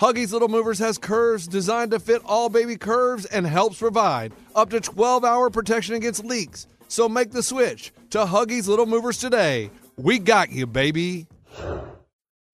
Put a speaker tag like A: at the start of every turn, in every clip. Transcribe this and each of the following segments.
A: Huggies Little Movers has curves designed to fit all baby curves and helps provide up to 12 hour protection against leaks. So make the switch to Huggies Little Movers today. We got you, baby.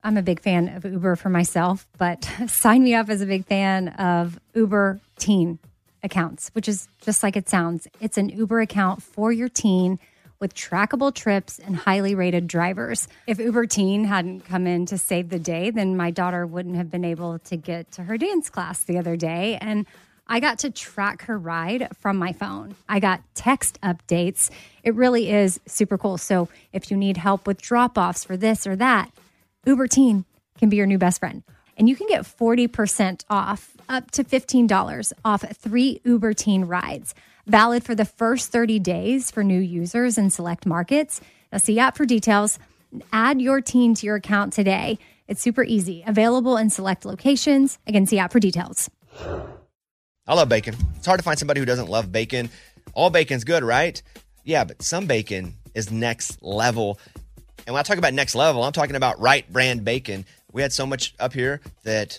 B: I'm a big fan of Uber for myself, but sign me up as a big fan of Uber Teen accounts, which is just like it sounds. It's an Uber account for your teen with trackable trips and highly rated drivers. If Uber Teen hadn't come in to save the day, then my daughter wouldn't have been able to get to her dance class the other day. And I got to track her ride from my phone. I got text updates. It really is super cool. So if you need help with drop offs for this or that, Uber Teen can be your new best friend. And you can get 40% off, up to $15 off three Uber Teen rides, valid for the first 30 days for new users in select markets. Now, see app for details. Add your teen to your account today. It's super easy, available in select locations. Again, see app for details.
C: I love bacon. It's hard to find somebody who doesn't love bacon. All bacon's good, right? Yeah, but some bacon is next level. And when I talk about next level, I'm talking about right brand bacon. We had so much up here that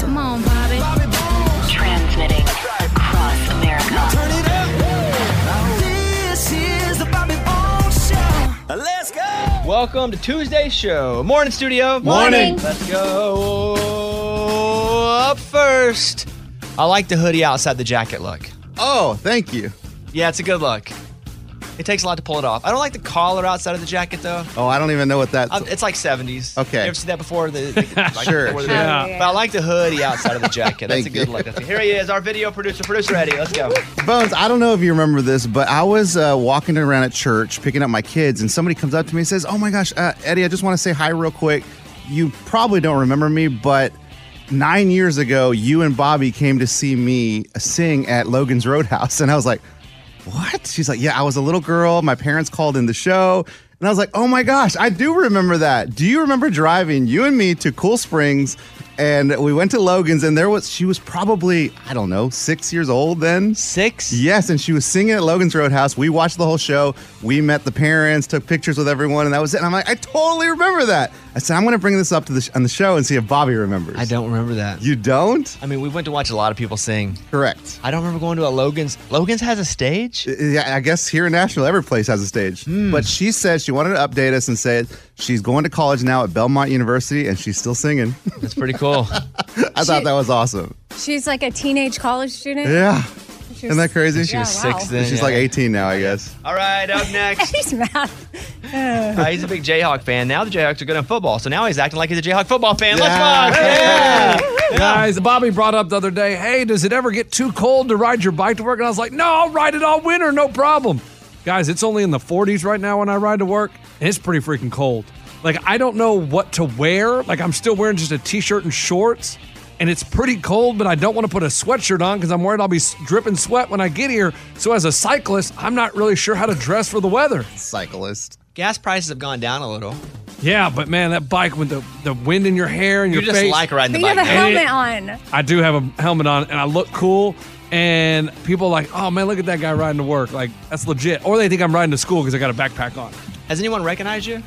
D: Come on, Bobby.
E: Transmitting across America.
F: Turn it up.
D: This is the Bobby Bones Show.
F: Let's go.
C: Welcome to Tuesday's show. Morning, studio.
B: Morning. Morning.
C: Let's go up first. I like the hoodie outside the jacket look.
G: Oh, thank you.
C: Yeah, it's a good look. It takes a lot to pull it off. I don't like the collar outside of the jacket though.
G: Oh, I don't even know what that's.
C: Um, It's like 70s.
G: Okay.
C: You ever seen that before? The, the- like
G: Sure,
C: before the-
G: sure.
B: Yeah.
C: But I like the hoodie outside of the jacket. That's
G: Thank
C: a good
G: you.
C: look. That's- Here he is, our video producer, producer Eddie. Let's go.
G: Bones, I don't know if you remember this, but I was uh, walking around at church picking up my kids, and somebody comes up to me and says, Oh my gosh, uh, Eddie, I just want to say hi real quick. You probably don't remember me, but nine years ago, you and Bobby came to see me sing at Logan's Roadhouse. And I was like, What? She's like, Yeah, I was a little girl. My parents called in the show. And I was like, Oh my gosh, I do remember that. Do you remember driving you and me to Cool Springs? And we went to Logan's, and there was, she was probably, I don't know, six years old then.
C: Six.
G: Yes, and she was singing at Logan's Roadhouse. We watched the whole show. We met the parents, took pictures with everyone, and that was it. And I'm like, I totally remember that. I said, I'm going to bring this up to the sh- on the show and see if Bobby remembers.
C: I don't remember that.
G: You don't?
C: I mean, we went to watch a lot of people sing.
G: Correct.
C: I don't remember going to a Logan's. Logan's has a stage.
G: Uh,
C: Hmm.
G: Yeah, I guess here in Nashville, every place has a stage. But she said she wanted to update us and said she's going to college now at Belmont University and she's still singing.
C: That's pretty cool.
G: I thought that was awesome.
H: She's like a teenage college student.
G: Yeah.
H: She's-
G: Isn't that crazy? She
H: Yeah,
C: was six
H: wow.
C: then.
G: She's
C: yeah.
G: like 18 now, I guess.
C: All right, up next.
B: He's mad.
C: Uh, he's a big Jayhawk fan. Now the Jayhawks are good in football, so now he's acting like he's a Jayhawk football fan. Let's
G: Yeah.
C: go. Yeah.
A: Guys, Bobby brought up the other day, hey, does it ever get too cold to ride your bike to work? And I was like, no, I'll ride it all winter, no problem. Guys, it's only in the 40s right now when I ride to work, and it's pretty freaking cold. Like, I don't know what to wear. Like, I'm still wearing just a t shirt and shorts, and it's pretty cold, but I don't want to put a sweatshirt on because I'm worried I'll be s- dripping sweat when I get here. So, as a cyclist, I'm not really sure how to dress for the weather.
G: Cyclist.
C: Gas prices have gone down a little.
A: Yeah, but man, that bike with the, the wind in your hair and
C: You
A: your
C: just
A: face.
C: like riding the
B: You have
C: bike.
B: a
C: man.
B: helmet on.
A: I do have a helmet on and I look cool. And people are like, oh man, look at that guy riding to work. Like, that's legit. Or they think I'm riding to school because I got a backpack on.
C: Has anyone recognized you?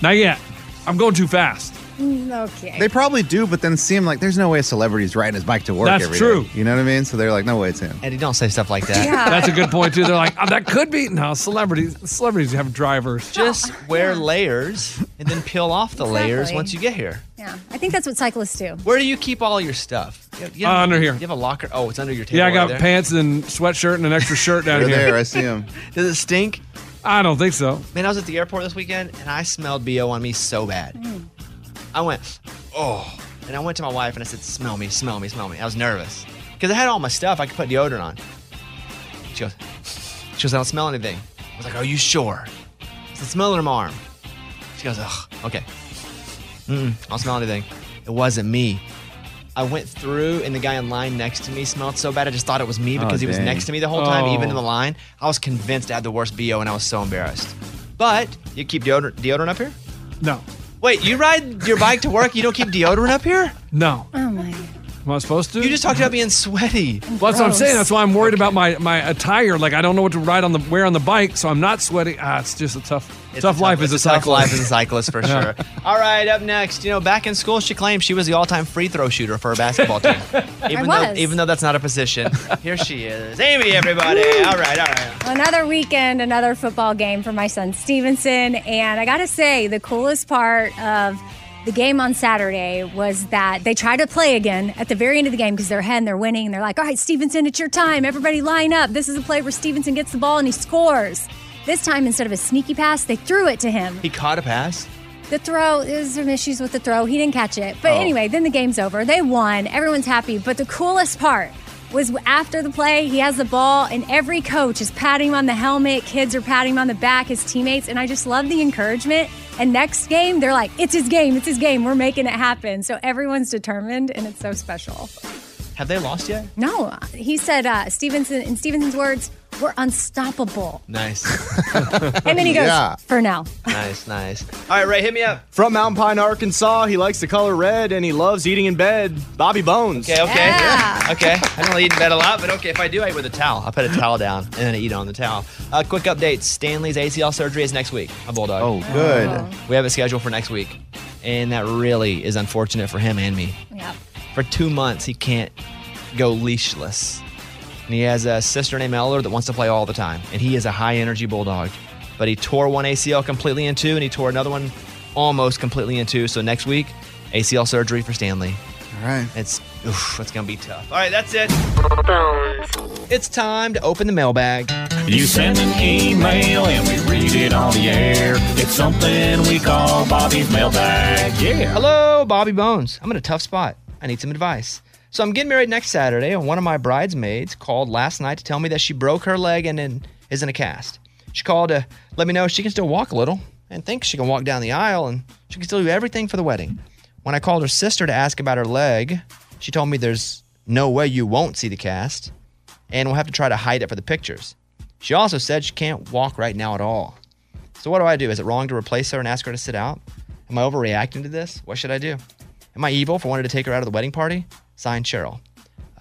A: Not yet. I'm going too fast.
B: Okay.
G: They probably do, but then seem like there's no way a celebrity's riding his bike to work.
A: That's
G: every day.
A: true.
G: You know what I mean? So they're like, no way, it's him.
C: Eddie, don't say stuff like that.
A: That's a good point, too. They're like, oh, that could be. No, celebrities celebrities have drivers.
C: Just wear layers and then peel off the layers
B: Exactly.
C: once you get here.
B: yeah. I think that's what cyclists do.
C: Where do you keep all your stuff? You have- you
A: Uh, under here.
C: You have a locker. Oh, it's under your table.
A: Yeah, I
C: right
A: got
C: there.
A: pants and sweatshirt and an extra shirt down
G: They're
A: here.
G: there. I see him.
C: Does it stink?
A: I don't think so.
C: Man, I was at the airport this weekend and I smelled BO on me so bad. I went, oh. And I went to my wife and I said, smell me, smell me, smell me. I was nervous because I had all my stuff. I could put deodorant on. She goes, she goes, I don't smell anything. I was like, are you sure? I said, smell it on my arm. She goes, ugh, okay. Mm-mm, I don't smell anything. It wasn't me. I went through and the guy in line next to me smelled so bad. I just thought it was me because he was
G: dang.
C: next to me the whole time,
A: Oh.
C: even in the line. I was convinced I had the worst BO and I was so embarrassed. But you keep deodorant, deodorant up here?
A: No.
C: Wait, you ride your bike to work? You don't keep deodorant up here?
A: No.
B: Oh my.
A: Am I supposed to?
C: You just talked about being sweaty.
A: Well, that's what I'm
B: Gross.
A: saying. That's why I'm worried about my, my attire. Like I don't know what to ride on the wear on the bike, so I'm not sweating. Ah, it's just a tough
C: It's
A: tough life as a
C: it's tough
A: cyclist.
C: life as a cyclist for sure. All right, up next, you know, back in school, she claimed she was the all-time free throw shooter for her basketball team, even though
B: was.
C: even though that's not a position. Here she is, Amy. Everybody, all right, all right.
B: Another weekend, another football game for my son Stevenson. And I got to say, the coolest part of the game on Saturday was that they tried to play again at the very end of the game because they're ahead and they're winning. And they're like, all right, Stevenson, it's your time. Everybody line up. This is a play where Stevenson gets the ball and he scores. This time, instead of a sneaky pass, they threw it to him.
C: He caught a pass.
B: The throw, there was some issues with the throw. He didn't catch it.
C: Oh.
B: But anyway, then the game's over. They won. Everyone's happy. But the coolest part was after the play, he has the ball, and every coach is patting him on the helmet. Kids are patting him on the back, his teammates. And I just love the encouragement. And next game, they're like, it's his game. It's his game. We're making it happen. So everyone's determined, and it's so special.
C: Have they lost yet?
B: No, he said, uh, Stevenson, in Stevenson's words, we're unstoppable.
C: Nice,
B: And then he goes,
G: Yeah.
B: for now.
C: nice, nice. All right, Ray, hit me up.
I: From Mountain Pine, Arkansas, he likes the color red and he loves eating in bed. Bobby Bones.
C: Okay, okay,
B: Yeah.
C: okay. I don't eat in bed a lot, but okay. If I do, I eat with a towel. I put a towel down and then I eat on the towel. Uh, quick updates: Stanley's ACL surgery is next week. A bulldog.
G: Oh, good.
C: We have it scheduled for next week, and that really is unfortunate for him and me.
B: Yeah.
C: for two months he can't go leashless. And he has a sister named Eller that wants to play all the time. And he is a high energy bulldog. But he tore one ACL completely in two and he tore another one almost completely in two. So next week, ACL surgery for Stanley.
G: All right.
C: It's oof, it's gonna be tough. All right, that's it.
E: Bones.
C: It's time to open the mailbag.
J: You send an email and we read it on the air. It's something we call Bobby's mailbag. Yeah.
C: Hello, Bobby Bones. I'm in a tough spot. I need some advice. So I'm getting married next Saturday, and one of my bridesmaids called last night to tell me that she broke her leg and in, is in a cast. She called to let me know she can still walk a little and thinks she can walk down the aisle and she can still do everything for the wedding. When I called her sister to ask about her leg, she told me there's no way you won't see the cast and we'll have to try to hide it for the pictures. She also said she can't walk right now at all. So what do I do? Is it wrong to replace her and ask her to sit out? Am I overreacting to this? What should I do? Am I evil for wanting to take her out of the wedding party? Signed Cheryl.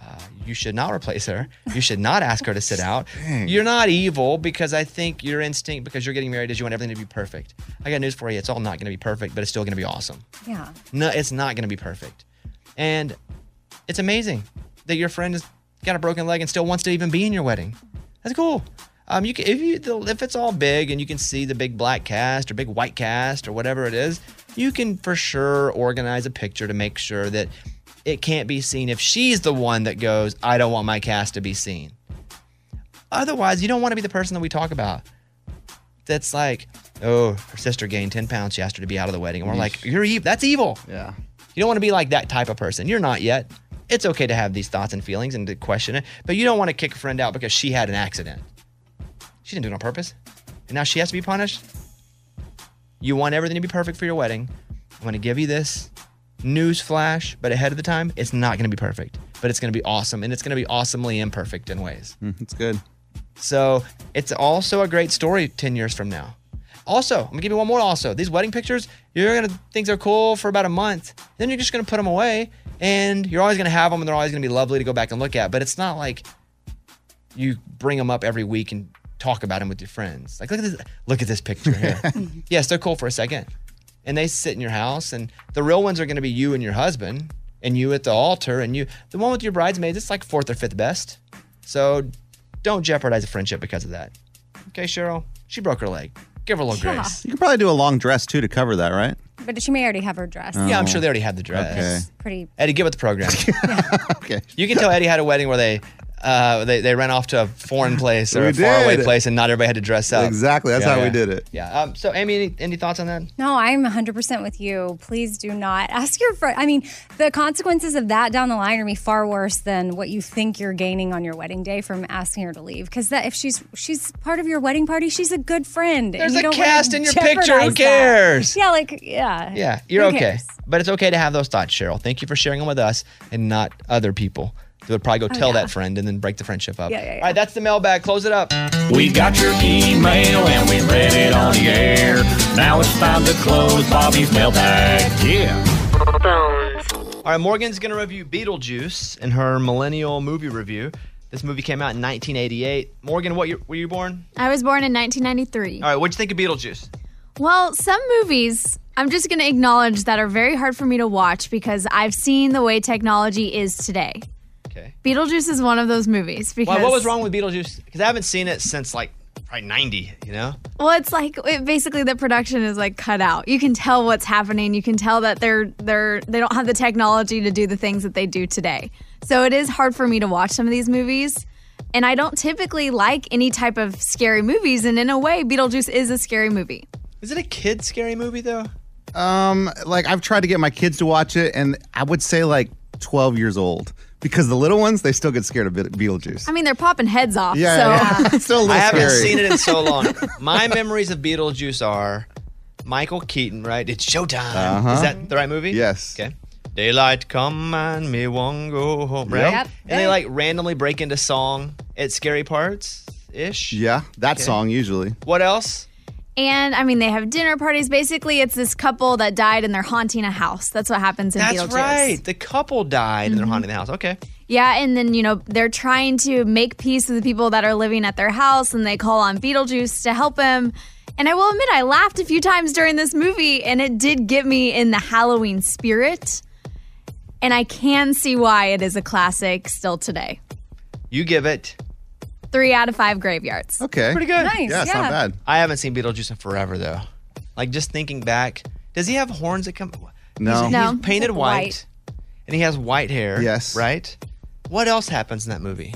C: Uh, you should not replace her. You should not ask her to sit out. You're not evil because I think your instinct, because you're getting married, is you want everything to be perfect. I got news for you. It's all not going to be perfect, but it's still going to be awesome.
B: Yeah.
C: No, it's not going to be perfect. And it's amazing that your friend has got a broken leg and still wants to even be in your wedding. That's cool. Um, you can, if you the- if it's all big and you can see the big black cast or big white cast or whatever it is, you can for sure organize a picture to make sure that it can't be seen if she's the one that goes, I don't want my cast to be seen. Otherwise, you don't want to be the person that we talk about. That's like, oh, her sister gained 10 pounds. She asked her to be out of the wedding. And we're like, you're evil. That's evil.
G: Yeah.
C: You don't want to be like that type of person. You're not yet. It's okay to have these thoughts and feelings and to question it, but you don't want to kick a friend out because she had an accident. She didn't do it on purpose. And now she has to be punished. You want everything to be perfect for your wedding. I'm going to give you this news flash, but ahead of the time, it's not going to be perfect, but it's going to be awesome. And it's going to be awesomely imperfect in ways.
G: It's Hmm, good.
C: So it's also a great story 10 years from now. Also, I'm gonna give you one more. Also, these wedding pictures, you're gonna think they're cool for about a month. Then you're just gonna put them away, and you're always gonna have them, and they're always gonna be lovely to go back and look at. But it's not like you bring them up every week and talk about them with your friends. Like, look at this, look at this picture here. yes, they're cool for a second, and they sit in your house. And the real ones are gonna be you and your husband, and you at the altar, and you. The one with your bridesmaids, it's like fourth or fifth best. So, don't jeopardize a friendship because of that. Okay, Cheryl, she broke her leg. Give her a little
B: Yeah.
C: grace.
G: You could probably do a long dress too to cover that, right? Oh.
B: But she may already have her dress.
C: Oh. Yeah, I'm sure they already had the dress.
G: Okay.
B: Pretty.
C: Eddie, get with the program. okay. You can tell Eddie had a wedding where they uh, they, they ran off to a foreign place or
G: We
C: a faraway
G: did.
C: place and not everybody had to dress up.
G: Exactly, that's how we did it.
C: Yeah. Um, so, Amy, any, any thoughts on that?
B: No, I'm 100% with you. Please do not ask your friend. I mean, the consequences of that down the line are gonna be far worse than what you think you're gaining on your wedding day from asking her to leave. Because that if she's she's part of your wedding party, she's a good friend. and
C: There's
B: you
C: a
B: don't wanna
C: cast in your picture.
B: jeopardize
C: Who
B: that.
C: cares?
B: Yeah, like yeah.
C: Yeah, you're
B: Who
C: okay.
B: cares?
C: But it's okay to have those thoughts, Cheryl. Thank you for sharing them with us and not other people. They would probably go
J: Oh,
C: tell
J: yeah.
C: that friend and then break the friendship up.
J: Yeah, yeah,
C: All right, that's the mailbag. Close it up.
J: We got your email and we read it on the air. Now it's time to close Bobby's mailbag. Yeah.
C: All right, Morgan's going to review Beetlejuice in her millennial movie review. This movie came out in 1988. Morgan, what year were you born?
K: I was born in 1993.
C: All right, what'd you think of Beetlejuice?
K: Well, some movies I'm just going to acknowledge that are very hard for me to watch because I've seen the way technology is today.
C: Okay.
K: Beetlejuice is one of those movies because
C: Why, what was wrong with Beetlejuice? Because I haven't seen it since like probably 90, you know?
K: Well, it's like it, basically the production is like cut out. You can tell what's happening. You can tell that they're they're they don't have the technology to do the things that they do today. So it is hard for me to watch some of these movies. And I don't typically like any type of scary movies, and in a way, Beetlejuice is a scary movie.
C: Is it a kid scary movie though?
G: Um, like I've tried to get my kids to watch it, and I would say like 12 years old because the little ones they still get scared of Be- Beetlejuice.
K: I mean, they're popping heads off.
G: Yeah,
K: so
G: yeah. It's still a little
C: I haven't
G: scary.
C: seen it in so long. My memories of Beetlejuice are Michael Keaton, right? It's showtime.
G: Uh-huh.
C: Is that the right movie? Yes. Okay. Daylight come and me won't go home, right?
G: Yep. Yep.
C: And they like randomly break into song at scary parts ish.
G: Yeah, that
C: Okay.
G: song usually.
C: What else?
K: And I mean, they have dinner parties. Basically, it's this couple that died and they're haunting a house. That's what happens in
C: That's
K: Beetlejuice. Mm-hmm.
C: right. The couple died and they're haunting the house. Okay.
K: Yeah, and then, you know, they're trying to make peace with the people that are living at their house and they call on Beetlejuice to help him. And I will admit, I laughed a few times during this movie and it did get me in the Halloween spirit. And I can see why it is a classic still today.
C: You give it.
K: Three out of five graveyards.
C: Pretty good. I haven't seen Beetlejuice in forever though. Like just thinking back, does he have horns that come?
G: No.
C: He's,
K: No.
C: he's painted
K: Like
C: white,
K: white.
C: and he has white hair.
G: Yes.
C: Right. What else happens in that movie?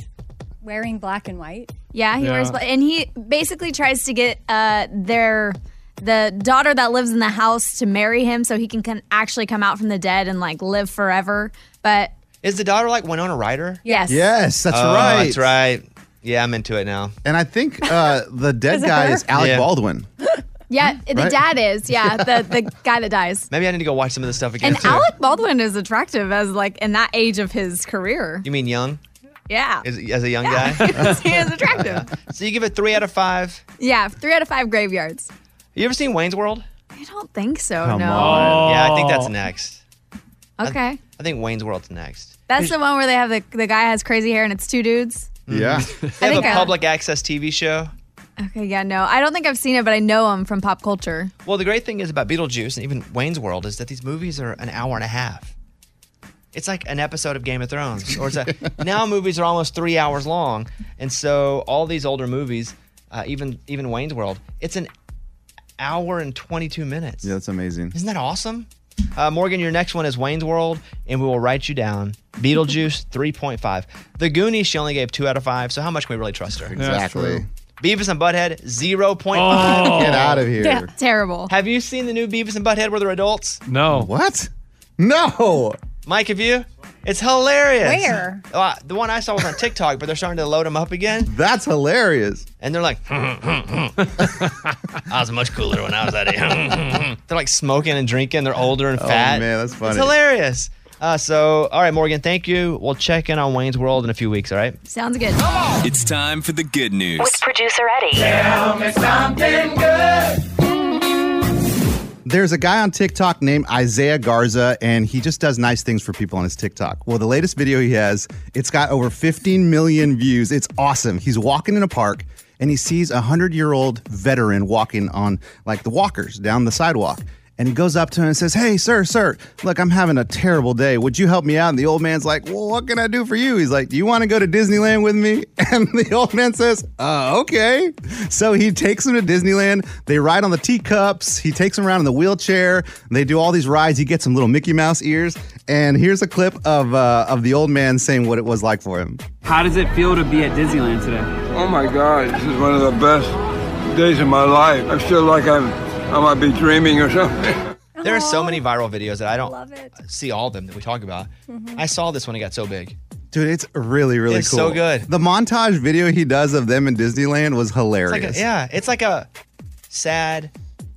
K: Wearing black and white. Yeah, he wears
C: Yeah.
K: black. And he basically tries to get uh, their. The daughter that lives in the house to marry him so he can, can actually come out from the dead and like live forever. But
C: Is the daughter like Winona Ryder?
K: Yes.
G: Yes, that's
C: Oh,
G: right.
C: That's right. Yeah, I'm into it now.
G: And I think uh, the dead
K: Is it
G: guy
K: her?
G: is Alec
C: Yeah.
G: Baldwin.
K: Yeah, the
C: Right?
K: dad is. Yeah, the the guy that dies.
C: Maybe I need to go watch some of this stuff again.
K: And
C: too.
K: Alec Baldwin is attractive as like in that age of his career.
C: You mean young?
K: Yeah.
C: As, as a young
K: Yeah.
C: guy?
K: he is attractive.
C: so you give it three out of five.
K: Yeah, three out of five graveyards.
C: You ever seen Wayne's World?
K: I don't think so. no.
C: Yeah, I think that's next.
K: Okay.
C: I think Wayne's World's next.
K: That's the one where they have the the guy has crazy hair and it's two dudes.
G: Yeah.
C: They have
K: think
C: a
K: I-
C: public access TV show.
K: Okay, yeah, no. I don't think I've seen it, but I know him from pop culture.
C: Well, the great thing is about Beetlejuice and even Wayne's World is that these movies are an hour and a half. It's like an episode of Game of Thrones, or it's a, now movies are almost three hours long, and so all these older movies, uh, even even Wayne's World, it's an hour and twenty two minutes.
G: Yeah, that's amazing.
C: Isn't that awesome? Uh, Morgan, your next one is Wayne's World, and we will write you down. Beetlejuice, 3.5. The Goonies, she only gave 2 out of 5, so how much can we really trust her?
G: Exactly.
C: Beavis and Butthead, 0.5.
G: Oh. Get out of here. Yeah,
K: terrible.
C: Have you seen the new Beavis and Butthead where they're adults?
G: No. What? No.
C: Mike, have you? It's hilarious.
G: Where?
C: Uh, the one I saw was on TikTok, but they're starting to load them up again.
G: That's hilarious.
C: And they're like, I was much cooler when I was that age. they're like smoking and drinking. They're older and
G: Oh,
C: fat.
G: man, that's funny.
C: It's hilarious. Uh, so, all right, Morgan, thank you. We'll check in on Wayne's World in a few weeks, all right?
K: Sounds good.
L: It's time for the good news.
E: With producer Eddie.
L: Tell me something
E: good.
G: there's a guy on TikTok named Isaiah Garza, and he just does nice things for people on his TikTok. Well, the latest video he has, it's got over 15 million views. It's awesome. He's walking in a park and he sees a 100 year old veteran walking on like the walkers down the sidewalk. And he goes up to him and says, Hey, sir, sir, look, I'm having a terrible day. Would you help me out? And the old man's like, Well, what can I do for you? He's like, Do you want to go to Disneyland with me? And the old man says, uh, Okay. So he takes him to Disneyland. They ride on the teacups. He takes him around in the wheelchair. They do all these rides. He gets some little Mickey Mouse ears. And here's a clip of, uh, of the old man saying what it was like for him.
L: How does it feel to be at Disneyland today?
M: Oh my God, this is one of the best days of my life. I feel like I'm, I might be dreaming or something.
C: There are so many viral videos that I don't see all of them that we talk about. I saw this when it got so big.
G: Dude, it's really, really
C: It's
G: cool.
C: so good.
G: The montage video he does of them in Disneyland was
C: It's
G: hilarious.
C: like a, yeah, it's like a sad,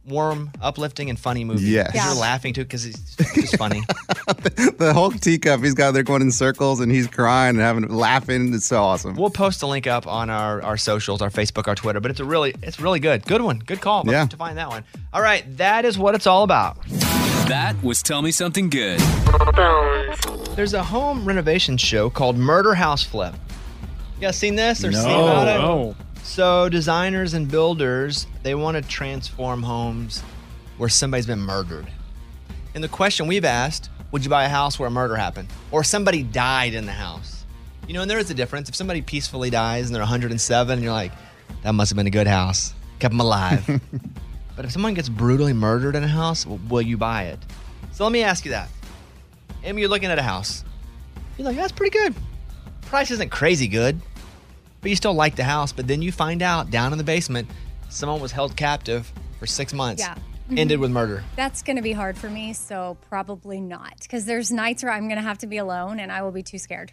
C: warm, uplifting, and funny movie.
G: Yes.
C: 'Cause
G: Yeah.
C: You're laughing too because it's just funny.
G: the whole teacup, he's got there going in circles and he's crying and having laughing. It's so awesome.
C: we'll post a link up on our, our socials, our Facebook, our Twitter, but it's a really it's really good. Good one. Good call
N: Yeah.
C: to find that one. All right, that is what it's all about.
N: That was Tell Me Something Good.
C: There's a home renovation show called Murder House Flip. You guys seen this or seen about it?
N: No.
C: So designers and builders, they want to transform homes where somebody's been murdered. And the question we've asked, would you buy a house where a murder happened or somebody died in the house? You know, and there is a difference. If somebody peacefully dies and they're 107 and you're like, that must have been a good house. Kept them alive. but if someone gets brutally murdered in a house, w- will you buy it? So let me ask you that. Em, you're looking at a house. You're like, that's pretty good. Price isn't crazy good, but you still like the house. But then you find out down in the basement, someone was held captive for six months.
B: Yeah.
C: Ended with murder.
B: That's going to be hard for me, so probably not. Because there's nights where I'm going to have to be alone, and I will be too scared.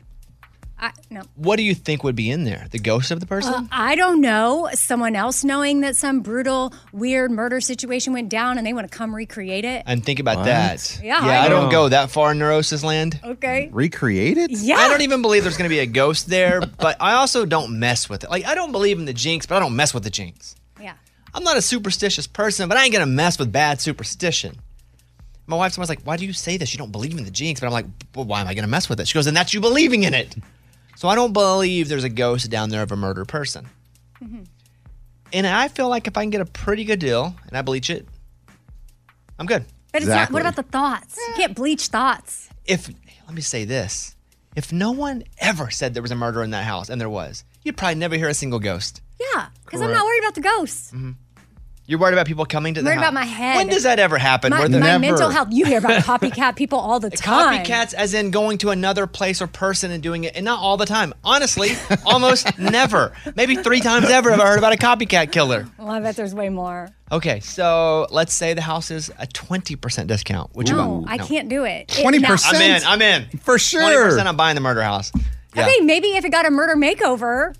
B: I no.
C: What do you think would be in there? The ghost of the person?
B: Uh, I don't know. Someone else knowing that some brutal, weird murder situation went down, and they want to come recreate it.
C: and think about
B: What?
C: that.
B: Yeah,
C: yeah.
B: I
C: I
B: know.
C: don't go that far in neurosis land.
B: Okay.
G: Recreate it?
B: Yeah.
C: I don't even believe there's going to be a ghost there, but I also don't mess with it. Like I don't believe in the jinx, but I don't mess with the jinx.
B: Yeah.
C: I'm not a superstitious person, but I ain't going to mess with bad superstition. My wife's always like, "Why do you say this? You don't believe in the jinx." But I'm like, well, "Why am I going to mess with it?" She goes, "And that's you believing in it." So I don't believe there's a ghost down there of a murdered person.
B: Mm-hmm.
C: And I feel like if I can get a pretty good deal and I bleach it, I'm good.
B: But it's not. What about the thoughts? You can't bleach thoughts.
C: if let me say this if no one ever said there was a murder in that house and there was you'd probably never hear a single ghost
B: Yeah, because I'm
C: Correct. Mm-hmm.
B: not worried about the ghosts.
C: you're worried about people coming to
B: I'm
C: the
B: worried
C: house
B: about my head.
C: when does that ever happen
B: My,
C: Where the-
B: my mental health. You hear about copycat people all the time.
C: copycats as in going to another place or person and doing it and not all the time honestly almost never maybe three times ever have i heard about a copycat killer
B: Well, I bet there's way more.
C: okay so let's say the house is a 20% discount would you
B: no,
C: buy
B: I can't do it. It-
C: i'm
B: now-
C: in i'm in for sure 20% i'm buying the murder house yeah.
B: I mean, maybe if it got a murder makeover.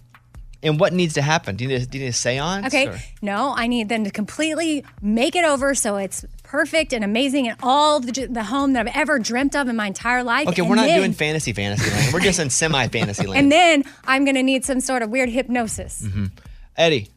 C: and what needs to happen do you need, do you need a seance
B: Okay.
C: or-
B: No, I need them to completely make it over so it's perfect and amazing and all the, j- the home that I've ever dreamt of in my entire life.
C: Okay,
B: and
C: we're not
B: then,
C: doing fantasy fantasy land. We're just in semi fantasy land.
B: And then I'm going to need some sort of weird hypnosis.
C: Mhm. Eddie,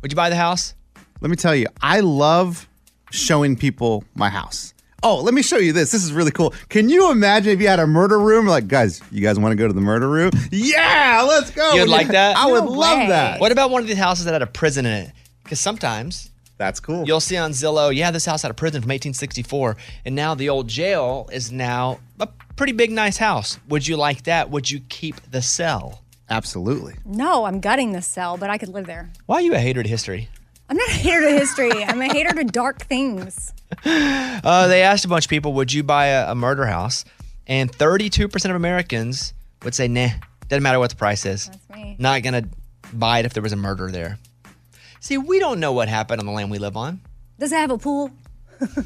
C: would you buy the house?
G: Let me tell you, I love showing people my house. Oh, let me show you this. This is really cool. Can you imagine if you had a murder room? Like, guys, you guys want to go to the murder room? Yeah, let's go.
C: You would like that?
G: I would love that.
C: What about one of these houses that had a prison in it? Because sometimes
G: that's cool.
C: You'll see on Zillow, yeah, this house had a prison from 1864, and now the old jail is now a pretty big, nice house. Would you like that? Would you keep the cell?
G: Absolutely.
B: No, I'm gutting this cell, but I could live there.
C: Why are you a hater to history?
B: I'm not a hater to history. I'm a hater to dark things.
C: Uh, they asked a bunch of people, would you buy a, a murder house? And 32% of Americans would say, nah, doesn't matter what the price is. Not going to buy it if there was a murder there. See, we don't know what happened on the land we live on.
B: Does it have a pool?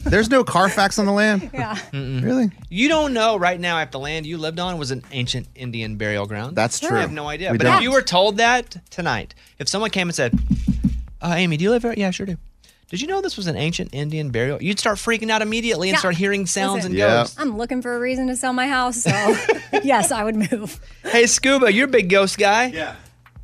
G: There's no Carfax on the land.
B: Yeah.
G: Really?
C: You don't know right now if the land you lived on was an ancient Indian burial ground.
G: That's
C: We
G: true.
C: have no idea.
G: We
C: but
G: don't.
C: if you were told that tonight, if someone came and said, uh, Amy, do you live here? Yeah, I sure do. Did you know this was an ancient Indian burial? You'd start freaking out immediately and
B: Yeah.
C: start hearing sounds
B: Listen,
C: and ghosts.
B: I'm looking for a reason to sell my house, so yes, I would move.
C: Hey, Scuba, you're a big ghost guy. Yeah.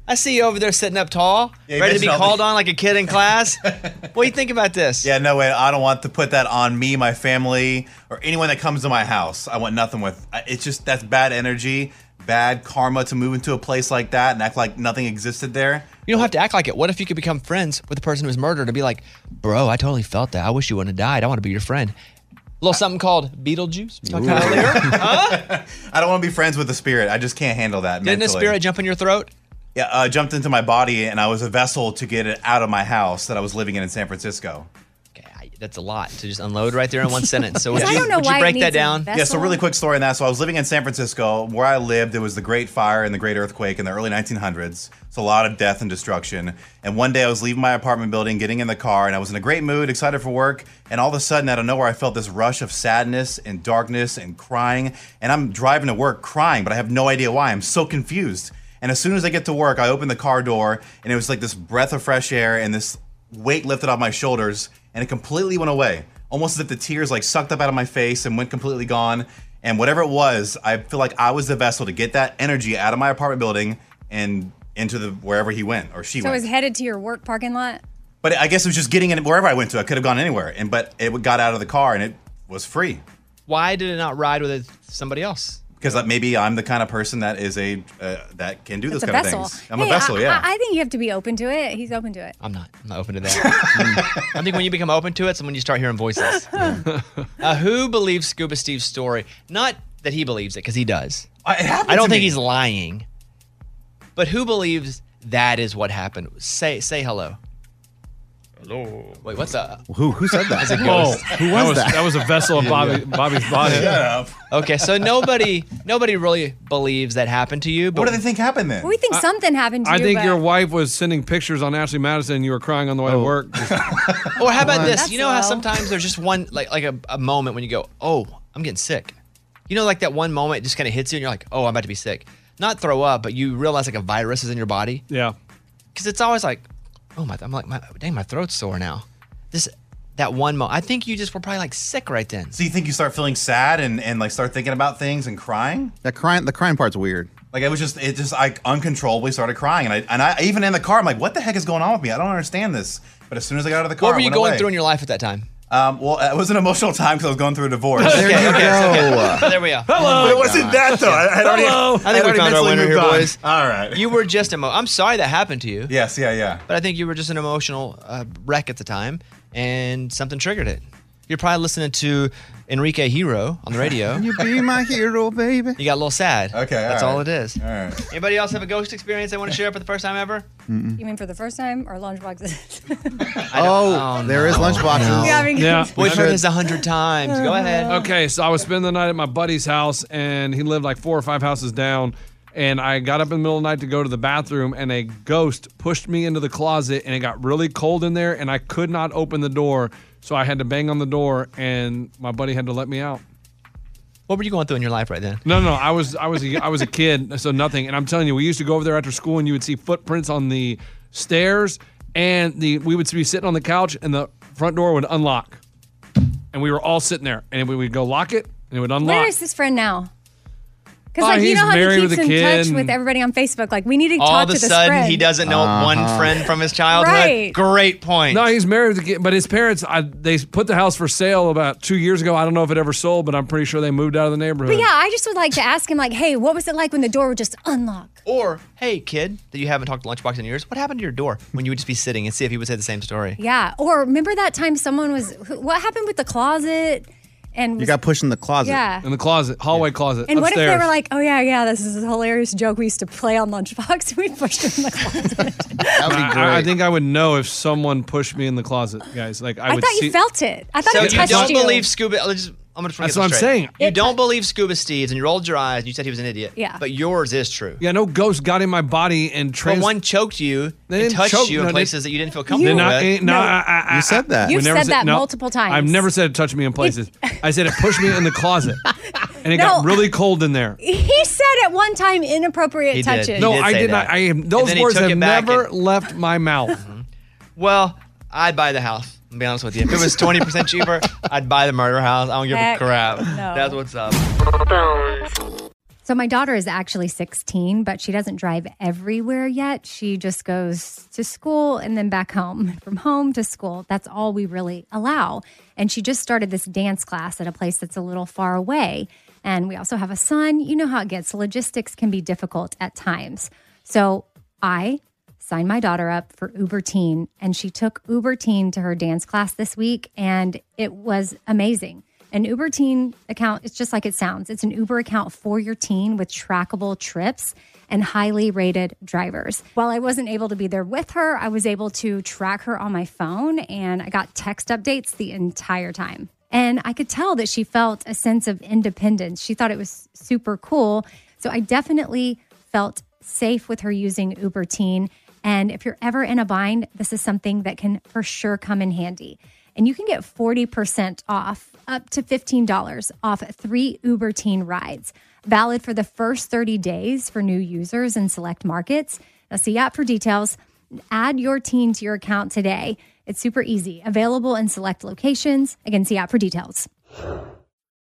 C: I see you over there sitting up tall,
O: Yeah, you
C: ready to be
O: mentioned all the-
C: called on like a kid in class. what do you think about this?
O: Yeah, no way. I don't want to put that on me, my family, or anyone that comes to my house. I want nothing with. I- It's just that's bad energy, bad karma to move into a place like that and act like nothing existed there.
C: You don't have to act like it. What if you could become friends with the person who was murdered and be like, bro, I totally felt that. I wish you wouldn't have died. I want to be your friend. A little something called Beetlejuice. we talked about earlier.
O: I don't want to be friends with the spirit. I just can't handle that.
C: Didn't a
O: mentally.
C: spirit jump in your throat?
O: Yeah, uh, jumped into my body, and I was a vessel to get it out of my house that I was living in in San Francisco.
C: That's a lot to just unload right there in one sentence. So
O: Yeah.
C: would you, would you break that down?
O: Yeah, so really quick story on that. So I was living in San Francisco. Where I lived, there was the Great Fire and the Great Earthquake in the early 1900s. So a lot of death and destruction. And one day I was leaving my apartment building, getting in the car, and I was in a great mood, excited for work. And all of a sudden, out of nowhere, I felt this rush of sadness and darkness and crying. And I'm driving to work crying, but I have no idea why. I'm so confused. And as soon as I get to work, I open the car door, and it was like this breath of fresh air and this weight lifted off my shoulders, and it completely went away. Almost as if the tears like sucked up out of my face and went completely gone. And whatever it was, I feel like I was the vessel to get that energy out of my apartment building and into the wherever he went or she
B: so it
O: went.
B: was headed to your work parking lot.
O: but I guess it was just getting in wherever I went to. I could have gone anywhere, and but it got out of the car and it was free
C: Why did it not ride with somebody else?
O: because uh, maybe I'm the kind of person that is a uh, that can do
B: It's
O: those
B: a
O: kind
B: vessel.
O: of things. I'm
B: Hey,
O: a vessel,
B: I,
O: yeah.
B: I, I think you have to be open to it. He's open to it.
C: I'm not. I'm not open to that. Mm. I think when you become open to it, it's when you start hearing voices. Uh, who believes Scuba Steve's story? Not that he believes it, because he does. I don't
O: to
C: think
O: me.
C: he's lying. But who believes that is what happened? Say say hello. Hello. Wait, what's up?
G: Who who said that?
C: That's a ghost.
D: Whoa, who That was was- that? that was a vessel of Bobby- Yeah. Bobby's body. Shut up.
C: Okay, so nobody nobody really believes that happened to you. But
O: what do they think happened then?
B: We think something happened to
P: I
B: you.
P: think
B: but
P: your wife was sending pictures on Ashley Madison. and You were crying on the
C: Oh.
P: way to work.
C: Or how about
P: What?
C: this?
P: That's
C: you know how
P: low.
C: sometimes there's just one like like a, a moment when you go, oh, I'm getting sick. You know, like that one moment it just kind of hits you, and you're like, oh, I'm about to be sick. Not throw up, but you realize like a virus is in your body.
P: Yeah.
C: Because it's always like, oh my, I'm like, my, dang, my throat's sore now. This that one moment. I think you just were probably like sick right then.
O: So you think you start feeling sad and, and like start thinking about things and crying?
G: That crying, the crying part's weird.
O: Like I was just it just I uncontrollably started crying and I and I even in the car I'm like what the heck is going on with me? I don't understand this. But as soon as I got out of the car,
C: what were
O: it
C: you
O: went
C: going
O: away.
C: through in your life at that time?
O: Um, well, it was an emotional time because I was going through a divorce.
C: There Okay, you okay, go. okay. So there we are. Oh Hello.
O: But it wasn't that though. I, I'd already,
C: Hello. I
O: I'd
C: think we
O: already
C: found our
O: mentally
C: winner
O: moved
C: here,
O: on.
C: boys.
O: All right.
C: You were just emo. I'm sorry that happened to you.
O: Yes. Yeah. Yeah.
C: But I think you were just an emotional uh, wreck at the time, and something triggered it. You're probably listening to Enrique Hero on the radio.
G: you be my hero, baby.
C: You got a little sad. Okay, that's
G: all
C: all
G: right.
C: it is. All
O: right.
C: Anybody else have a ghost experience they want to share for the first time ever?
B: You mean for the first time or lunchboxes?
G: Oh, there is lunch boxes.
B: Yeah, I mean- Yeah,
P: we
C: we've heard
P: should.
C: this a hundred times. Go ahead.
P: Okay, so I was spending the night at my buddy's house, and he lived like four or five houses down. And I got up in the middle of the night to go to the bathroom, and a ghost pushed me into the closet, and it got really cold in there, and I could not open the door, so I had to bang on the door, and my buddy had to let me out.
C: What were you going through in your life right then?
P: No, no, I was, I was, a, I was a kid, so nothing. And I'm telling you, we used to go over there after school, and you would see footprints on the stairs, and the we would be sitting on the couch, and the front door would unlock, and we were all sitting there, and we would go lock it, and it would unlock.
B: Where is this friend now? Because
P: Oh,
B: like you
P: he's
B: know how he
P: married
B: keeps
P: with a
B: in
P: kid
B: touch with
P: and-
B: everybody on Facebook. Like we need to
C: All
B: talk
C: of a
B: to this
C: sudden,
B: friend.
C: he doesn't know
G: Uh-huh.
C: one friend from his childhood.
B: Right.
C: Great point.
P: No, he's married, with a kid, but his parents I, they put the house for sale about two years ago. I don't know if it ever sold, but I'm pretty sure they moved out of the neighborhood.
B: But yeah, I just would like to ask him, like, hey, what was it like when the door would just unlock?
C: Or hey, kid, that you haven't talked to Lunchbox in years. What happened to your door when you would just be sitting and see if he would say the same story?
B: Yeah. Or remember that time someone was, who- what happened with the closet? And
G: You
B: was-
G: got pushed in the closet.
B: Yeah.
P: in the closet, hallway closet.
B: and what if they
P: upstairs.
B: were like, oh yeah, yeah, this is a hilarious joke we used to play on Lunchbox. we pushed him in the closet.
P: I- I, I think I would know if someone pushed me in the closet, guys. Like I,
B: I,
P: would
B: thought
P: see.
B: you felt it. I thought
C: so
B: it
C: you
B: touched
C: don't
B: you.
C: believe scuba? I'll just- I'm gonna just
P: That's
C: get
P: what
C: this
P: I'm
C: straight.
P: saying.
C: You don't believe scuba Steve's, and you rolled your eyes. and You said he was an idiot.
B: Yeah.
C: But yours is true.
P: yeah, no ghost got in my body and
C: But
P: trans.
C: one choked you.
P: They
C: They
P: didn't
C: touched
P: choke-
C: you
P: no,
C: in
P: they-
C: places that you didn't feel comfortable
P: Did not- eh,
C: with.
P: no, I- I- I-
G: You said that.
P: we
B: You've
P: never
B: said that multiple times.
P: I've never said it touched me in places. I said it pushed me in the closet, and it
B: No.
P: got really cold in there.
B: He said at one time inappropriate touches.
P: No, I did not. I am. Those
C: then he
P: words
C: took
P: have
C: it back
P: never left my mouth.
C: Well, I'd buy the house. I'll be honest with you. If it was 20% cheaper, I'd buy the murder house. I don't give
P: Heck
C: a crap.
P: no.
C: That's what's up.
B: So my daughter is actually 16, but she doesn't drive everywhere yet. She just goes to school and then back home. From home to school, that's all we really allow. And she just started this dance class at a place that's a little far away. And we also have a son. You know how it gets. Logistics can be difficult at times. So I signed my daughter up for Uber Teen, and she took Uber Teen to her dance class this week, and it was amazing. An Uber Teen account, it's just like it sounds. It's an Uber account for your teen with trackable trips and highly rated drivers. While I wasn't able to be there with her, I was able to track her on my phone and I got text updates the entire time. And I could tell that she felt a sense of independence. She thought it was super cool. So I definitely felt safe with her using Uber Teen. And if you're ever in a bind, this is something that can for sure come in handy. And you can get 40% off, up to $15 off three Uber Teen rides, valid for the first 30 days for new users in select markets. Now, see out for details. Add your teen to your account today. It's super easy, available in select locations. Again, see out for details.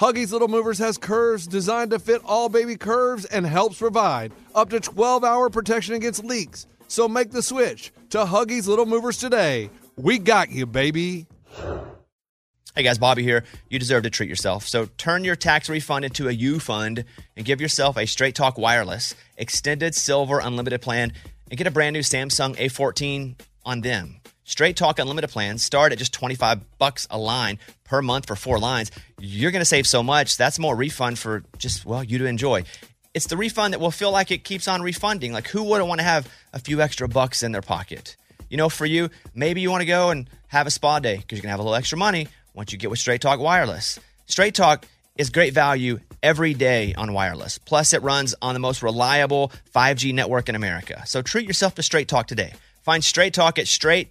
A: Huggies Little Movers has curves designed to fit all baby curves and helps provide up to 12 hour protection against leaks. So make the switch to Huggies Little Movers today. We got you, baby.
C: Hey guys, Bobby here. You deserve to treat yourself. So turn your tax refund into a U fund and give yourself a Straight Talk Wireless Extended Silver Unlimited plan and get a brand new Samsung A14 on them. Straight Talk Unlimited plans start at just 25 bucks a line per month for four lines. You're going to save so much. That's more refund for just, well, you to enjoy. It's the refund that will feel like it keeps on refunding. Like, who wouldn't want to have a few extra bucks in their pocket? You know, for you, maybe you want to go and have a spa day because you're going to have a little extra money once you get with Straight Talk Wireless. Straight Talk is great value every day on wireless. Plus, it runs on the most reliable 5G network in America. So treat yourself to Straight Talk today. Find Straight Talk at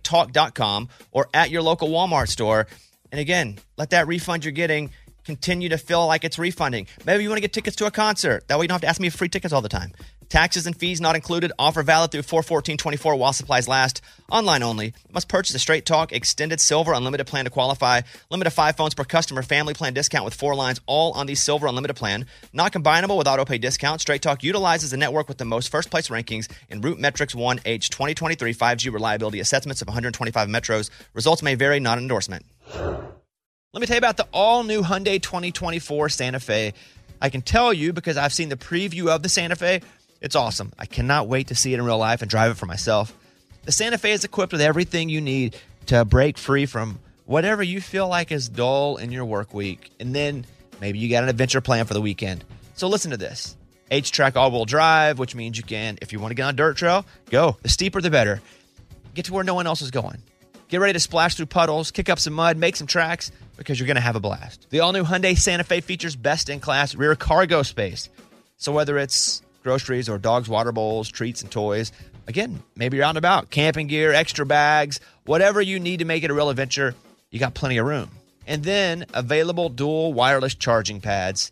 C: straighttalk.com or at your local Walmart store. And again, let that refund you're getting continue to feel like it's refunding. Maybe you want to get tickets to a concert. That way you don't have to ask me for free tickets all the time. Taxes and fees not included. Offer valid through 41424 while supplies last. Online only. Must purchase a Straight Talk Extended Silver Unlimited plan to qualify. Limit of five phones per customer. Family plan discount with four lines all on the Silver Unlimited plan. Not combinable with auto pay discount. Straight Talk utilizes the network with the most first place rankings in Root Metrics 1H 2023 5G reliability assessments of 125 metros. Results may vary, not an endorsement. Let me tell you about the all new Hyundai 2024 Santa Fe. I can tell you because I've seen the preview of the Santa Fe. It's awesome. I cannot wait to see it in real life and drive it for myself. The Santa Fe is equipped with everything you need to break free from whatever you feel like is dull in your work week. And then maybe you got an adventure plan for the weekend. So listen to this. H track all wheel drive, which means you can, if you want to get on a dirt trail, go. The steeper, the better. Get to where no one else is going. Get ready to splash through puddles, kick up some mud, make some tracks, because you're going to have a blast. The all new Hyundai Santa Fe features best in class rear cargo space. So whether it's groceries or dogs' water bowls, treats, and toys, again, maybe you're out and about, camping gear, extra bags, whatever you need to make it a real adventure, you got plenty of room. And then available dual wireless charging pads.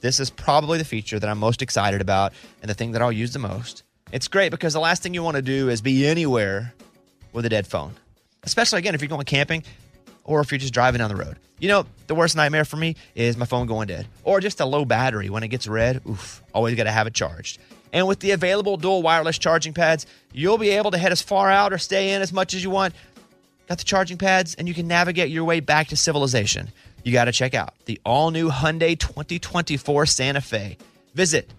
C: This is probably the feature that I'm most excited about and the thing that I'll use the most. It's great because the last thing you want to do is be anywhere with a dead phone especially again if you're going camping or if you're just driving down the road. You know, the worst nightmare for me is my phone going dead or just a low battery when it gets red. Oof, always got to have it charged. And with the available dual wireless charging pads, you'll be able to head as far out or stay in as much as you want. Got the charging pads and you can navigate your way back to civilization. You got to check out the all new Hyundai 2024 Santa Fe. Visit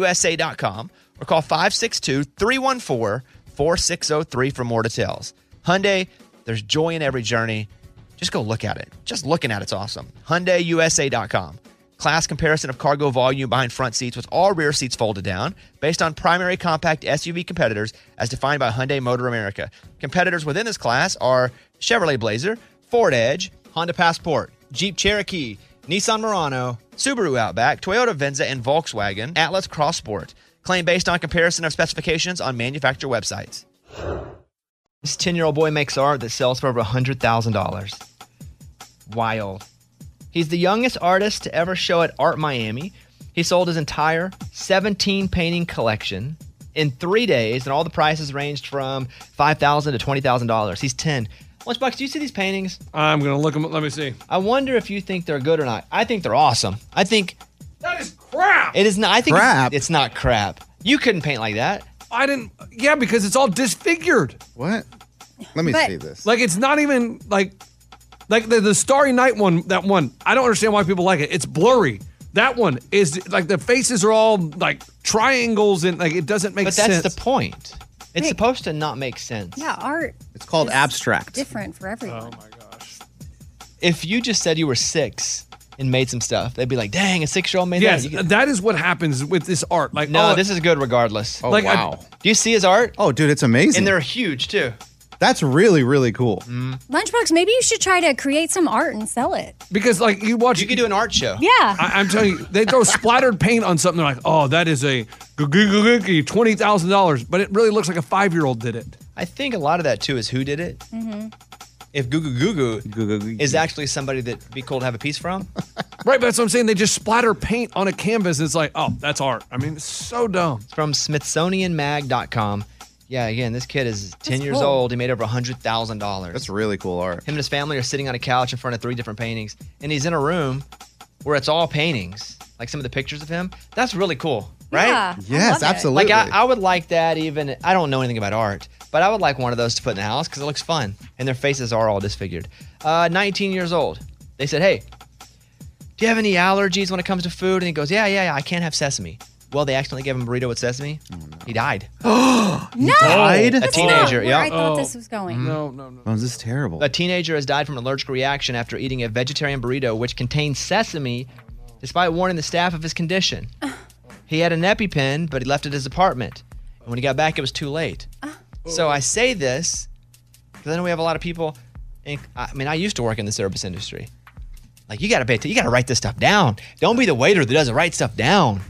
C: HyundaiUSA.com or call 562 314 4603 for more details. Hyundai, there's joy in every journey. Just go look at it. Just looking at it's awesome. HyundaiUSA.com. Class comparison of cargo volume behind front seats with all rear seats folded down based on primary compact SUV competitors as defined by Hyundai Motor America. Competitors within this class are Chevrolet Blazer, Ford Edge, Honda Passport, Jeep Cherokee, Nissan Murano, Subaru Outback, Toyota Venza, and Volkswagen Atlas Crossport. Claim based on comparison of specifications on manufacturer websites. This 10 year old boy makes art that sells for over $100,000. Wild. He's the youngest artist to ever show at Art Miami. He sold his entire 17 painting collection in three days, and all the prices ranged from $5,000 to $20,000. He's 10. Lunchbox, do you see these paintings?
P: I'm going to look them up. Let me see.
C: I wonder if you think they're good or not. I think they're awesome. I think
P: That is crap.
C: it is not. I think it's-
P: Crap?
C: It's, not crap. You couldn't paint like that.
P: I didn't. Yeah, because it's all disfigured.
G: What?
C: Let me But- see this.
P: Like it's not even like like the, the Starry Night one. That one. I don't understand why people like it. It's blurry. That one is like the faces are all like triangles and like it doesn't make
C: But
P: sense.
C: that's the point. It's supposed to not make sense.
Q: Yeah, art
C: It's called abstract.
Q: different for everyone.
C: If you just said you were six and made some stuff, they'd be like, "Dang, a six-year-old made
P: Yes,
C: that." You
P: that is what happens with this art. Like
C: No,
P: all-
C: this is good regardless.
G: Oh,
P: Like, I-
G: wow.
C: do you see his art?
G: Oh, dude, it's amazing.
C: And they're huge too. Mm.
G: That's really, really cool.
B: Lunchbox, maybe you should try to create some art and sell it.
P: because like you watch, you
C: could do an art show.
B: Yeah.
P: I, I'm telling you, they throw splattered paint on something. They're like, oh, that is a twenty thousand dollars, but it really looks like a five year old did it.
C: I think a lot of that too is who did it.
R: Mm-hmm.
C: If Goo Goo Goo Goo is actually somebody that would be cool to have a piece from,
P: Right, but that's what I'm saying. They just splatter paint on a canvas. And it's like, oh, that's art. I mean, it's so dumb.
C: It's from SmithsonianMag.com. Yeah, again, this kid is 10 years
P: cool.
C: old. He made over $100,000. That's
G: really cool art.
C: Him and his family are sitting on a couch in front of three different paintings, and he's in a room where it's all paintings, like some of the pictures of him. That's really cool, right?
G: Yeah, I Yes, love it. absolutely.
C: Like, I, I would like that even. I don't know anything about art, but I would like one of those to put in the house because it looks fun, and their faces are all disfigured. Uh, 19 years old. They said, hey, do you have any allergies when it comes to food? And he goes, yeah, yeah, yeah, I can't have sesame. Well, they accidentally gave him a burrito with sesame. He died.
G: no.
C: died? A
G: That's
C: teenager,
G: not
C: yeah.
G: where I thought
B: this was going.
P: Oh. No, no, no.
G: Oh, this is terrible.
C: A teenager has died from an allergic reaction after eating a vegetarian burrito which contained sesame, despite warning the staff of his condition. he had an EpiPen, but he left it at his apartment. And when he got back, it was too late. So I say this because I know we have a lot of people. And I mean, I used to work in the service industry. Like you got to pay, atten- you got to write this stuff down. Don't be the waiter that doesn't write stuff down.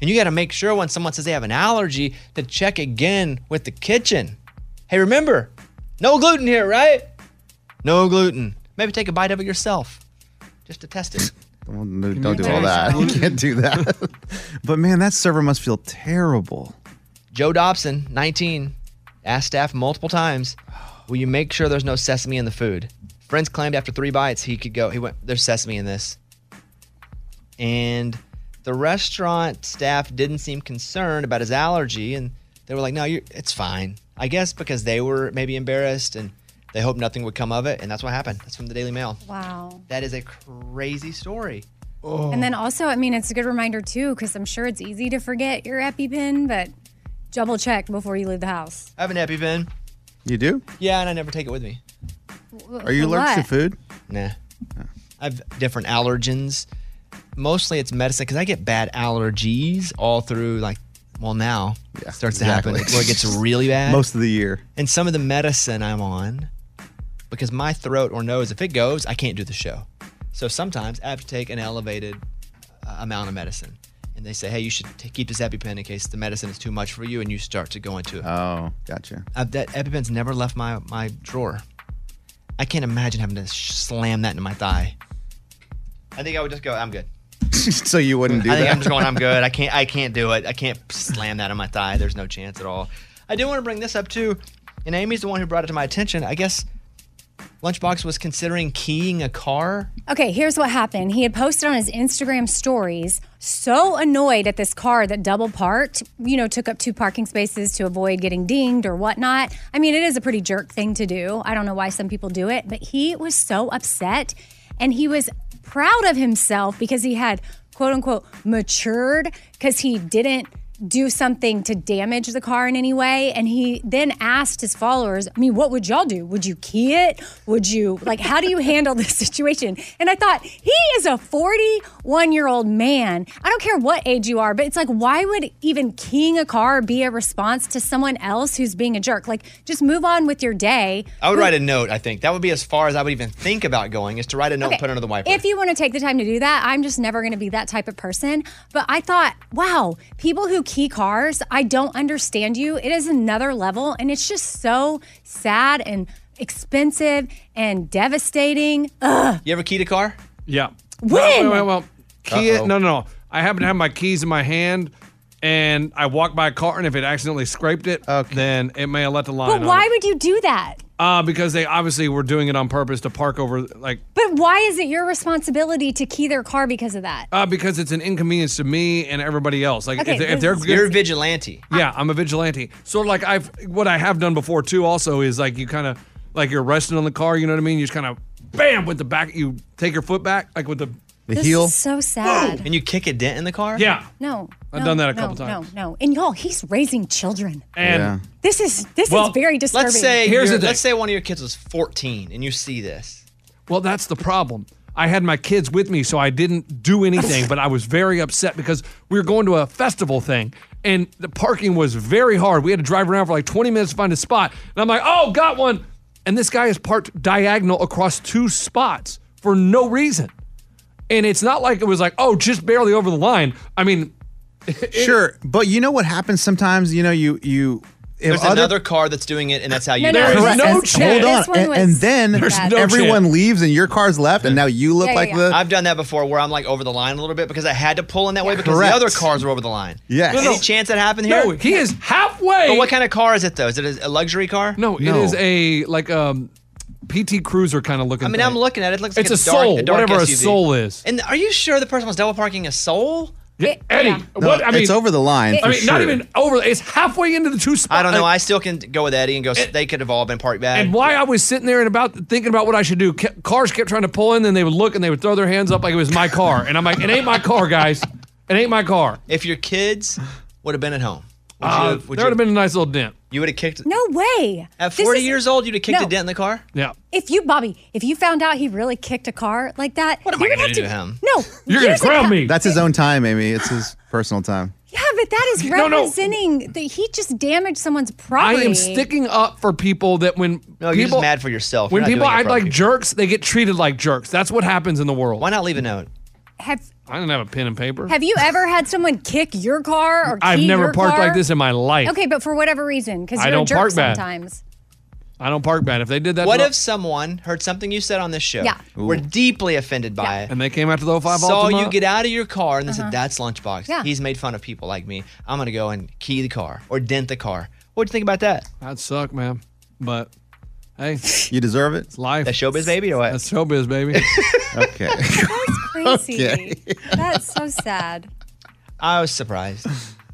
C: And you got to make sure when someone says they have an allergy to check again with the kitchen. Hey, remember, no gluten here, right? No gluten. Maybe take a bite of it yourself just to test it.
G: Well, no, don't do
C: you
G: all that.
C: imagine?
G: You can't do that. but man, that server must feel terrible.
C: Joe Dobson, 19, asked staff multiple times, "Will you make sure there's no sesame in the food?" Friends claimed after three bites he could go. He went, "There's sesame in this," and the restaurant staff didn't seem concerned about his allergy, and they were like, "No, you it's fine." I guess because they were maybe embarrassed and they hoped nothing would come of it, and that's what happened. That's from the Daily Mail.
B: Wow.
C: That is a crazy story. Oh.
B: And then also, I mean, it's a good reminder too, because I'm sure it's easy to forget your EpiPen, but double check before you leave the house.
C: I have an EpiPen.
G: You do?
C: Yeah, and I never take it with me.
G: Are you allergic to food?
C: Nah. I have different allergens. Mostly it's medicine because I get bad allergies all through like well now it starts to happen
G: exactly.
C: where it gets really bad.
G: Most of the year.
C: and some of the medicine I'm on because my throat or nose if it goes I can't do the show. So sometimes I have to take an elevated uh, amount of medicine. And they say, hey, you should t- keep this EpiPen in case the medicine is too much for you and you start to go into it.
G: Oh, gotcha.
C: I've, that EpiPen's never left my, my drawer. I can't imagine having to sh- slam that into my thigh. I think I would just go. I'm good.
G: so you wouldn't do
C: I think
G: that.
C: I'm just going. I'm good. I can't. I can't do it. I can't slam that on my thigh. There's no chance at all. I do want to bring this up too, and Amy's the one who brought it to my attention. I guess Lunchbox was considering keying a car.
B: Okay, here's what happened. He had posted on his Instagram stories, so annoyed at this car that double parked, you know, took up two parking spaces to avoid getting dinged or whatnot. I mean, it is a pretty jerk thing to do. I don't know why some people do it, but he was so upset and he was proud of himself because he had quote unquote matured because he didn't do something to damage the car in any way. And he then asked his followers, I mean, what would y'all do? Would you key it? Would you, like, how do you handle this situation? And I thought, he is a 41 year old man. I don't care what age you are, but it's like, why would even keying a car be a response to someone else who's being a jerk? Like, just move on with your day.
C: I would
B: Who-
C: write a note. I think that would be as far as I would even think about going is to write a note and
B: Okay.
C: put it under the wiper.
B: If you want to take the time to do that, I'm just never going to be that type of person. But I thought, wow, people who key cars. I don't understand you. It is another level, and it's just so sad and expensive and devastating. Ugh.
C: You ever keyed a car?
P: Yeah.
B: When?
P: Well, well, well, key it.
C: Uh-oh.
P: No, no, no. I happen to have my keys in my hand, and I walked by a car, and if it accidentally scraped it, then it may have let the line.
B: But
P: on
B: why
P: it.
B: would you do that?
P: Uh, because they obviously were doing it on purpose to park over, like,
B: But why is it your responsibility to key their car because of that?
P: uh, because it's an inconvenience to me and everybody else. Like,
B: Okay,
P: if, they- if they're
B: this is-
C: You're a vigilante.
P: Yeah, I'm a vigilante. So like I've what I have done before too also is like you kind of like you're resting on the car, you know what I mean? You just kind of bam with the back you take your foot back like with the
C: The This heel?
B: is so sad.
C: And you kick a dent in the car?
P: Yeah.
B: No.
P: I've
B: no,
P: done that a
B: no,
P: couple times.
B: No, no. And y'all, he's raising children.
P: And
B: This is this
P: Well,
B: is very disturbing.
C: Let's say
P: Here's
C: here's
P: the thing.
C: let's say one of your kids was 14 and you see this.
P: well that's the problem. I had my kids with me so I didn't do anything, but I was very upset because we were going to a festival thing and the parking was very hard. We had to drive around for like 20 minutes to find a spot. And I'm like, "Oh, got one." And this guy is parked diagonal across two spots for no reason. And it's not like it was like, "Oh, just barely over the line." I mean,
G: sure, but you know what happens sometimes. You know, you you. if
C: There's
G: other-
C: another car that's doing it, and that's how you.
G: Correct.
C: do it.
G: Hold on, and, and then everyone leaves, and your car's left, and now you look like the.
C: I've done that before where I'm like over the line a little bit because I had to pull in that way because
G: Correct.
C: the other cars were over the line.
G: Yes.
C: Any
G: No, no.
C: chance that happened here?
P: No, he is halfway.
C: But what kind of car is it though? Is it a luxury car?
P: No, it is a like um PT Cruiser kind of looking.
C: I mean,
P: thing.
C: I'm looking at it. it looks
P: It's
C: like
P: a
C: dark,
P: soul,
C: dark
P: whatever a
C: SUV.
P: soul is.
C: And are you sure the person was double parking a soul?
P: Eddie, what? I mean,
C: for
P: I mean, not even over. It's halfway into the two spots.
C: I don't know. I still can go with Eddie and go. they could have all been parked back.
P: and why I was sitting there and about thinking about what I should do. Ke- Cars kept trying to pull in, then they would look and they would throw their hands up like it was my car. And I'm like, it ain't my car, guys. It ain't my car.
C: if your kids would have been at home, would
P: Uh,
C: you,
P: there would have been a nice little dent.
C: You would have kicked.
B: No way.
C: At
B: This
C: 40
B: is-
C: years old, you'd have kicked
B: No.
C: a dent in the car.
P: Yeah.
B: If you, Bobby, if you found out he really kicked a car like that, what am
C: I
B: you're
C: gonna
B: have
C: do to him?
B: No, here's the co-
G: That's his own time, Amy. It's his personal time.
B: Yeah, but that is
P: No, no.
B: representing that he just damaged someone's
P: I
B: property.
P: am sticking up for people that when
C: No,
P: people,
C: you're just mad for yourself.
P: When
C: You're not
P: people
C: doing it
P: act
C: for other
P: like jerks, they get treated like jerks. That's what happens in the world. Why
C: not leave a note?
B: Have
P: I don't have a pen and paper.
B: Have you ever had someone kick your car or?
P: I've
B: key
P: never
B: your
P: parked
B: car?
P: like this in my life.
B: Okay, but for whatever reason, because
P: I
B: you're a
P: don't
B: jerk
P: park bad.
B: sometimes.
P: I don't park bad. If they did that,
C: what
P: to-
C: if someone heard something you said on this show?
B: Yeah.
C: Were deeply offended by it.
P: and they came out to the 05
C: Saw
P: Altima?
C: you get out of your car and they
P: Uh-huh.
C: said, "That's lunchbox."
P: Yeah.
C: He's made fun of people like me. I'm gonna go and key the car or dent the car. What'd you think about that?
P: That'd suck, man. But hey,
G: you deserve it. It's
P: life.
C: That showbiz baby or what?
P: That's showbiz baby.
G: okay.
B: Crazy.
C: Okay.
B: That's so sad.
C: I was surprised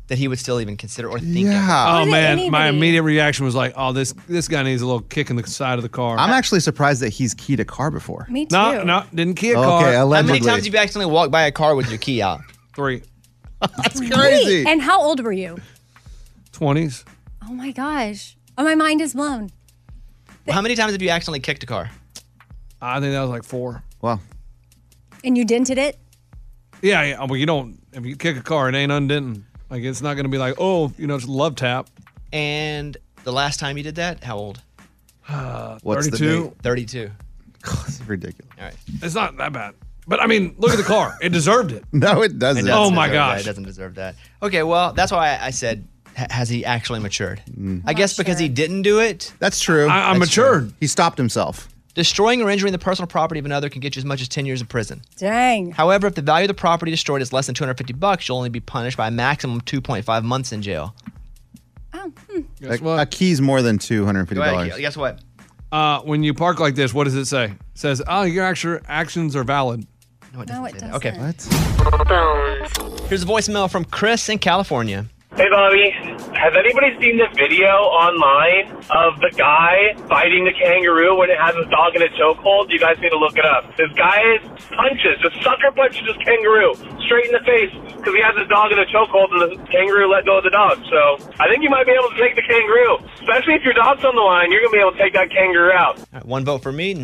C: that he would still even consider or think.
G: Yeah.
P: Oh
G: Why did
P: man, my
G: anybody-
P: immediate reaction was like, "Oh, this this guy needs a little kick in the side of the car."
G: I'm actually surprised that he's keyed a car before.
B: Me
P: No, no, didn't key a
G: Okay,
P: car.
C: How
G: allegedly.
C: many times have you accidentally walked by a car with your key out?
P: Three.
B: That's
G: crazy.
B: and how old were you?
P: Twenties.
B: Oh my gosh. Oh, my mind is blown.
C: How many times have you accidentally kicked a car?
P: I think that was like four.
G: Wow.
B: And you dented it.
P: Yeah, yeah. Well, you don't. If you kick a car, it ain't undenting. Like it's not gonna be like, oh, you know, it's a love tap.
C: And the last time you did that, how old?
P: What's the 32? date?
C: 32.
G: It's ridiculous.
C: All right.
P: It's not that bad. But I mean, look at the car. It deserved it.
G: No, it doesn't.
C: It
P: oh
C: doesn't
P: my
C: deserve
P: gosh.
C: that. It doesn't deserve that. Okay, well, that's why I, I said, "Ha- has he actually matured?
G: Mm.
C: I guess because he didn't do it.
G: That's true.
C: I- I'm
G: That's
C: matured.
G: true. He stopped himself.
C: Destroying or injuring the personal property of another can get you as much as 10 years in prison.
B: Dang.
C: However, if the value of the property destroyed is less than 250 bucks, you'll only be punished by a maximum of 2.5 months in jail.
G: A, a key's more than two hundred and fifty
C: Go ahead,
G: dollars.
C: guess what?
P: Uh, when you park like this, what does it say? It says, "Oh, your actual actions are valid."
C: No, it
B: doesn't.
C: say that. Okay.
P: What?
C: Here's a voicemail from Chris in California.
D: Hey, Bobby. Has anybody seen the video online of the guy biting the kangaroo when it has his dog in a chokehold? You guys need to look it up. This guy punches, just sucker punches this kangaroo straight in the face because he has his dog in a chokehold and the kangaroo let go of the dog. So I think you might be able to take the kangaroo, especially if your dog's on the line. You're gonna be able to take that kangaroo out.
C: All right, one vote for me,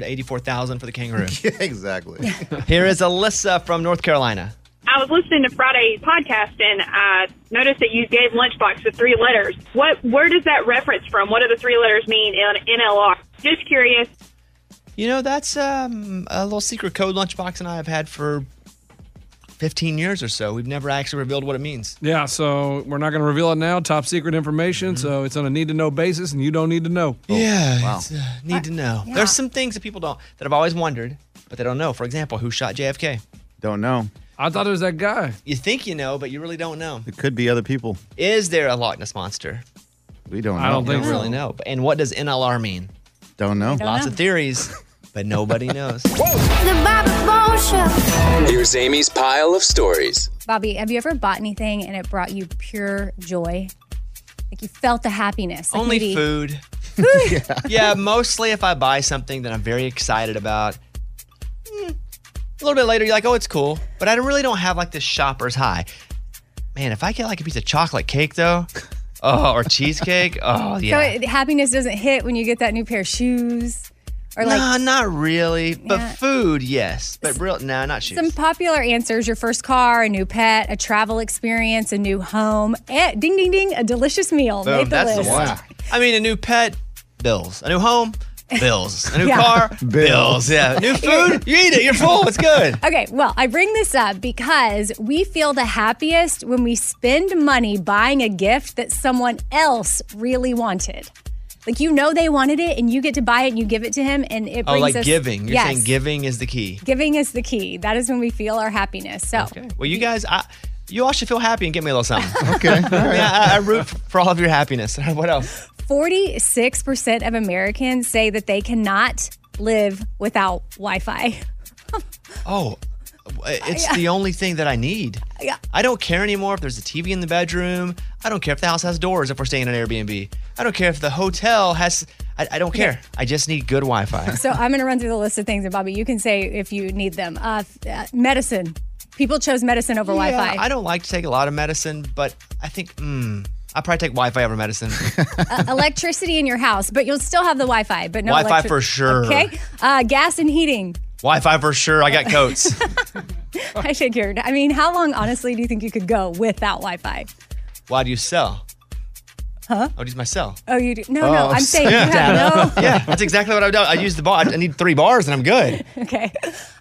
C: 984,000 for the kangaroo.
G: exactly.
C: Here is Alyssa from North Carolina.
S: I was listening to Friday's podcast and I noticed that you gave Lunchbox the three letters. What where does that reference from? What do the three letters mean in NLR? Just curious.
C: You know, that's um, a little secret code Lunchbox and I have had for 15 years or so. We've never actually revealed what it means.
P: Yeah, so we're not going to reveal it now. Top secret information. So it's on a need to know basis, and you don't need to know.
C: Mm-hmm. Yeah, it's, uh, need to know. There's some things that people don't that have always wondered, but they don't know. For example, who shot JFK?
G: Don't know.
P: I thought it was that guy.
C: You think you know, but you really don't know.
G: It could be other people.
C: Is there a Loch Ness monster?
G: We don't. know.
C: I don't think we really know. And what does NLR mean?
G: Don't know.
C: Lots of theories, but nobody knows.
B: The Bobby Bones Show.
T: Here's Amy's pile of stories.
B: Bobby, have you ever bought anything and it brought you pure joy? Like you felt the happiness. Like
C: Only
B: maybe-
C: food. yeah. mostly if I buy something that I'm very excited about. mm, A little bit later, you're like, oh, it's cool. But I really don't have like this shopper's high. Man, if I get like a piece of chocolate cake though, oh, or cheesecake, oh, yeah.
B: So it, happiness doesn't hit when you get that new pair of shoes, or like
C: nah, not really. But
B: Yeah.
C: food, yes. But real, no, not shoes.
B: some popular answers: your first car, a new pet, a travel experience, a new home. Eh, ding, ding, ding! A delicious meal.
C: Boom,
B: Made the
C: that's
B: list.
C: the one. I mean, a new pet, bills. A new home, bills. A new
B: Yeah.
C: car, bills. Yeah. New food, you eat it. You're full. It's good.
B: Okay, well, I bring this up because we feel the happiest when we spend money buying a gift that someone else really wanted. Like you know they wanted it, and you get to buy it, and you give it to him, and it brings
C: Oh, like
B: us,
C: giving. You're
B: yes,
C: saying giving is the key.
B: giving is the key. That is when we feel our happiness. So
C: Well, you guys, I, you all should feel happy and give me a little something. okay. Yeah, I, I root for all of your happiness. what else?
B: 46% of Americans say that they cannot live without Wi-Fi.
C: Oh, it's the only thing that I need.
B: Yeah.
C: I don't care anymore if there's a TV in the bedroom. I don't care if the house has doors if we're staying in an Airbnb. I don't care if the hotel has. I, I don't care. I just need good Wi Fi.
B: So I'm going to run through the list of things, and Bobby, you can say if you need them. Uh, f- uh, medicine. People chose medicine over
C: Yeah,
B: Wi-Fi.
C: I don't like to take a lot of medicine, but I think mm, I probably take Wi-Fi over medicine.
B: uh, electricity in your house, but you'll still have the Wi-Fi. But no
C: Wi-Fi
B: electric-
C: for sure.
B: Okay, uh, gas and heating.
C: Wi-Fi for sure. I got coats.
B: I figured. I mean, how long, honestly, do you think you could go without Wi-Fi?
C: Why do you sell?
B: Huh?
C: I would use my cell.
B: Oh, you do? No, no. I'm saying you have no.
C: yeah. yeah, that's exactly what I've done. I use the bar. I need three bars and I'm good.
B: Okay,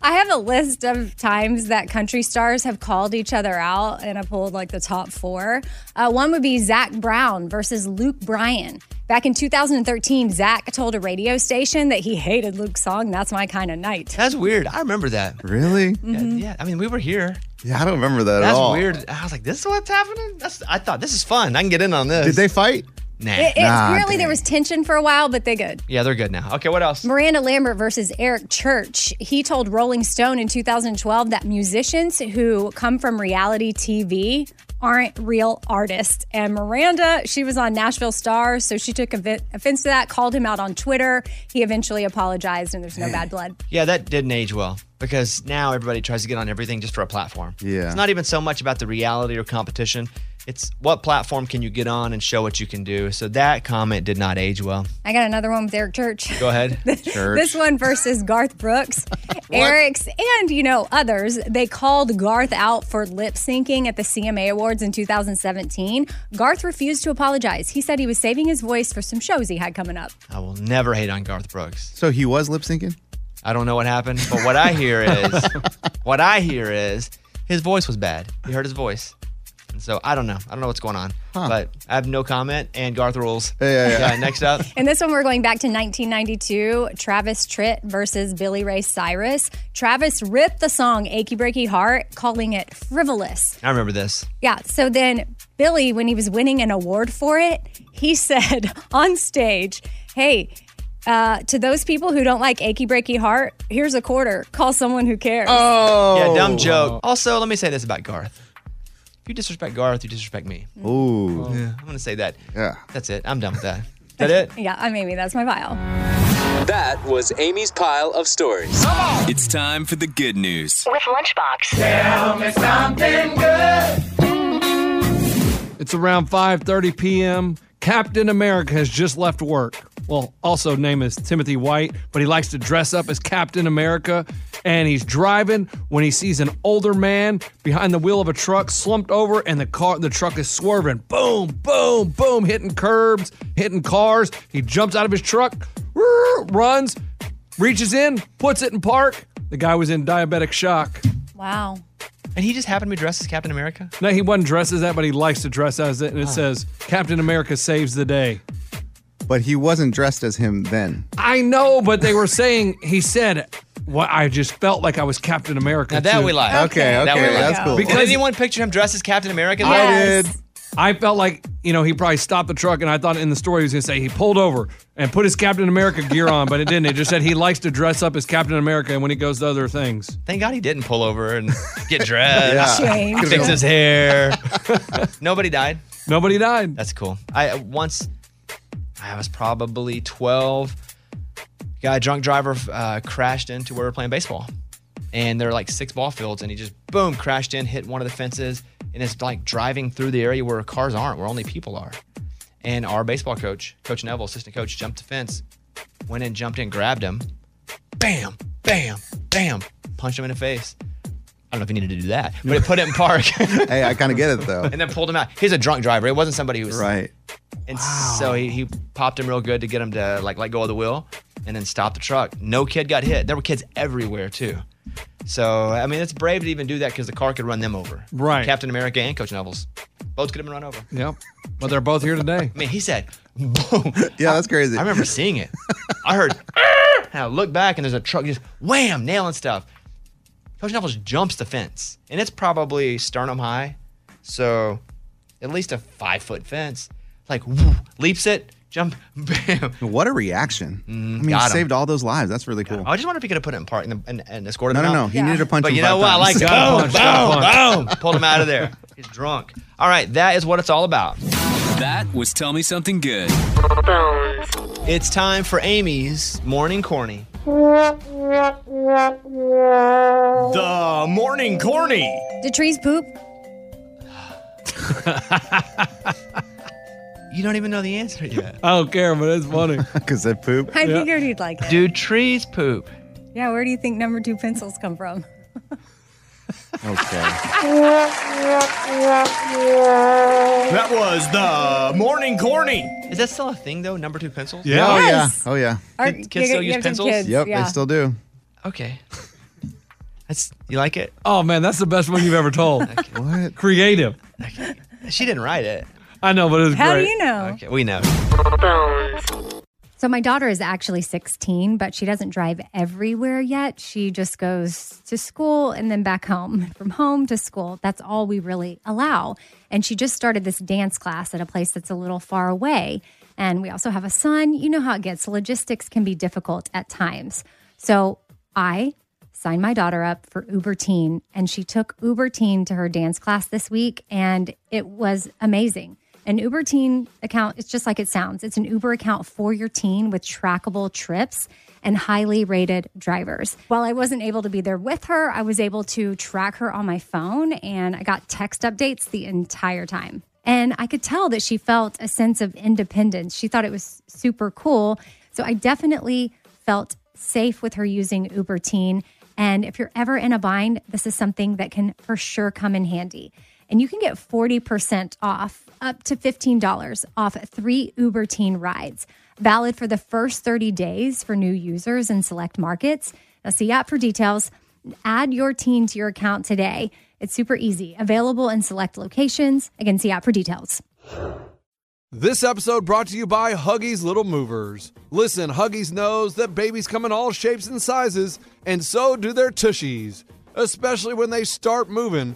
B: I have a list of times that country stars have called each other out, and I pulled like the top four. Uh, one would be Zach Brown versus Luke Bryan. Back in 2013, Zach told a radio station that he hated Luke's song "That's My Kind of Night."
C: That's weird. I remember that.
G: Really?
B: Mhm.
C: Yeah, I mean, we were here.
G: Yeah, I don't remember that
C: That's
G: at all.
C: weird. I was like, this is what's happening. That's. I thought this is fun. I can get in on this. Did
G: they fight?
C: Eh, Nah.
B: It, it's apparently there was tension for a while, but they good.
C: yeah, they're good now. Okay, what else?
B: Miranda Lambert versus Eric Church. He told Rolling Stone in 2012 that musicians who come from reality TV aren't real artists. And Miranda, she was on Nashville Stars, so she took offen- offense to that, called him out on Twitter. He eventually apologized, and there's no bad blood.
C: Yeah, that didn't age well because now everybody tries to get on everything just for a platform.
G: Yeah.
C: It's not even so much about the reality or competition. It's what platform can you get on and show what you can do. So that comment did not age well.
B: I got another one with Eric Church.
C: Go ahead.
B: This one versus Garth Brooks, Eric's, and you know others. They called Garth out for lip syncing at the CMA Awards in 2017. Garth refused to apologize. He said he was saving his voice for some shows he had coming up.
C: I will never hate on Garth Brooks.
G: So he was lip syncing?
C: I don't know what happened, but what I hear is what I hear is his voice was bad. He heard his voice. And so I don't know. I don't know what's going on. But I have no comment and Garth rules.
G: yeah, yeah.
C: next up.
B: And this one, we're going back to 1992. Travis Tritt versus Billy Ray Cyrus. Travis ripped the song "Achy Breaky Heart," calling it frivolous.
C: I remember this.
B: Yeah. So then Billy, when he was winning an award for it, he said on stage, Hey, uh, to those people who don't like achy breaky heart, here's a quarter. Call someone who cares.
I: Oh.
C: Yeah, dumb joke. Also, let me say this about Garth. If you disrespect Garth, you disrespect me.
G: Ooh.
C: Yeah. I'm gonna say that.
G: Yeah.
C: That's it. I'm done with that. that it?
B: Yeah, I'm Amy. That's my file.
T: That was Amy's pile of stories.
N: It's time for the good news.
E: With Lunchbox.
N: Tell me something
E: good.
P: It's around 5:30 p.m. Captain America has just left work. Well, also name is Timothy White, but he likes to dress up as Captain America and he's driving when he sees an older man behind the wheel of a truck slumped over and the car the truck is swerving. Boom, boom, boom, hitting curbs, hitting cars. He jumps out of his truck, runs, reaches in, puts it in park. The guy was in diabetic shock.
B: Wow.
C: And he just happened to be dressed as Captain America?
P: No, he wasn't dressed as that, but he likes to dress as it. And it
C: Oh.
P: says, Captain America saves the day.
G: But he wasn't dressed as him then.
P: I know, but they were saying, he said, well, I just felt like I was Captain America.
C: Now that
P: too."
C: we like. that we like. Did anyone picture him dressed as Captain America? though?
P: I felt like, you know, he probably stopped the truck and I thought in the story he was going to say he pulled over and put his Captain America gear on, but it didn't. It just said he likes to dress up as Captain America and when he goes to other things.
C: Thank God he didn't pull over and get dressed,
P: Yeah. Shame.
C: fix his hair. Nobody died.
P: Nobody died.
C: That's cool. I uh, once, I was probably twelve. Guy, drunk driver, uh, crashed into where we were playing baseball, and there were like six ball fields, and he just boom crashed in, hit one of the fences, and is like driving through the area where cars aren't, where only people are. And our baseball coach, Coach Neville, assistant coach, jumped the fence, went in, jumped in, grabbed him, bam, bam, bam, punched him in the face. I don't know if he needed to do that, but it put it in park. hey,
G: I kind of get it though.
C: And then pulled him out. He's a drunk driver. It wasn't somebody who was
G: Right.
C: And so he, he popped him real good to get him to like let go of the wheel, and then stopped the truck. No kid got hit. There were kids everywhere too. So I mean, it's brave to even do that because the car could run them over.
P: Right.
C: Captain America and Coach Neville's both could have been run over.
P: Yep. But they're both here today.
C: I mean, he said,
G: yeah, that's crazy.
C: I remember seeing it. I heard, "Ah!" and I look back and there's a truck just wham, nailing stuff. Coach Neville jumps the fence, and it's probably sternum high, so at least a five foot fence. Like whoo, leaps it, jump, bam. Mm,
G: What a reaction! I mean,
C: got
G: he
C: him.
G: saved all those lives. That's really cool.
C: I just wonder if he could have put it in park and, and, and escorted
G: No,
C: him
G: no,
C: out.
G: no. He needed to punch
C: But
G: him
C: you know
G: five
C: what? I like
G: times. Gotta punch,
C: boom,
G: gotta
C: boom, boom. Pulled him out of there. He's drunk. All right, that is what it's all about.
N: That was Tell Me Something Good.
C: It's time for Amy's morning corny.
I: The morning corny.
B: Do trees poop?
C: You don't even know the answer yet.
P: I don't care, but it's funny.
G: Because they poop.
B: I figured he'd like it.
C: Do trees poop?
B: Yeah, where do you think number two pencils come from?
G: Okay.
I: That was the morning corny.
C: Is that still a thing though? Number two pencils?
G: Oh yeah. Oh yeah.
C: Our- Kids- kids you- still you use have to have pencils? kids,
G: yep,
C: yeah.
G: they still do.
C: Okay. That's you like it?
P: Oh man, that's the best one you've ever told.
G: what?
P: Creative.
C: She didn't write it.
P: I know, but it was
B: How do
P: great.
B: you know?
C: Okay, we know.
B: So my daughter is actually 16, but she doesn't drive everywhere yet. She just goes to school and then back home. From home to school, that's all we really allow. And she just started this dance class at a place that's a little far away. And we also have a son. You know how it gets. Logistics can be difficult at times. So I signed my daughter up for Uber Teen, and she took Uber Teen to her dance class this week, and it was amazing. An Uber Teen account, it's just like it sounds. It's an Uber account for your teen with trackable trips and highly rated drivers. While I wasn't able to be there with her, I was able to track her on my phone and I got text updates the entire time. And I could tell that she felt a sense of independence. She thought it was super cool. So I definitely felt safe with her using Uber Teen. And if you're ever in a bind, this is something that can for sure come in handy. And you can get 40% off, up to $15 off three Uber Teen rides, valid for the first 30 days for new users in select markets. Now, see app for details. Add your teen to your account today. It's super easy, available in select locations. Again, see app for details.
A: This episode brought to you by Huggies Little Movers. Listen, Huggies knows that babies come in all shapes and sizes, and so do their tushies. Especially when they start moving.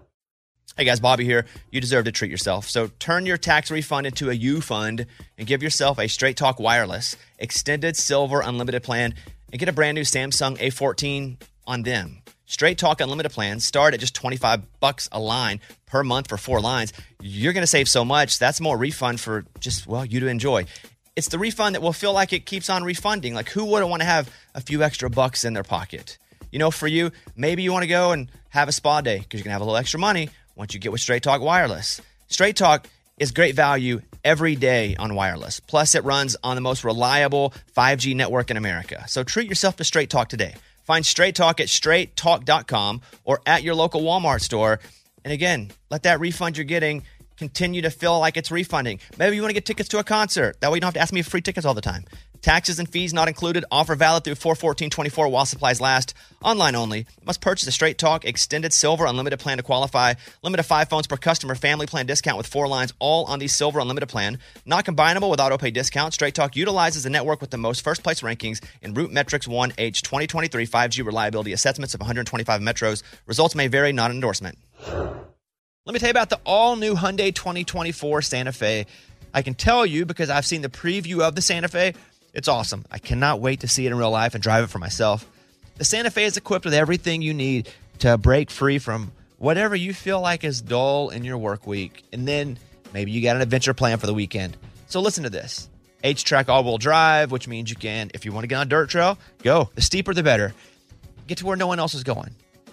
C: Hey guys, Bobby here. You deserve to treat yourself. So turn your tax refund into a U fund and give yourself a Straight Talk Wireless Extended Silver Unlimited plan and get a brand new Samsung A14 on them. Straight Talk Unlimited plans start at just 25 bucks a line per month for four lines. You're going to save so much. That's more refund for just well, you to enjoy. It's the refund that will feel like it keeps on refunding. Like who wouldn't want to have a few extra bucks in their pocket? You know, for you, maybe you want to go and have a spa day because you're going to have a little extra money once you get with Straight Talk Wireless. Straight Talk is great value every day on wireless. Plus, it runs on the most reliable 5G network in America. So treat yourself to Straight Talk today. Find Straight Talk at straighttalk.com or at your local Walmart store. And again, let that refund you're getting continue to feel like it's refunding. Maybe you want to get tickets to a concert. That way you don't have to ask me for free tickets all the time. Taxes and fees not included. Offer valid through 41424 while supplies last. Online only. Must purchase a straight talk, extended silver unlimited plan to qualify. Limit of five phones per customer, family plan discount with four lines, all on the silver unlimited plan. Not combinable with auto pay discount. Straight Talk utilizes the network with the most first place rankings in Root Metrics 1H 2023 5G reliability assessments of 125 metros. Results may vary, not an endorsement. Let me tell you about the all new Hyundai 2024 Santa Fe. I can tell you because I've seen the preview of the Santa Fe. It's awesome. I cannot wait to see it in real life and drive it for myself. The Santa Fe is equipped with everything you need to break free from whatever you feel like is dull in your work week. And then maybe you got an adventure plan for the weekend. So listen to this H track all wheel drive, which means you can, if you want to get on a dirt trail, go. The steeper, the better. Get to where no one else is going.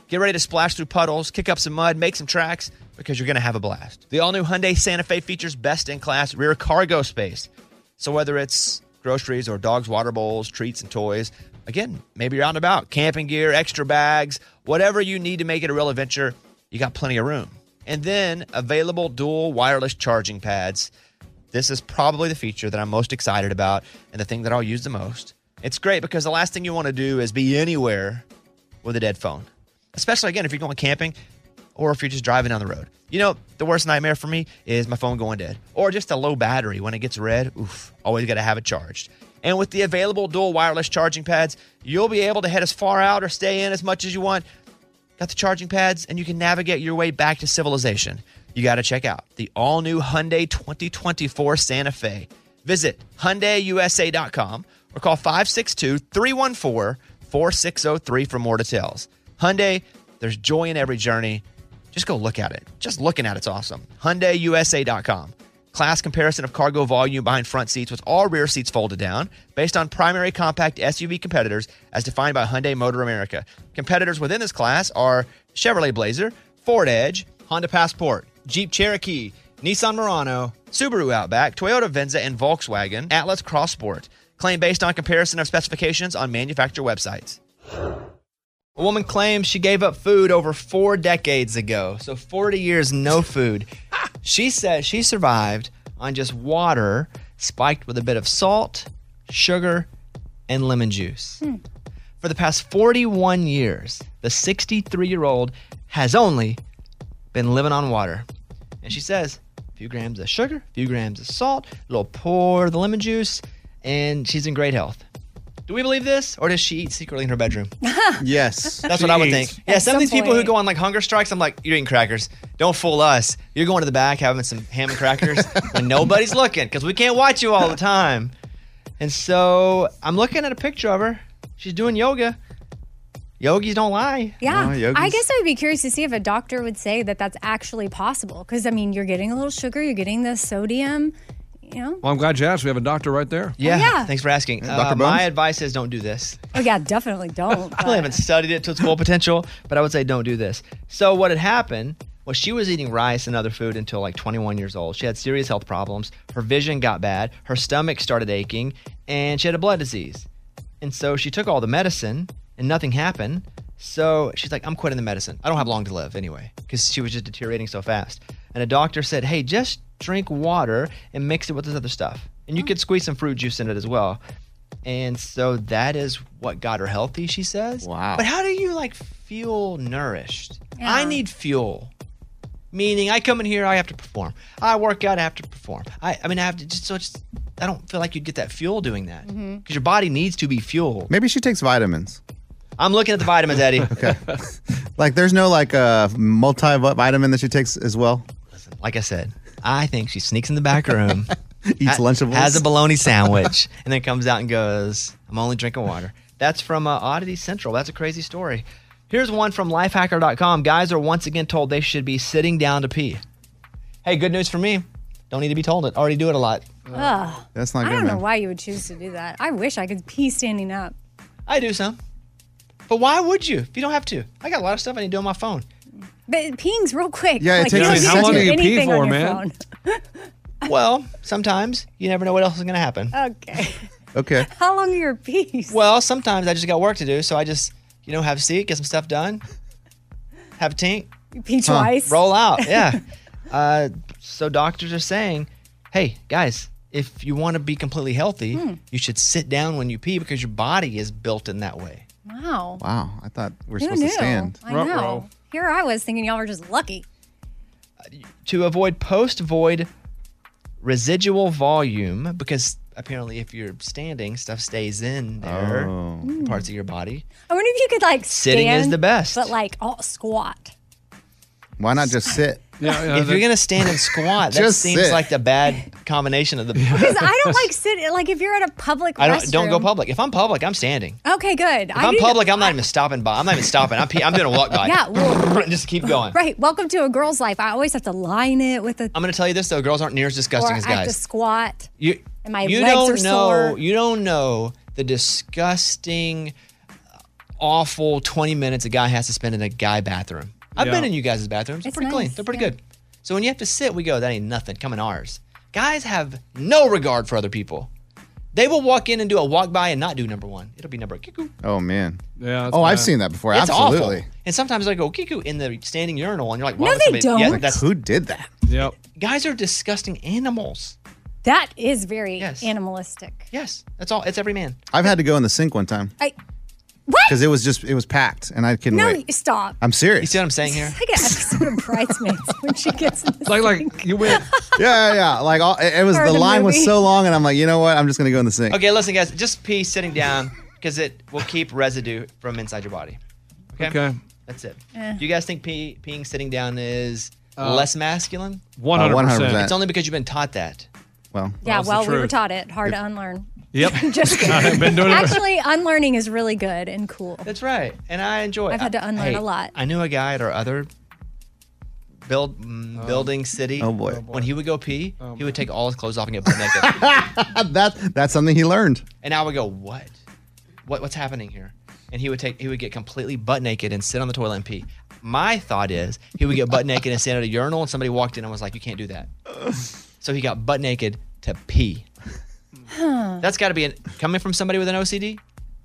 C: Get ready to splash through puddles, kick up some mud, make some tracks because you're going to have a blast. The all new Hyundai Santa Fe features best in class rear cargo space. So whether it's groceries or dogs' water bowls, treats, and toys, again, maybe you're out and about, camping gear, extra bags, whatever you need to make it a real adventure, you got plenty of room. And then available dual wireless charging pads. This is probably the feature that I'm most excited about and the thing that I'll use the most. It's great because the last thing you want to do is be anywhere with a dead phone, especially again if you're going camping or if you're just driving down the road. You know, the worst nightmare for me is my phone going dead or just a low battery when it gets red. Oof, always got to have it charged. And with the available dual wireless charging pads, you'll be able to head as far out or stay in as much as you want. Got the charging pads and you can navigate your way back to civilization. You got to check out the all new Hyundai 2024 Santa Fe. Visit HyundaiUSA.com or call 562 314 4603 for more details. Hyundai, there's joy in every journey. Just go look at it. Just looking at it's awesome. HyundaiUSA.com. Class comparison of cargo volume behind front seats with all rear seats folded down based on primary compact SUV competitors as defined by Hyundai Motor America. Competitors within this class are Chevrolet Blazer, Ford Edge, Honda Passport, Jeep Cherokee, Nissan Murano, Subaru Outback, Toyota Venza, and Volkswagen Atlas Cross Sport. Claim based on comparison of specifications on manufacturer websites. A woman claims she gave up food over four decades ago. So 40 years, no food. she says she survived on just water spiked with a bit of salt, sugar, and lemon juice. For the past 41 years, the 63 year old has only been living on water. And she says, a few grams of sugar, a few grams of salt, a little pour of the lemon juice, and she's in great health. Do we believe this, or does she eat secretly in her bedroom? yes. That's what I would think.
G: Jeez.
C: Yeah,
G: At
C: some of
G: some
C: these people who
G: point-
C: go on like hunger strikes, I'm like, you're eating crackers. Don't fool us. You're going to the back having some ham and crackers when nobody's looking because we can't watch you all the time. And so I'm looking at a picture of her. She's doing yoga. Yogis don't lie.
B: Yeah. I guess I would be curious to see if a doctor would say that that's actually possible. Because, I mean, you're getting a little sugar, you're getting the sodium, you know?
P: Well, I'm glad you asked. We have a doctor right there.
C: Yeah.
B: Yeah.
C: Thanks for asking. Uh,
P: Yeah, Dr. Bones?
C: my advice is don't do this.
B: Oh, yeah, definitely don't.
C: I really haven't studied it to its full potential, but I would say don't do this. So what had happened was she was eating rice and other food until like 21 years old. She had serious health problems. Her vision got bad. Her stomach started aching, and she had a blood disease. And so she took all the medicine, and nothing happened. So she's like, I'm quitting the medicine. I don't have long to live anyway, because she was just deteriorating so fast. And a doctor said, Hey, just drink water and mix it with this other stuff. And you could squeeze some fruit juice in it as well. And so that is what got her healthy, she says. Wow. But how do you like feel nourished? I need fuel. Meaning I come in here, I have to perform. I work out, I have to perform. I, I mean, I have to just, so it's, I don't feel like you'd get that fuel doing that because your body needs to be fueled.
G: Maybe she takes vitamins.
C: I'm looking at the vitamins, Eddie. okay.
G: Like, there's no like uh, multivitamin that she takes as well.
C: Like I said, I think she sneaks in the back room,
G: Eats
C: ha-
G: Lunchables.
C: has a bologna sandwich, and then comes out and goes, "I'm only drinking water." That's from uh, Oddity Central. That's a crazy story. Here's one from Lifehacker.com. Guys are once again told they should be sitting down to pee. Hey, good news for me. Don't need to be told it. Already do it a lot.
B: Ugh.
C: Uh, That's
B: I don't know why you would choose to do that. I wish I could pee standing up.
C: I do some. But why would you if you don't have to? I got a lot of stuff I need to do on my phone.
B: But peeing's real quick.
C: Yeah, it
B: you don't
C: takes me
B: need
C: a
B: to
C: second.
B: do
C: How long do you pee
B: anything on
C: for,
B: your
C: man?
B: phone.
C: well, sometimes you never know what else is going to happen.
B: Okay.
G: Okay.
B: How long are your piece?
C: Well, sometimes I just got work to do, so I just, you know, have a seat, get some stuff done, have a tink,
B: pee twice.
C: roll out. Yeah. uh, so doctors are saying, hey, guys, if you want to be completely healthy,
B: Hmm.
C: you should sit down when you pee because your body is built in that way.
B: Wow.
G: Wow, I thought we
B: Who knew? I know. Here I was thinking y'all were just lucky.
C: to avoid post void residual volume because apparently if you're standing stuff stays in there
G: Oh.
B: Hmm.
C: in parts of your body
B: I wonder if you could like
C: Sitting is
B: stand,
C: the best.
B: but like all squat.
G: Why not just sit?
C: if you're gonna stand and squat that
G: Just
C: seems
G: sit.
C: like the bad combination of the
B: Because I don't like sit like if you're at a public.
C: I don't don't go
B: restroom-
C: public if I'm public I'm standing
B: Okay, good.
C: if I'm public I'm not even stopping by I'm not even stopping I'm, pe- I'm doing a walk by
B: Yeah, well-
C: just keep going
B: Right. Welcome to a girl's life. I always have to line it with a
C: I'm gonna tell you this though girls aren't near as
B: or
C: disgusting as
B: I have to
C: guys
B: squat
C: you
B: and my
C: you
B: legs
C: don't
B: are
C: know
B: sore.
C: you don't know the disgusting awful 20 minutes a guy has to spend in a guy bathroom i've
U: Yeah.
C: been in you guys' bathrooms they're
U: It's
C: pretty clean
U: nice,
C: they're pretty
U: yeah.
C: good so when you have to sit we go that ain't nothing come in ours guys have no regard for other people they will walk in and do a walk by and not do number one it'll be number kiku
G: Oh man.
P: Yeah.
G: Oh, I've seen that before.
C: it's
G: Absolutely.
C: awful. and sometimes they go kiku in the standing urinal and you're like
B: No,
C: wow, that's
B: they
C: a bit- yeah,
B: don't.
C: that's-
G: Who did that?
P: Yep.
C: guys are disgusting animals
B: That is very animalistic.
C: Yes, that's all. It's every man.
G: I've had to go in the sink one time
B: I what?
G: because it was just it was packed and I couldn't
B: No,
G: wait.
B: you- stop.
G: I'm serious. You
C: see what I'm saying here?
B: It's like an episode of Bridesmaids when she gets in the
P: like like you went.
G: yeah, yeah, yeah. Like all, it it was
C: Or
G: the
C: the
G: line was
C: movie.
G: so long, and I'm like, you know what? I'm just gonna go in the sink.
C: Okay, listen, guys, just pee sitting down because it will keep residue from inside your body. Okay.
P: Okay.
C: That's it.
B: Eh.
C: Do you guys think pee, peeing sitting down is
P: Uh,
C: less masculine?
P: 100%. Uh, 100%.
C: It's only because you've been taught that.
G: Well,
B: Yeah, well, we were taught it. Hard to unlearn.
P: Yep.
B: Just
C: I've been doing it.
B: Actually, unlearning is really good and cool.
C: That's right. And I enjoy it.
B: I've had to
C: I-
B: unlearn
C: hey,
B: a lot.
C: I knew a guy at our other build mm, building city.
G: Oh, boy.
C: When he would go pee, he would take all his clothes off and get butt naked.
G: that that's something he learned.
C: And I would go, what? What what's happening here? And he would take he would get completely butt naked and sit on the toilet and pee. My thought is he would get butt naked and stand at a urinal and somebody walked in and was like, You can't do that. So he got butt naked to pee.
B: Huh.
C: That's gotta be an coming from somebody with an OCD,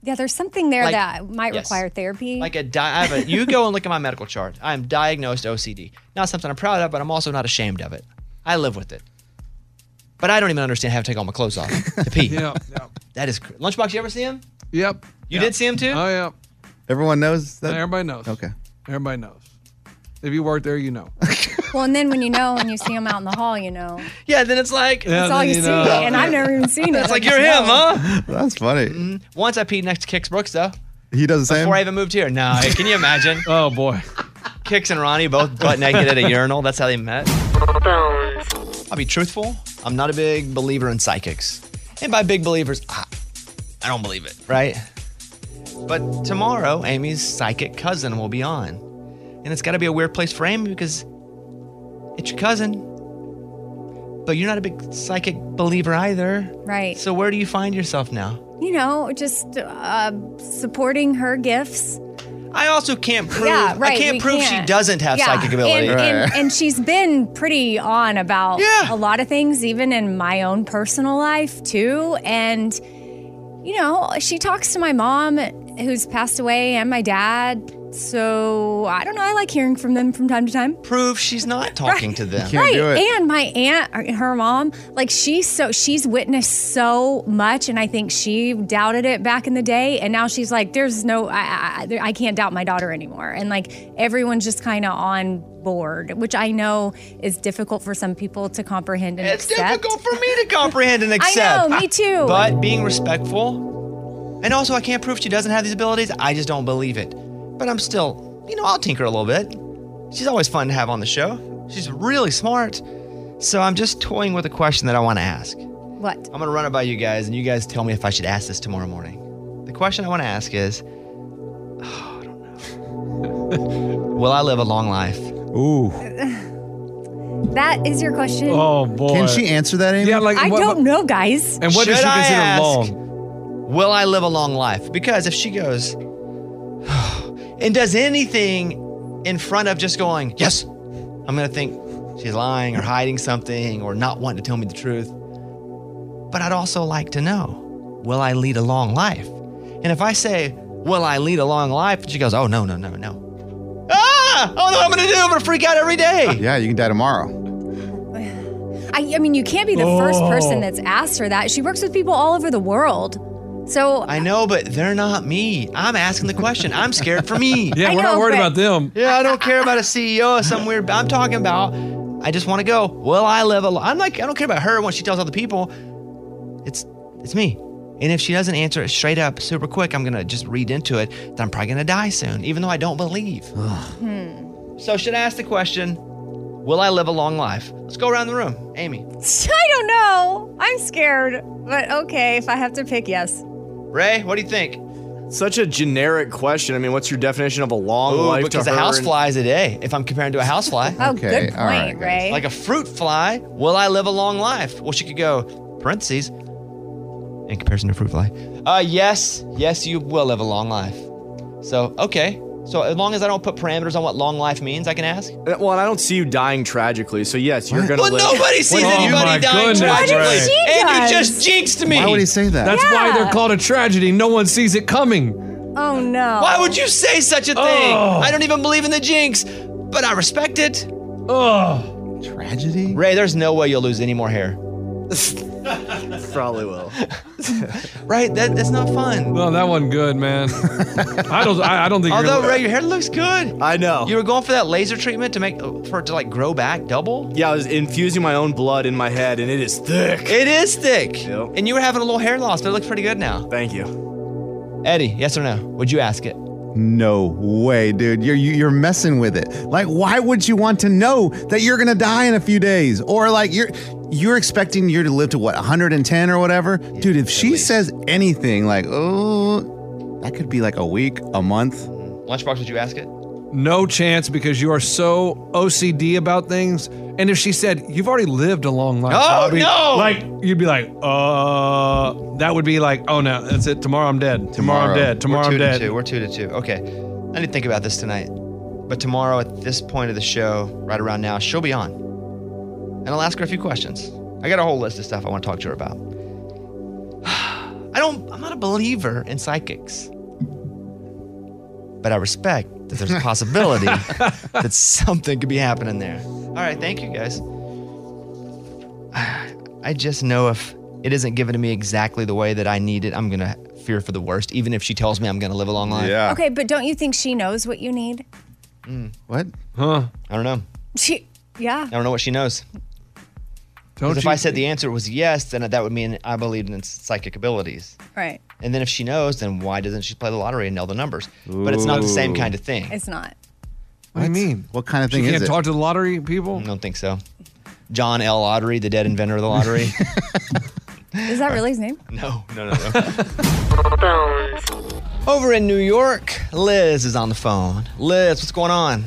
B: Yeah, there's something there
C: Like-
B: that might
C: yes.
B: require therapy.
C: like a di- I have a you go and look at my medical chart. I am diagnosed OCD. Not something I'm proud of, but I'm also not ashamed of it. I live with it. But I don't even understand how to take all my clothes off to pee.
P: yeah,
C: That is cr- lunchbox. You ever see him?
P: Yep.
C: You did see him too?
P: Oh yeah.
G: Everyone knows that.
P: Everybody knows.
G: Okay.
P: Everybody knows. If you work there, you know.
B: well, and then when you know and you see them out in the hall, you know.
C: Yeah, then it's like
B: That's all you, see. And I've never even seen it.
C: That's like
B: I just
C: you're him,
B: know.
C: huh?
G: That's funny.
C: Once I peed next to Kix Brooks though.
G: He does the same.
C: Before I even moved here. No, can you imagine?
P: oh boy.
C: Kix and Ronnie both butt naked at a urinal. That's how they met. I'll be truthful. I'm not a big believer in psychics. And by big believers, I, I don't believe it, right? But tomorrow, Amy's psychic cousin will be on. And it's got to be a weird place for Amy because it's your cousin. But you're not a big psychic believer either.
B: Right.
C: So where do you find yourself now?
B: You know, just uh, supporting her gifts.
C: I also can't prove.
B: yeah, right.
C: I
B: we
C: can't prove
B: can't.
C: she doesn't have
B: Yeah,
C: psychic ability.
B: And, and- and she's been pretty on about a lot of things, even in my own personal life, too. And, you know, she talks to my mom, who's passed away, and my dad. So I don't know. I like hearing from them from time to time.
C: prove she's not talking to them.
B: right. And my aunt, uh, her mom, like she's so she's witnessed so much, and I think she doubted it back in the day, and now she's like, "There's no, I, I, I- I can't doubt my daughter anymore," and like everyone's just kind of on board, which I know is difficult for some people to comprehend and
C: It's
B: accept.
C: difficult for me to comprehend and
B: I
C: accept.
B: know, me too.
C: But being respectful, and also I can't prove she doesn't have these abilities. I just don't believe it. But I'm still, you know, I'll tinker a little bit. She's always fun to have on the show. She's really smart. So I'm just toying with a question that I want to ask.
B: What? I'm
C: gonna run it by you guys, and you guys tell me if I should ask this tomorrow morning. The question I want to ask is, will I live a long life?
G: Ooh.
B: that is your question.
P: Oh, boy.
G: Can she answer that? Amy? Yeah,
P: like
B: I don't know, guys.
C: Should I ask, Will I live a long life? Because if she goes and does anything in front of just going, yes, I'm going to think, she's lying or hiding something or not wanting to tell me the truth. But I'd also like to know will I lead a long life? And if I say, will I lead a long life? And she goes, oh, no, no, no, no. Ah! Oh, no, I'm going to do. I'm going to freak out every day.
G: yeah, you can die tomorrow.
B: I, I mean, you can't be the first
C: Oh.
B: person that's asked her that. She works with people all over the world. So
C: I know, but they're not me. I'm asking the question. I'm scared for me.
P: Yeah, I we're not know, worried but- about them.
C: Yeah, I don't care about a CEO or some weird. I'm talking about. I just want to go. Will I live a? li- I'm like I don't care about her when she tells other people. It's it's me. And if she doesn't answer it straight up, super quick, I'm gonna just read into it that I'm probably gonna die soon, even though I don't believe. so should I ask the question? Will I live a long life? Let's go around the room. Amy,
B: I don't know. I'm scared, but okay, if I have to pick, yes.
C: Ray, what do you think?
I: Such a generic question. I mean, what's your definition of a long
C: Ooh,
I: life?
C: because
I: to
C: a
I: her
C: housefly is a day. If I'm comparing to a housefly.
I: Oh, good Okay, all right, point, guys. Ray.
C: Like a fruit fly, will I live a long life? Well, she could go parentheses. In comparison to fruit fly. Uh, yes, yes, you will live a long life. So okay. So as long as I don't put parameters on what long life means, I can ask.
I: And- Uh, Well, and I don't see you dying tragically, so yes, you're gonna.
C: Well,
I: live. Oh
C: nobody
P: Oh,
C: sees anybody dying tragically. and you just jinxed me.
P: That's why they're called a tragedy. No one sees it coming.
B: Oh no.
C: Why would you say such a thing?
P: Oh.
C: I don't even believe in the jinx, but I respect it.
P: Oh.
C: Tragedy? Ray, there's no way you'll lose any more hair.
I: Probably will.
C: right? That, that's not fun.
P: No, that wasn't good, man. I don't. I, I don't think.
C: Although
P: you're
C: Ray, your hair looks good.
I: I know.
C: You were going for that laser treatment to make for it to like grow back double.
I: Yeah, I was infusing my own blood in my head, and it is thick.
C: It is thick.
I: Yep.
C: And you were having a little hair loss, but it looks pretty good now.
I: Thank you.
C: Eddie, yes or no? Would you ask it?
G: No way, dude. You're you- you're messing with it. Like, why would you want to know that you're gonna die in a few days, or like you're you're expecting you're to live to what 110 or whatever, dude? If she says anything like, oh, that could be like a week, a month.
C: Lunchbox, would you ask it?
P: no chance because you are so OCD about things. And if she said, "You've already lived a long life,"
C: Oh,
P: Bobby,"
C: no!
P: Like you'd be like, "Uh," that would be like, "Oh no, that's it. Tomorrow I'm dead. Tomorrow, I'm dead. Tomorrow
C: We're 2
P: I'm dead."
C: To two. We're two to two. Okay. I need to think about this tonight. But tomorrow, at this point of the show, right around now, she'll be on. And I'll ask her a few questions. I got a whole list of stuff I want to talk to her about. I don't, I'm not a believer in psychics. But I respect that there's a possibility that something could be happening there. All right, thank you guys. I just know if it isn't given to me exactly the way that I need it, I'm going to fear for the worst, even if she tells me I'm going to live a long life.
B: Okay, but don't you think she knows what you need?
G: What?
P: Huh?
C: Mm. I don't know.
B: She, yeah.
C: I don't know what she knows. 'Cause if I said the answer was yes, then that would mean I believed in psychic abilities.
B: Right.
C: And then if she knows, then why doesn't she play the lottery and know the numbers? But it's not the same
G: Ooh.
C: kind of thing.
B: It's not.
P: What do you mean?
G: What kind of thing
C: She
G: is
C: can't
G: it?
C: talk
P: to the lottery people?
C: I don't think so. John L. Lottery, the dead inventor of the lottery.
B: Is that really his name?
C: no, no, no, no. Over in New York, Liz is on the phone. Liz, what's going on?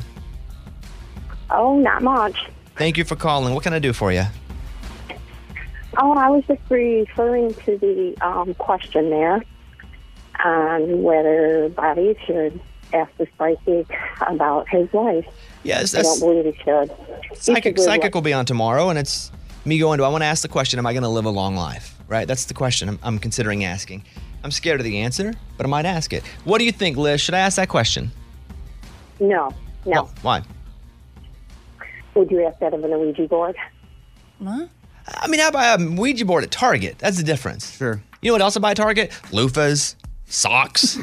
V: Oh, not much.
C: Thank you for calling. What can I do for you?
V: Oh, I was just referring to the um, question there on whether Bobby should ask the psychic about his life.
C: Yes,
V: I
C: that's-
V: don't believe he should. He should
C: Psychic,
V: live
C: psychic will be on tomorrow, and it's me going. Do I want to ask the question? Am I going to live a long life? Right. That's the question I'm, I'm considering asking. I'm scared of the answer, but I might ask it. What do you think, Liz? Should I ask that question?
V: like- No, no.
C: Why?
V: Would you ask that of an Ouija board?
C: I mean, I buy a Ouija board at Target. That's the difference. Sure. You know what else I buy at Target? Loofahs, socks.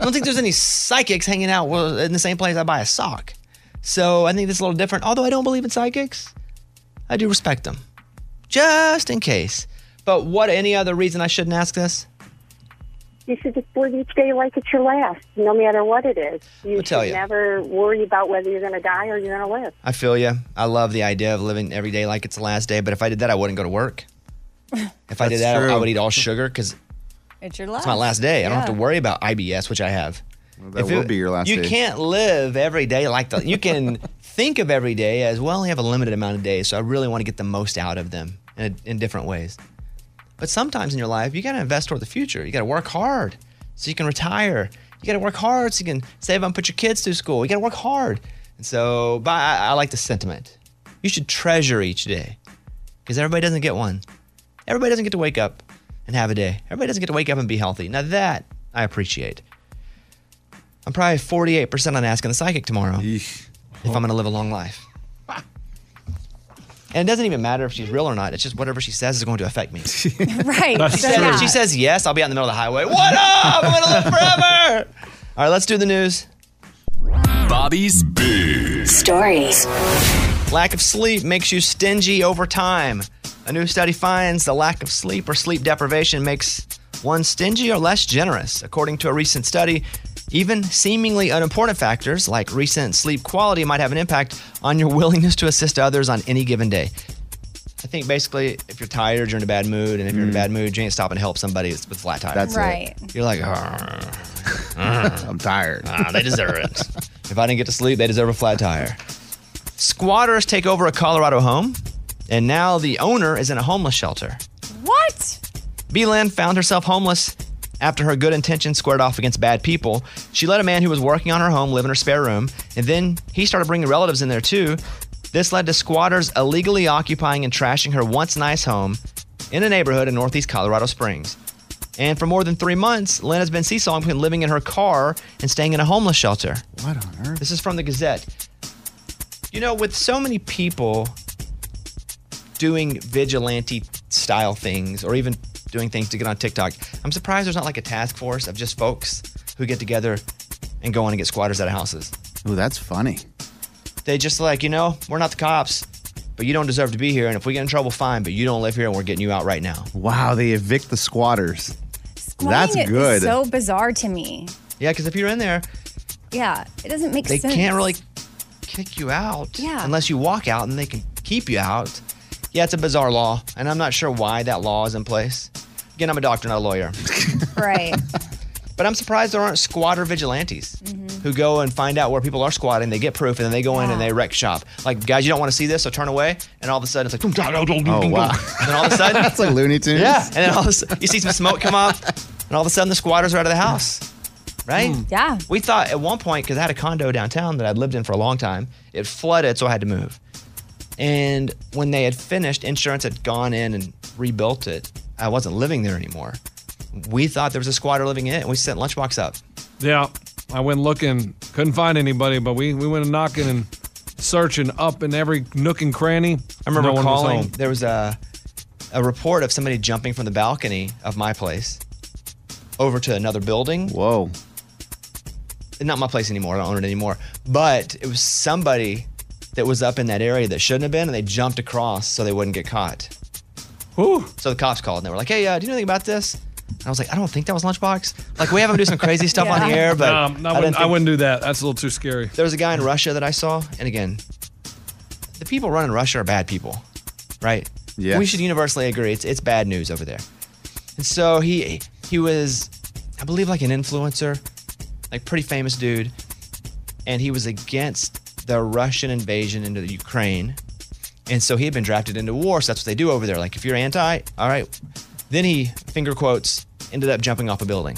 C: I don't think there's any psychics hanging out well, in the same place I buy a sock. So I think that's a little different. Although I don't believe in psychics, I do respect them, just in case. But what? Any other reason I shouldn't ask this?
V: You should just live each day like it's your last, no matter what it is. You
C: I'll tell
V: should
C: ya.
V: never worry about whether you're going to die or you're going to live.
C: I feel you. I love the idea of living every day like it's the last day. But if I did that, I wouldn't go to work. If I
V: That's
C: did that, I
V: true.
C: would eat all sugar because
B: It's your
C: it's my last day. I don't have to worry about IBS, which I have.
G: that will be your last
C: you
G: day.
C: can't live every day like that. You can think of every day as well. I only have a limited amount of days, so I really want to get the most out of them in, in different ways. But sometimes in your life, you got to invest toward the future. You got to work hard so you can retire. You got to work hard so you can save up and put your kids through school. You got to work hard. And so, but I, I like the sentiment. You should treasure each day because everybody doesn't get one. Everybody doesn't get to wake up and have a day. Everybody doesn't get to wake up and be healthy. Now, that I appreciate. I'm probably 48% on asking the psychic tomorrow if I'm going to live a long life. And it doesn't even matter if she's real or not. It's just whatever she says is going to affect me.
B: right.
C: She says-
B: yeah.
C: If she says yes, I'll be out in the middle of the highway. What up? I'm going to live forever. All right, let's do the news.
N: Bobby's Big
C: Stories. Lack of sleep makes you stingy over time. A new study finds the lack of sleep or sleep deprivation makes one stingy or less generous. According to a recent study, even seemingly unimportant factors like recent sleep quality might have an impact on your willingness to assist others on any given day. I think basically, if you're tired, you're in a bad mood, and if you're in a bad mood, you can't stop and help somebody with with flat tires.
G: That's it. Right.
C: You're like, I'm tired. they deserve it. if I didn't get to sleep, they deserve a flat tire. Squatters take over a Colorado home, and now the owner is in a homeless shelter.
B: What?
C: Beelan found herself homeless after her good intentions squared off against bad people. She let a man who was working on her home live in her spare room, and then he started bringing relatives in there too. This led to squatters illegally occupying and trashing her once nice home in a neighborhood in northeast Colorado Springs. And for more than three months, Lynn has been seesawing between living in her car and staying in a homeless shelter. What on earth? This is from the Gazette. You know, with so many people doing vigilante style things or even doing things to get on TikTok, I'm surprised there's not like a task force of just folks who get together and go on and get squatters out of houses.
G: Ooh, that's funny.
C: They just like, you know, we're not the cops, but you don't deserve to be here. And if we get in trouble, fine, but you don't live here and we're getting you out right now.
G: Wow, they evict the squatters.
B: Squatting
G: that's
B: is
G: good.
B: so bizarre to me.
C: Yeah, because if you're in there,
B: Yeah, it doesn't make
C: they
B: sense.
C: can't really kick you out
B: Yeah.
C: unless you walk out and they can keep you out. Yeah, it's a bizarre law, and I'm not sure why that law is in place. Again, I'm a doctor, not a lawyer.
B: Right.
C: But I'm surprised there aren't squatter vigilantes who go and find out where people are squatting. They get proof, and then they go in and they wreck shop. Like, guys, you don't want to see this, so turn away. And all of a sudden, it's like, oh,
G: Oh, wow.
C: and then all of a sudden,
G: that's like Looney Tunes.
C: yeah. And then all of a sudden, you see some smoke come up, and all of a sudden, the squatters are out of the house. Right?
B: Yeah.
C: We thought at one point, because I had a condo downtown that I'd lived in for a long time, it flooded, so I had to move. And when they had finished, insurance had gone in and rebuilt it. I wasn't living there anymore. We thought there was a squatter living in it, and we sent Lunchbox up.
P: Yeah, I went looking, couldn't find anybody, but we, we went knocking and searching up in every nook and cranny.
C: I remember
P: no one was
C: calling.
P: home.
C: there was a a report of somebody jumping from the balcony of my place over to another building.
G: Whoa!
C: Not my place anymore. I don't own it anymore. But it was somebody that was up in that area that shouldn't have been, and they jumped across so they wouldn't get caught. So the cops called and they were like, "Hey, uh, do you know anything about this?" And I was like, "I don't think that was Lunchbox. Like, we have him do some crazy stuff on the air, but
P: Um, I,
C: didn't
P: wouldn't, I
C: think-
P: wouldn't do that. That's a little too scary.
C: there was a guy in Russia that I saw, and again, the people running Russia are bad people, right?
G: Yes.
C: We should universally agree it's it's bad news over there. And so he he was, I believe, like an influencer, like pretty famous dude, and he was against the Russian invasion into the Ukraine, and so he had been drafted into war. So that's what they do over there. Like if you're anti, all right. Then he finger quotes ended up jumping off a building.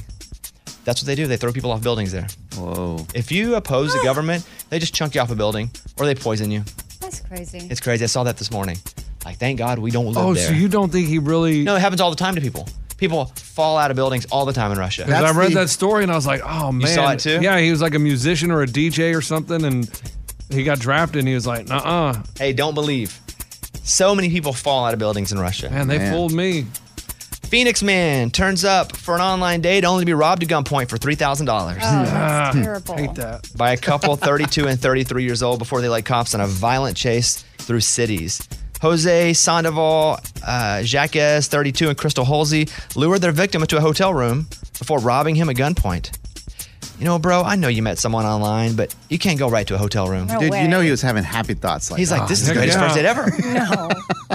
C: That's what they do. They throw people off buildings there.
G: Whoa.
C: If you oppose the government, they just chunk you off a building or they poison you.
B: That's crazy.
C: It's crazy. I saw that this morning. Like, thank God we don't live
P: Oh,
C: there.
P: so you don't think he really?
C: No, it happens all the time to people. People fall out of buildings all the time in Russia.
P: 'Cause I read that story and I was like, oh man.
C: You saw it too?
P: Yeah, he was like a musician or a DJ or something, and he got drafted and he was like, uh-uh.
C: Hey, don't believe. So many people fall out of buildings in Russia.
P: Man, they Man. fooled me.
C: Phoenix man turns up for an online date only to be robbed at gunpoint for three thousand dollars.
P: Ah, Hate that.
C: by a couple 32 and 33 years old before they led cops on a violent chase through cities. Jose Sandoval, uh, Jacques, 32, and Crystal Halsey lured their victim into a hotel room before robbing him at gunpoint. You know, bro, I know you met someone online, but you can't go right to a hotel room.
G: Dude, you know he was having happy thoughts like
C: He's like,
G: "Oh,
C: this is the
G: heck
C: greatest
G: yeah."
C: first date ever. No.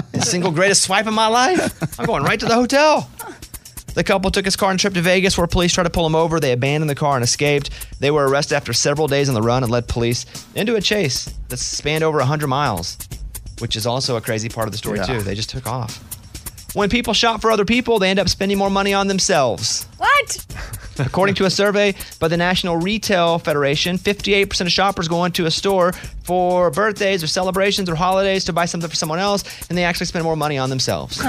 C: the single greatest swipe in my life. I'm going right to the hotel. The couple took his car on a trip to Vegas where police tried to pull him over. They abandoned the car and escaped. They were arrested after several days on the run and led police into a chase that spanned over 100 miles, which is also a crazy part of the story,
G: Yeah.
C: too. They just took off. When people shop for other people, they end up spending more money on themselves.
B: What?
C: According to a survey by the National Retail Federation, 58% of shoppers go into a store for birthdays or celebrations or holidays to buy something for someone else, and they actually spend more money on themselves.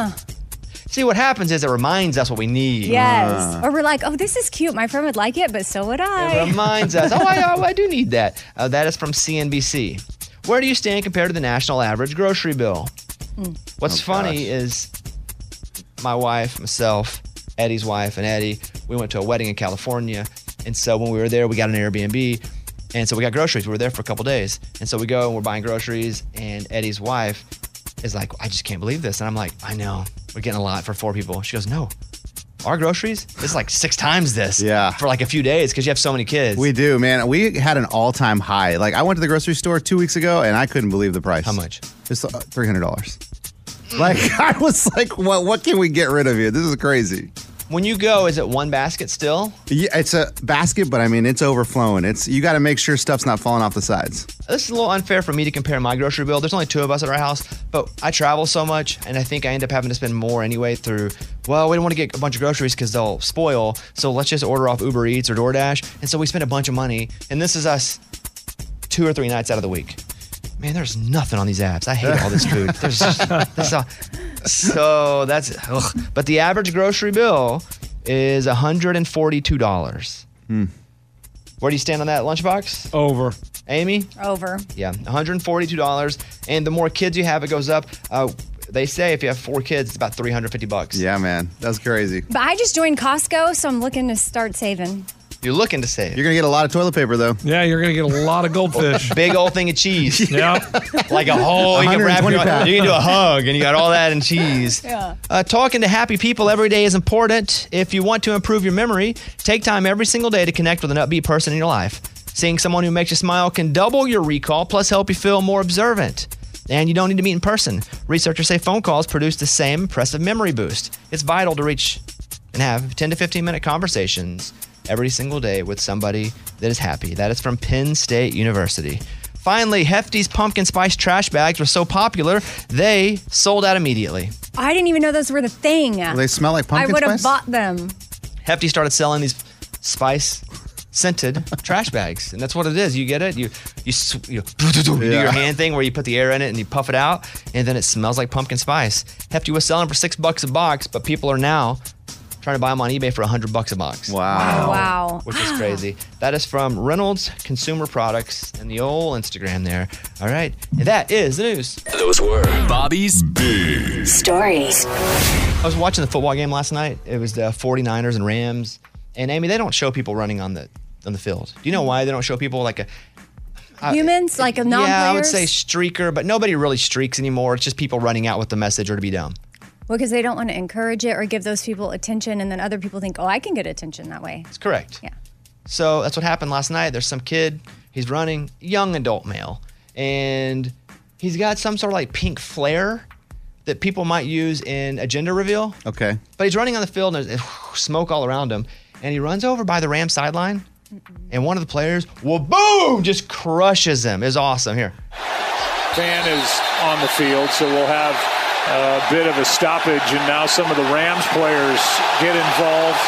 C: See, what happens is it reminds us what we need.
B: Yes. Or we're like, oh, this is cute. My friend would like it, but so would I.
C: It reminds us. Oh, I, oh, I do need that. Uh, that is from CNBC. Where do you stand compared to the national average grocery bill?
B: Mm.
C: What's funny is my wife, myself, Eddie's wife, and Eddie, we went to a wedding in California. And so when we were there, we got an Airbnb. And so we got groceries. We were there for a couple days. And so we go and we're buying groceries. And Eddie's wife is like, I just can't believe this. And I'm like, I know. We're getting a lot for four people. She goes, No, our groceries, it's like six times this.
G: Yeah.
C: For like a few days because you have so many kids.
G: We do, man. We had an all time high. Like, I went to the grocery store two weeks ago and I couldn't believe the price. How
C: much?
G: Just uh, $300. Like, I was like, what, what can we get rid of here? This is crazy.
C: When you go, is it one basket still?
G: Yeah, it's a basket, but I mean, it's overflowing. It's You got to make sure stuff's not falling off the sides.
C: This is a little unfair for me to compare my grocery bill. There's only two of us at our house, but I travel so much, and I think I end up having to spend more anyway. Through well, we don't want to get a bunch of groceries because they'll spoil, so let's just order off Uber Eats or DoorDash, and so we spend a bunch of money. And this is us two or three nights out of the week. Man, there's nothing on these apps. I hate all this food. There's just, this, uh, so that's ugh. but the average grocery bill is 142 dollars. Where do you stand on that lunchbox?
P: Over.
C: Amy?
B: Over.
C: Yeah, $142. And the more kids you have, it goes up. Uh, they say if you have four kids, it's about 350 bucks.
G: Yeah, man. That's crazy.
B: But I just joined Costco, so I'm looking to start saving.
C: You're looking to save.
G: You're going to get a lot of toilet paper, though.
P: Yeah, you're going to get a lot of goldfish.
C: Big old thing of cheese. Like a whole, you can wrap your,
G: 120 pounds.
C: you can do a hug and you got all that and cheese.
B: Yeah.
C: Uh, talking to happy people every day is important. If you want to improve your memory, take time every single day to connect with an upbeat person in your life. Seeing someone who makes you smile can double your recall, plus help you feel more observant. And you don't need to meet in person. Researchers say phone calls produce the same impressive memory boost. It's vital to reach and have 10 to 15 minute conversations every single day with somebody that is happy. That is from Penn State University. Finally, Hefty's pumpkin spice trash bags were so popular, they sold out immediately.
B: I didn't even know those were the thing.
C: they smell like pumpkin
B: I would have
C: spice?
B: bought them.
C: Hefty started selling these spice scented trash bags, and that's what it is. You get it. You you sw- you, you do your hand thing where you put the air in it and you puff it out, and then it smells like pumpkin spice. Hefty was selling for six bucks a box, but people are now trying to buy them on eBay for hundred bucks a box. Oh.
B: Wow. Wow.
C: Which is crazy. That is from Reynolds Consumer Products and the old Instagram there. All right, and that is the news.
N: Those were Bobby's Big
C: Stories. I was watching the football game last night. It was the 49ers and Rams. And Amy, they don't show people running on the on the field. Do you know why they don't show people like a I-
B: Humans, like a non
C: Uh, Yeah, I would say streaker, but nobody really streaks anymore. It's just people running out with the message or to be dumb.
B: Well, because they don't want to encourage it or give those people attention, and then other people think, oh, I can get attention that way.
C: That's correct. Yeah. So that's what happened last night. There's some kid, he's running, young adult male, and he's got some sort of like pink flare that people might use in a gender reveal.
G: Okay.
C: But he's running on the field and there's smoke all around him. And he runs over by the Ram sideline. And one of the players, well, boom, just crushes him. It's awesome. Here.
W: Fan is on the field, so we'll have a bit of a stoppage, and now some of the Rams players get involved.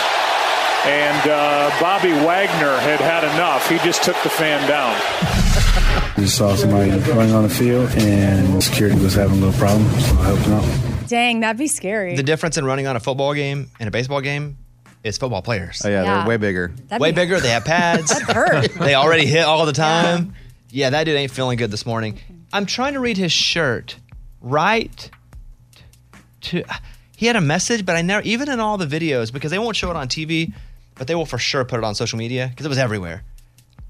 W: And uh, Bobby Wagner had had enough. He just took the fan down.
X: We just saw somebody running on the field, and security was having a little problem, so I helped him out.
B: Dang, that'd be scary.
C: The difference in running on a football game and a baseball game is football players.
G: Oh, yeah, they're Yeah. way bigger. That'd
C: way
G: be-
C: bigger. They have pads. They already hit all the time. Yeah. that dude ain't feeling good this morning. I'm trying to read his shirt. Right to he had a message, but I never even in all the videos, because they won't show it on TV, but they will for sure put it on social media because it was everywhere.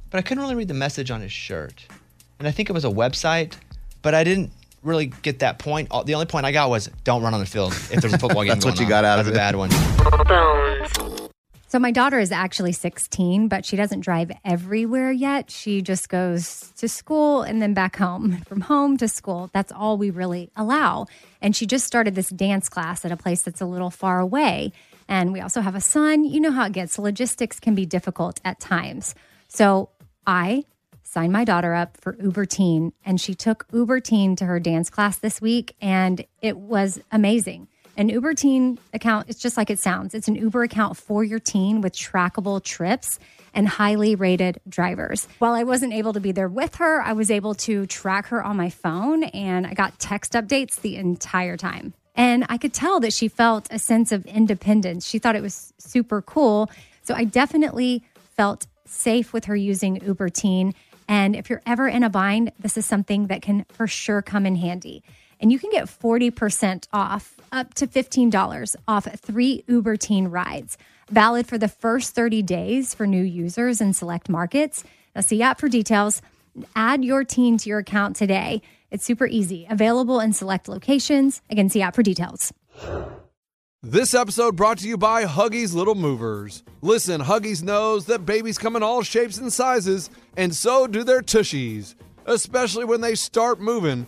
C: But I couldn't really read the message on his shirt. And I think it was a website, but I didn't really get that point. All- The only point I got was don't run on the field if there's a football game.
G: That's what
C: going
G: you got
C: on.
G: out of
C: That's
G: it.
C: a bad one.
Q: So my daughter is actually 16, but she doesn't drive everywhere yet. She just goes to school and then back home, from home to school. That's all we really allow. And she just started this dance class at a place that's a little far away. And we also have a son. You know how it gets. Logistics can be difficult at times. So I signed my daughter up for Uber Teen, and she took Uber Teen to her dance class this week, and it was amazing. An Uber Teen account, it's just like it sounds. It's an Uber account for your teen with trackable trips and highly rated drivers. While I wasn't able to be there with her, I was able to track her on my phone and I got text updates the entire time. And I could tell that she felt a sense of independence. She thought it was super cool. So I definitely felt safe with her using Uber Teen. And if you're ever in a bind, this is something that can for sure come in handy. And you can get 40% off, up to $15 off three Uber Teen rides, valid for the first 30 days for new users in select markets. Now, see app for details. Add your teen to your account today. It's super easy, available in select locations. Again, see app for details.
A: This episode brought to you by Huggies Little Movers. Listen, Huggies knows that babies come in all shapes and sizes, and so do their tushies, especially when they start moving.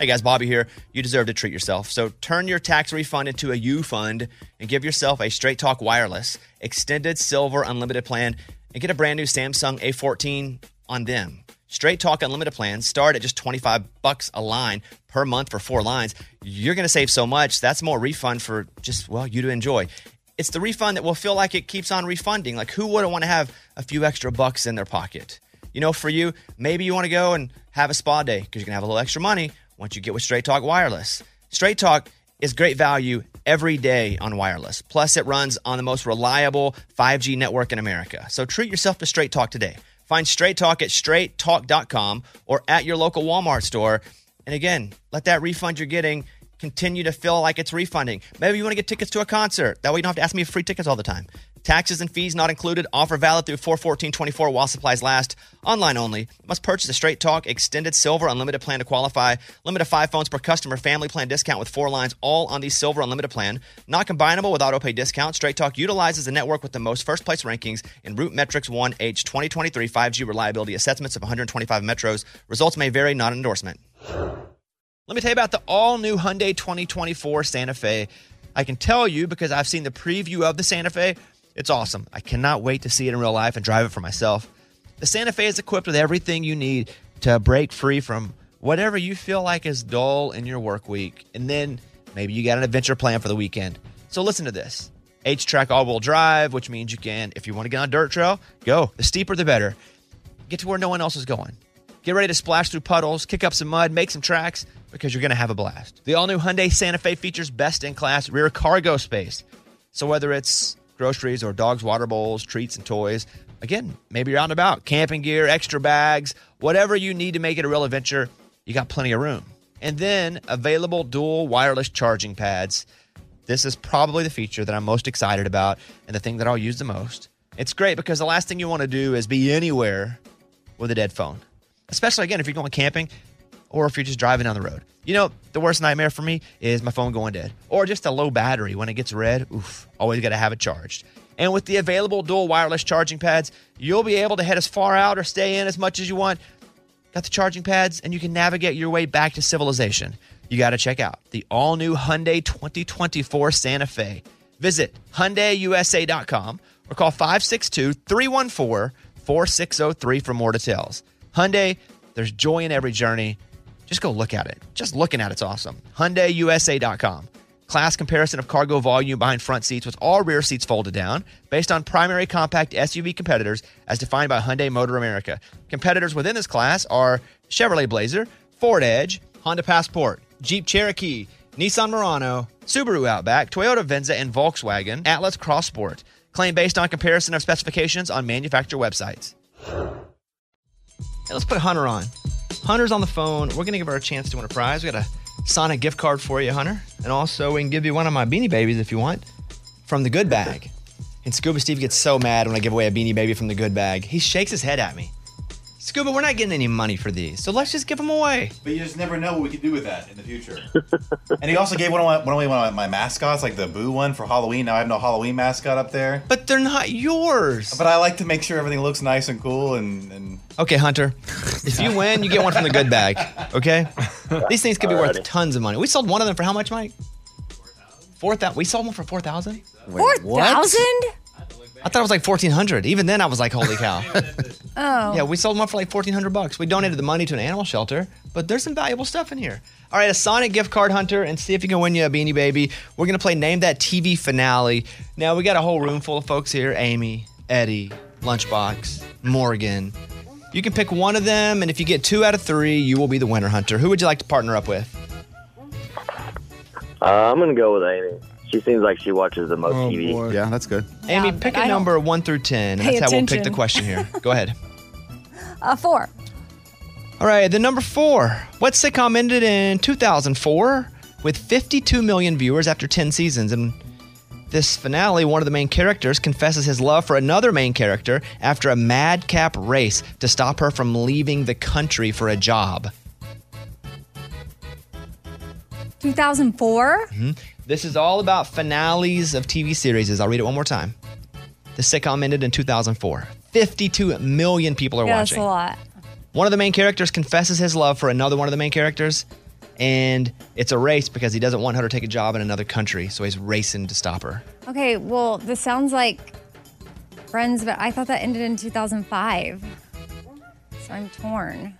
C: Hey guys, Bobby here. You deserve to treat yourself. So turn your tax refund into a U fund and give yourself a Straight Talk Wireless Extended Silver Unlimited plan and get a brand new Samsung A14 on them. Straight Talk Unlimited plans start at just 25 bucks a line per month for four lines. You're going to save so much. That's more refund for just, well, you to enjoy. It's the refund that will feel like it keeps on refunding. Like, who wouldn't want to have a few extra bucks in their pocket? You know, for you, maybe you want to go and have a spa day because you're going to have a little extra money once you get with Straight Talk Wireless. Straight Talk is great value every day on wireless. Plus, it runs on the most reliable 5G network in America. So treat yourself to Straight Talk today. Find Straight Talk at straighttalk.com or at your local Walmart store. And again, let that refund you're getting continue to feel like it's refunding. Maybe you want to get tickets to a concert. That way you don't have to ask me for free tickets all the time. Taxes and fees not included. Offer valid through 41424 while supplies last. Online only. Must purchase a Straight Talk Extended Silver Unlimited plan to qualify. Limit of five phones per customer. Family plan discount with four lines all on the Silver Unlimited plan. Not combinable with autopay discount. Straight Talk utilizes the network with the most first place rankings in Root Metrics 1H 2023 5G reliability assessments of 125 metros. Results may vary. Not an endorsement. Let me tell you about the all new Hyundai 2024 Santa Fe. I can tell you because I've seen the preview of the Santa Fe. It's awesome. I cannot wait to see it in real life and drive it for myself. The Santa Fe is equipped with everything you need to break free from whatever you feel like is dull in your work week. And then maybe you got an adventure plan for the weekend. So listen to this H track all wheel drive, which means you can, if you want to get on a dirt trail, go. The steeper, the better. Get to where no one else is going. Get ready to splash through puddles, kick up some mud, make some tracks, because you're going to have a blast. The all new Hyundai Santa Fe features best in class rear cargo space. So whether it's groceries or dogs' water bowls, treats, and toys, again, maybe you're out and about, camping gear, extra bags, whatever you need to make it a real adventure, you got plenty of room. And then available dual wireless charging pads. This is probably the feature that I'm most excited about and the thing that I'll use the most. It's great because the last thing you want to do is be anywhere with a dead phone especially again if you're going camping or if you're just driving down the road. You know, the worst nightmare for me is my phone going dead or just a low battery when it gets red. Oof, always got to have it charged. And with the available dual wireless charging pads, you'll be able to head as far out or stay in as much as you want. Got the charging pads and you can navigate your way back to civilization. You got to check out the all new Hyundai 2024 Santa Fe. Visit HyundaiUSA.com or call 562 314 4603 for more details. Hyundai, there's joy in every journey. Just go look at it. Just looking at it's awesome. HyundaiUSA.com. Class comparison of cargo volume behind front seats with all rear seats folded down based on primary compact SUV competitors as defined by Hyundai Motor America. Competitors within this class are Chevrolet Blazer, Ford Edge, Honda Passport, Jeep Cherokee, Nissan Murano, Subaru Outback, Toyota Venza, and Volkswagen Atlas Cross Sport. Claim based on comparison of specifications on manufacturer websites. Hey, let's put Hunter on. Hunter's on the phone. We're going to give her a chance to win a prize. We got a Sonic gift card for you, Hunter. And also, we can give you one of my beanie babies if you want from the good bag. And Scuba Steve gets so mad when I give away a beanie baby from the good bag. He shakes his head at me. Scuba, we're not getting any money for these, so let's just give them away.
O: But you just never know what we could do with that in the future. and he also gave one of, my, one of my- one of my mascots, like the Boo one for Halloween. Now I have no Halloween mascot up there.
C: But they're not yours.
O: But I like to make sure everything looks nice and cool. And, and
C: Okay, Hunter. If you win, you get one from the good bag. Okay. These things could be worth
O: Alrighty.
C: tons of money. We sold one of them for how much, Mike? Four thousand. We sold one for four thousand.
B: Four thousand?
C: I thought it was like fourteen hundred. Even then, I was like, "Holy cow!"
B: Oh.
C: yeah, we sold one for like fourteen hundred bucks. We donated the money to an animal shelter, but there's some valuable stuff in here. All right, a Sonic gift card hunter, and see if you can win you a Beanie Baby. We're gonna play Name That TV finale. Now we got a whole room full of folks here: Amy, Eddie, Lunchbox, Morgan. You can pick one of them, and if you get two out of three, you will be the winner, Hunter. Who would you like to partner up with?
G: Uh, I'm gonna go with Amy. She seems like she watches the most TV.
D: Yeah, that's good.
C: Amy, pick a number one through ten, and
B: pay
C: that's how we'll pick the
B: attention.
C: question here. Go ahead.
B: Uh, four.
C: All right, the number four. What sitcom ended in 2004 with 52 million viewers after 10 seasons? And this finale, one of the main characters confesses his love for another main character after a madcap race to stop her from leaving the country for a job.
B: 2004?
C: Mhm. This is all about finales of TV series. I'll read it one more time. The sitcom ended in 2004. 52 million people are
B: yeah,
C: watching.
B: that's a lot.
C: One of the main characters confesses his love for another one of the main characters, and it's a race because he doesn't want her to take a job in another country, so he's racing to stop her.
B: Okay, well, this sounds like Friends, but I thought that ended in 2005. So I'm torn.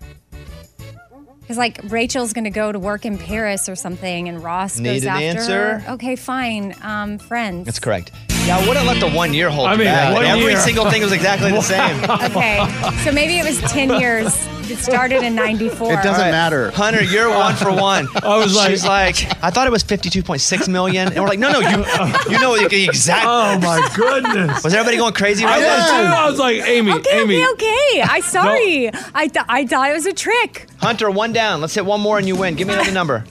B: Because, like, Rachel's going to go to work in Paris or something, and Ross
C: Need
B: goes
C: an
B: after
C: answer?
B: her. Okay, fine. Um, friends.
C: That's correct. Yeah, I wouldn't let the one year hold
P: I
C: you
P: mean,
C: back.
P: one
C: Every
P: year.
C: single thing was exactly the same.
B: Okay, so maybe it was 10 years. It started in 94.
C: All right. Hunter, you're one for one.
P: I was like-
C: She's like, I thought it was 52.6 million. And we're like, no, no, you you know the exact.
P: Oh, my goodness.
C: Was everybody going crazy
P: I
C: right
P: was
C: there?
P: too. I was like, Amy,
B: Okay,
P: Amy.
B: okay, okay. I sorry. I, th- I thought it was a trick.
C: Hunter, one down. Let's hit one more and you win. Give me another number.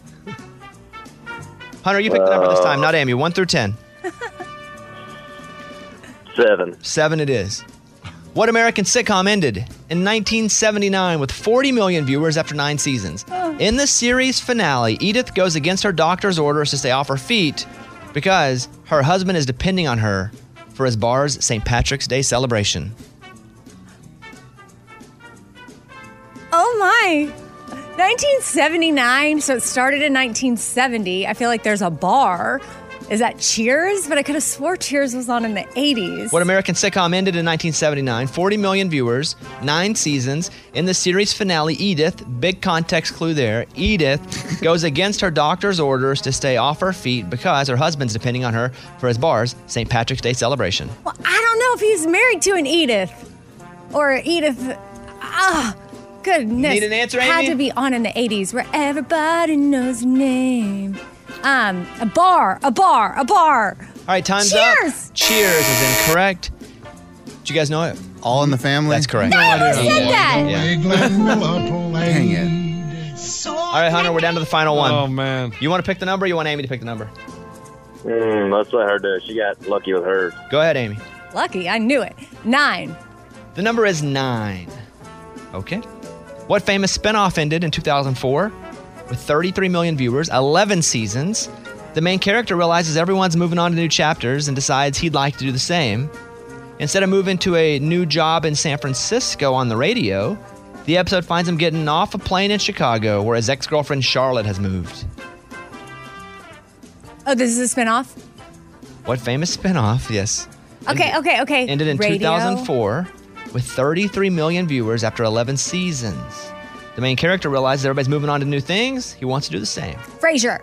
C: Hunter, you picked the number this time, not Amy. One through ten.
G: Seven.
C: Seven it is. What American sitcom ended in 1979 with 40 million viewers after nine seasons? In the series finale, Edith goes against her doctor's orders to stay off her feet because her husband is depending on her for his bar's St. Patrick's Day celebration.
B: Oh my. 1979. So it started in 1970. I feel like there's a bar. Is that Cheers? But I could have swore Cheers was on in the 80s.
C: What American sitcom ended in 1979? 40 million viewers, nine seasons. In the series finale, Edith, big context clue there, Edith goes against her doctor's orders to stay off her feet because her husband's depending on her for his bar's St. Patrick's Day celebration.
B: Well, I don't know if he's married to an Edith or Edith. Ah, goodness.
C: Need an answer, Amy?
B: Had to be on in the 80s where everybody knows your name. Um, a bar, a bar, a bar.
C: All right, time's
B: Cheers!
C: up. Cheers is incorrect. Did you guys know it? All in the family? That's correct.
B: No, I who idea. said that?
C: Dang it. All right, Hunter, we're down to the final one.
P: Oh, man.
C: You want to pick the number or you want Amy to pick the number?
G: Mm, let's let her do it. She got lucky with hers.
C: Go ahead, Amy.
B: Lucky, I knew it. Nine.
C: The number is nine. Okay. What famous spinoff ended in 2004 with 33 million viewers, 11 seasons? The main character realizes everyone's moving on to new chapters and decides he'd like to do the same. Instead of moving to a new job in San Francisco on the radio, the episode finds him getting off a plane in Chicago where his ex girlfriend Charlotte has moved.
B: Oh, this is a spinoff?
C: What famous spinoff, yes,
B: Okay, okay, okay.
C: ended in
B: Radio.
C: 2004 with 33 million viewers after 11 seasons. The main character realizes everybody's moving on to new things. He wants to do the same.
B: Frasier.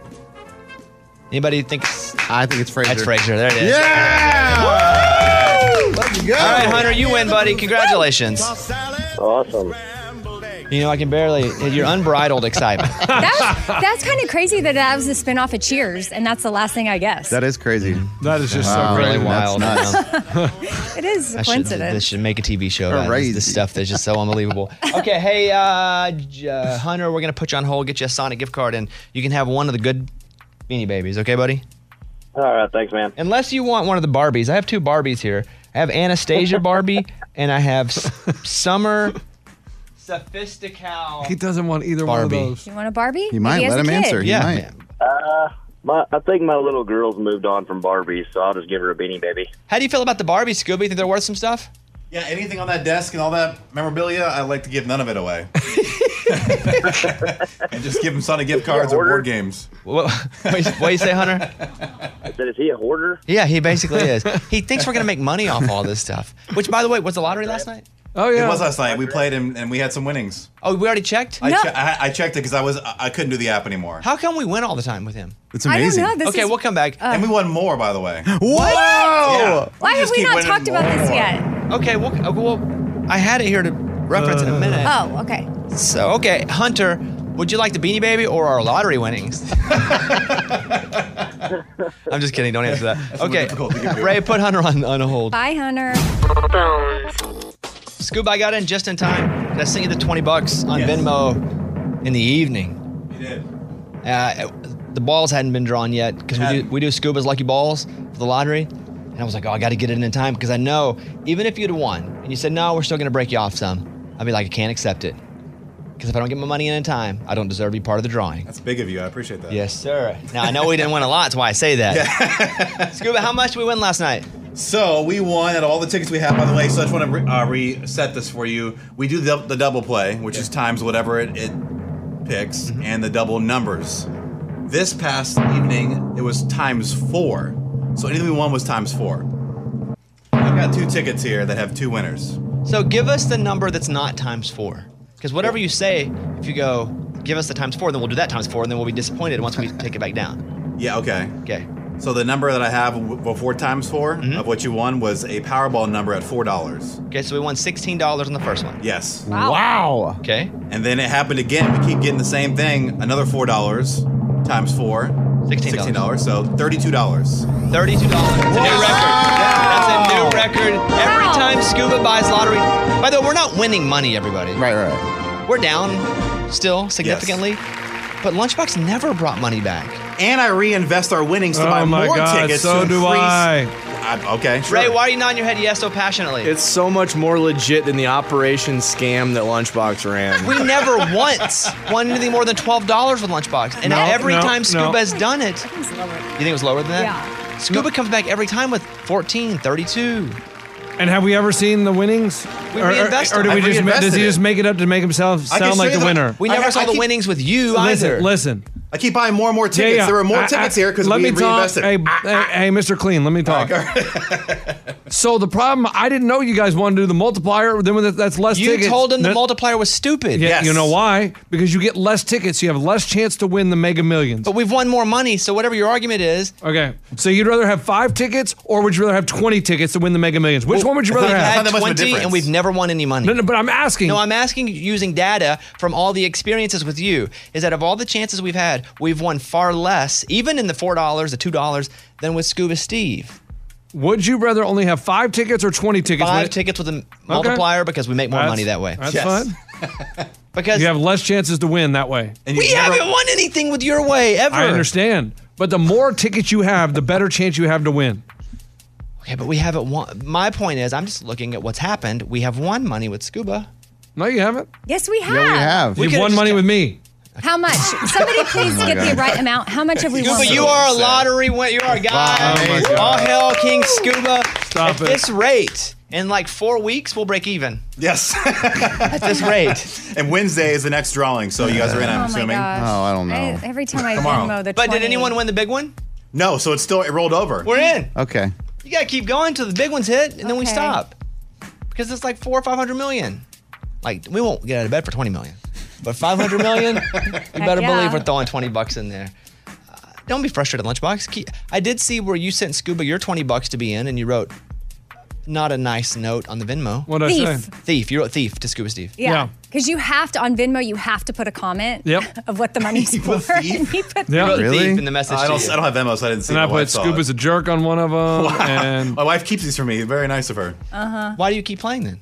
C: Anybody thinks?
D: I think it's Frasier.
C: That's Frasier. There it is.
D: Yeah! Let's go.
C: All right, Hunter, you win, buddy. Congratulations.
G: Awesome.
C: You know, I can barely. Your unbridled excitement.
B: That was, that's kind of crazy that that was the spinoff of Cheers, and that's the last thing I guess.
D: That is crazy.
P: That is
C: just so crazy. Really wild.
D: That's nuts.
B: it is a
C: That should, this
B: coincidence.
C: should make a TV show. That is the stuff that's just so unbelievable. okay, hey, uh, J- uh, Hunter, we're gonna put you on hold, get you a Sonic gift card, and you can have one of the good Beanie Babies. Okay, buddy.
G: All right. Thanks, man.
C: Unless you want one of the Barbies, I have two Barbies here. I have Anastasia Barbie, and I have S- Summer Sophistical.
P: He doesn't want either one of those.
B: You want a Barbie?
G: He might
B: Maybe he has
G: let
B: a
G: him
B: kid.
G: answer. He
C: Yeah.
G: might.
F: Uh, my, I think my little girl's moved on from Barbie, so I'll just give her a beanie baby.
C: How do you feel about the Barbie, Scooby? Think they're worth some stuff?
O: Yeah, anything on that desk and all that memorabilia, I like to give none of it away. and just give him Sonic gift cards or board games.
C: What, what, you, what you say, Hunter?
F: I said, is he a hoarder?
C: Yeah, he basically is. He thinks we're gonna make money off all this stuff. Which, by the way, was the lottery last night?
P: Oh
O: It was last night. We played and, and we had some winnings.
C: Oh, we already checked.
O: I, che- I, I checked it because I was I I couldn't do the app anymore.
C: How come we win all the time with him?
O: It's
C: I don't amazing. know, this
O: okay,
C: is-
O: we'll
C: come back.
O: and we won more, by the way.
C: What?
O: Yeah.
B: Why have we not talked about this yet?
C: Okay, well, uh, well, I had it here to reference in a minute.
B: Oh, okay.
C: So, okay, Hunter, would you like the Beanie Baby or our lottery winnings? I'm just kidding. Don't answer that. Okay, Ray, put Hunter on, on hold.
B: Bye, Hunter.
C: Scoob, I got in just in time. Did I sent you the 20 bucks on Venmo in the evening? You did. Uh, it- the balls hadn't been drawn yet because we do, we do Scuba's Lucky Balls for the lottery. And I was like, oh, I got to get it in time because I know even if you'd won and you said, no, we're still going to break you off some, I'd be like, I can't accept it. Because if I don't get my money in in time, I don't deserve to be part of the drawing.
O: That's big of you. I appreciate that.
C: Yes, sir. Now, I know we didn't win a lot. That's why I say that. Scuba, how much did we win last night?
O: So we won at all the tickets we have. By the way, so I just want to re- uh, reset this for you. We do the, the double play, which is times whatever it, it picks,
C: Mm-hmm.
O: and the double numbers. This past evening, it was times four. So anything we won was times four. I've got two tickets here that have two winners.
C: So give us the number that's not times four. Because whatever you say, if you go, give us the times four, then we'll do that times four, and then we'll be disappointed once we take it back down.
O: Yeah. Okay.
C: Okay. Mm-hmm.
O: So the number that I have w- before times 4 of what you won was a Powerball number at four dollars.
C: Okay, so we won sixteen dollars on the first one.
O: Yes.
C: Wow.
O: wow.
C: Okay.
O: And then it happened again. We keep getting the same thing. Another four dollars times four.
C: Sixteen
O: dollars. So thirty-two dollars.
C: Thirty-two dollars. It's a new record. That's a new record. Every time Scuba buys lottery. By the way, we're not winning money, everybody. Right,
G: right.
C: We're down still significantly, but Lunchbox never brought money back.
O: And I reinvest our winnings to
C: Oh
O: buy
C: my
O: more
C: God,
O: tickets.
C: so
O: to
C: do
O: increase-
C: I.
O: I- okay. Sure.
C: Ray, why are you nodding your head yes so passionately?
I: It's so much more legit than the operation scam that Lunchbox ran.
C: We never once won anything more than twelve dollars with Lunchbox, and
I: No,
C: every
I: no,
C: time
I: no.
C: Scuba has done it, you think it was lower than that?
Q: Yeah.
C: Scuba comes back every time with 14, 32.
P: And have we ever seen the winnings?
C: We
P: or,
C: reinvested
P: or, or do
C: them.
P: we
C: I
P: just ma- does
C: reinvested
P: he
C: it.
P: just make it up to make himself
C: I can
P: sound
C: show
P: like
C: you
P: the
C: the-
P: winner?
C: we never I- saw I the keep- winnings with you
P: listen,
C: either.
P: Listen,
O: I keep buying more and more tickets. There were more
P: I- I-
O: tickets here because
P: let me
O: we
P: talk.
O: reinvested. Ah,
P: Hey, hey, hey, Mr. Clean, let me talk. so the problem, I didn't know you guys wanted to do the multiplier. Then when that- that's less
C: You
P: tickets.
C: told him the
P: that-
C: multiplier was stupid.
P: Yeah, you know why? Because you get less tickets, you have less chance to win the Mega Millions. But
C: we've won more money, so whatever your argument is.
P: Okay, so you'd rather have five tickets, or would you rather have twenty tickets to win the Mega Millions? Which one would you rather
C: We've
P: have?
C: had 20 and we've never won any money.
P: No, no, but I'm asking.
C: No, I'm asking using data from all the experiences with you is that of all the chances we've had, we've won far less, even in the $4, the $2, than with Scuba Steve.
P: Would you rather only have five tickets or twenty tickets?
C: Five tickets with a multiplier because we make more
P: That's-
C: money that way.
P: That's
C: Yes.
P: fun.
C: Because
P: you have less chances to win that way.
C: we haven't won anything with your way ever.
P: I understand, but the more tickets you have, the better chance you have to win.
C: Okay, but we haven't won. My point is, I'm just looking at what's happened. We have won money with Scuba.
P: No, you haven't.
B: Yes, we have.
P: You won money with me.
B: How much? Somebody please
P: my
B: get the
P: God.
B: right amount. How much have we won?
C: Scuba, you are a lottery winner. You are a guy.
P: Oh my God.
C: All hail King Scuba.
P: Stop
C: At
P: it.
C: this rate, in like four weeks, we'll break even.
O: Yes.
C: At this rate.
O: and Wednesday is the next drawing, so you guys are in. I'm
B: Oh my
O: assuming.
B: gosh. I- every time I Venmo the 20.
C: win the big one?
O: No, so it's still it rolled over.
C: We're in.
G: Okay.
C: You gotta keep going till the big ones hit, and then we stop because it's like four or five hundred million. Like we won't get out of bed for twenty million, but five hundred million, you better
J: yeah.
C: believe we're throwing twenty bucks in there. Uh, Don't be frustrated, Lunchbox. Keep- I did see where you sent Scuba your twenty bucks to be in, and you wrote not a nice note on the Venmo. What
B: did I say? Thief.
C: Thief. You wrote thief to Scuba Steve.
B: Yeah. Because you have to, on Venmo, you have to put a comment
C: Yep.
B: of what the money's for. And he put
C: You wrote thief in the
O: I
C: message.
O: don't,
C: to you.
O: I don't have Venmo, so I didn't see.
P: And I
O: my wife
P: put
O: saw
P: Scoop
O: it.
P: as a jerk on one of them.
O: Wow.
P: And
O: my wife keeps these for me. Very nice of her.
B: Uh-huh.
C: Why do you keep playing then?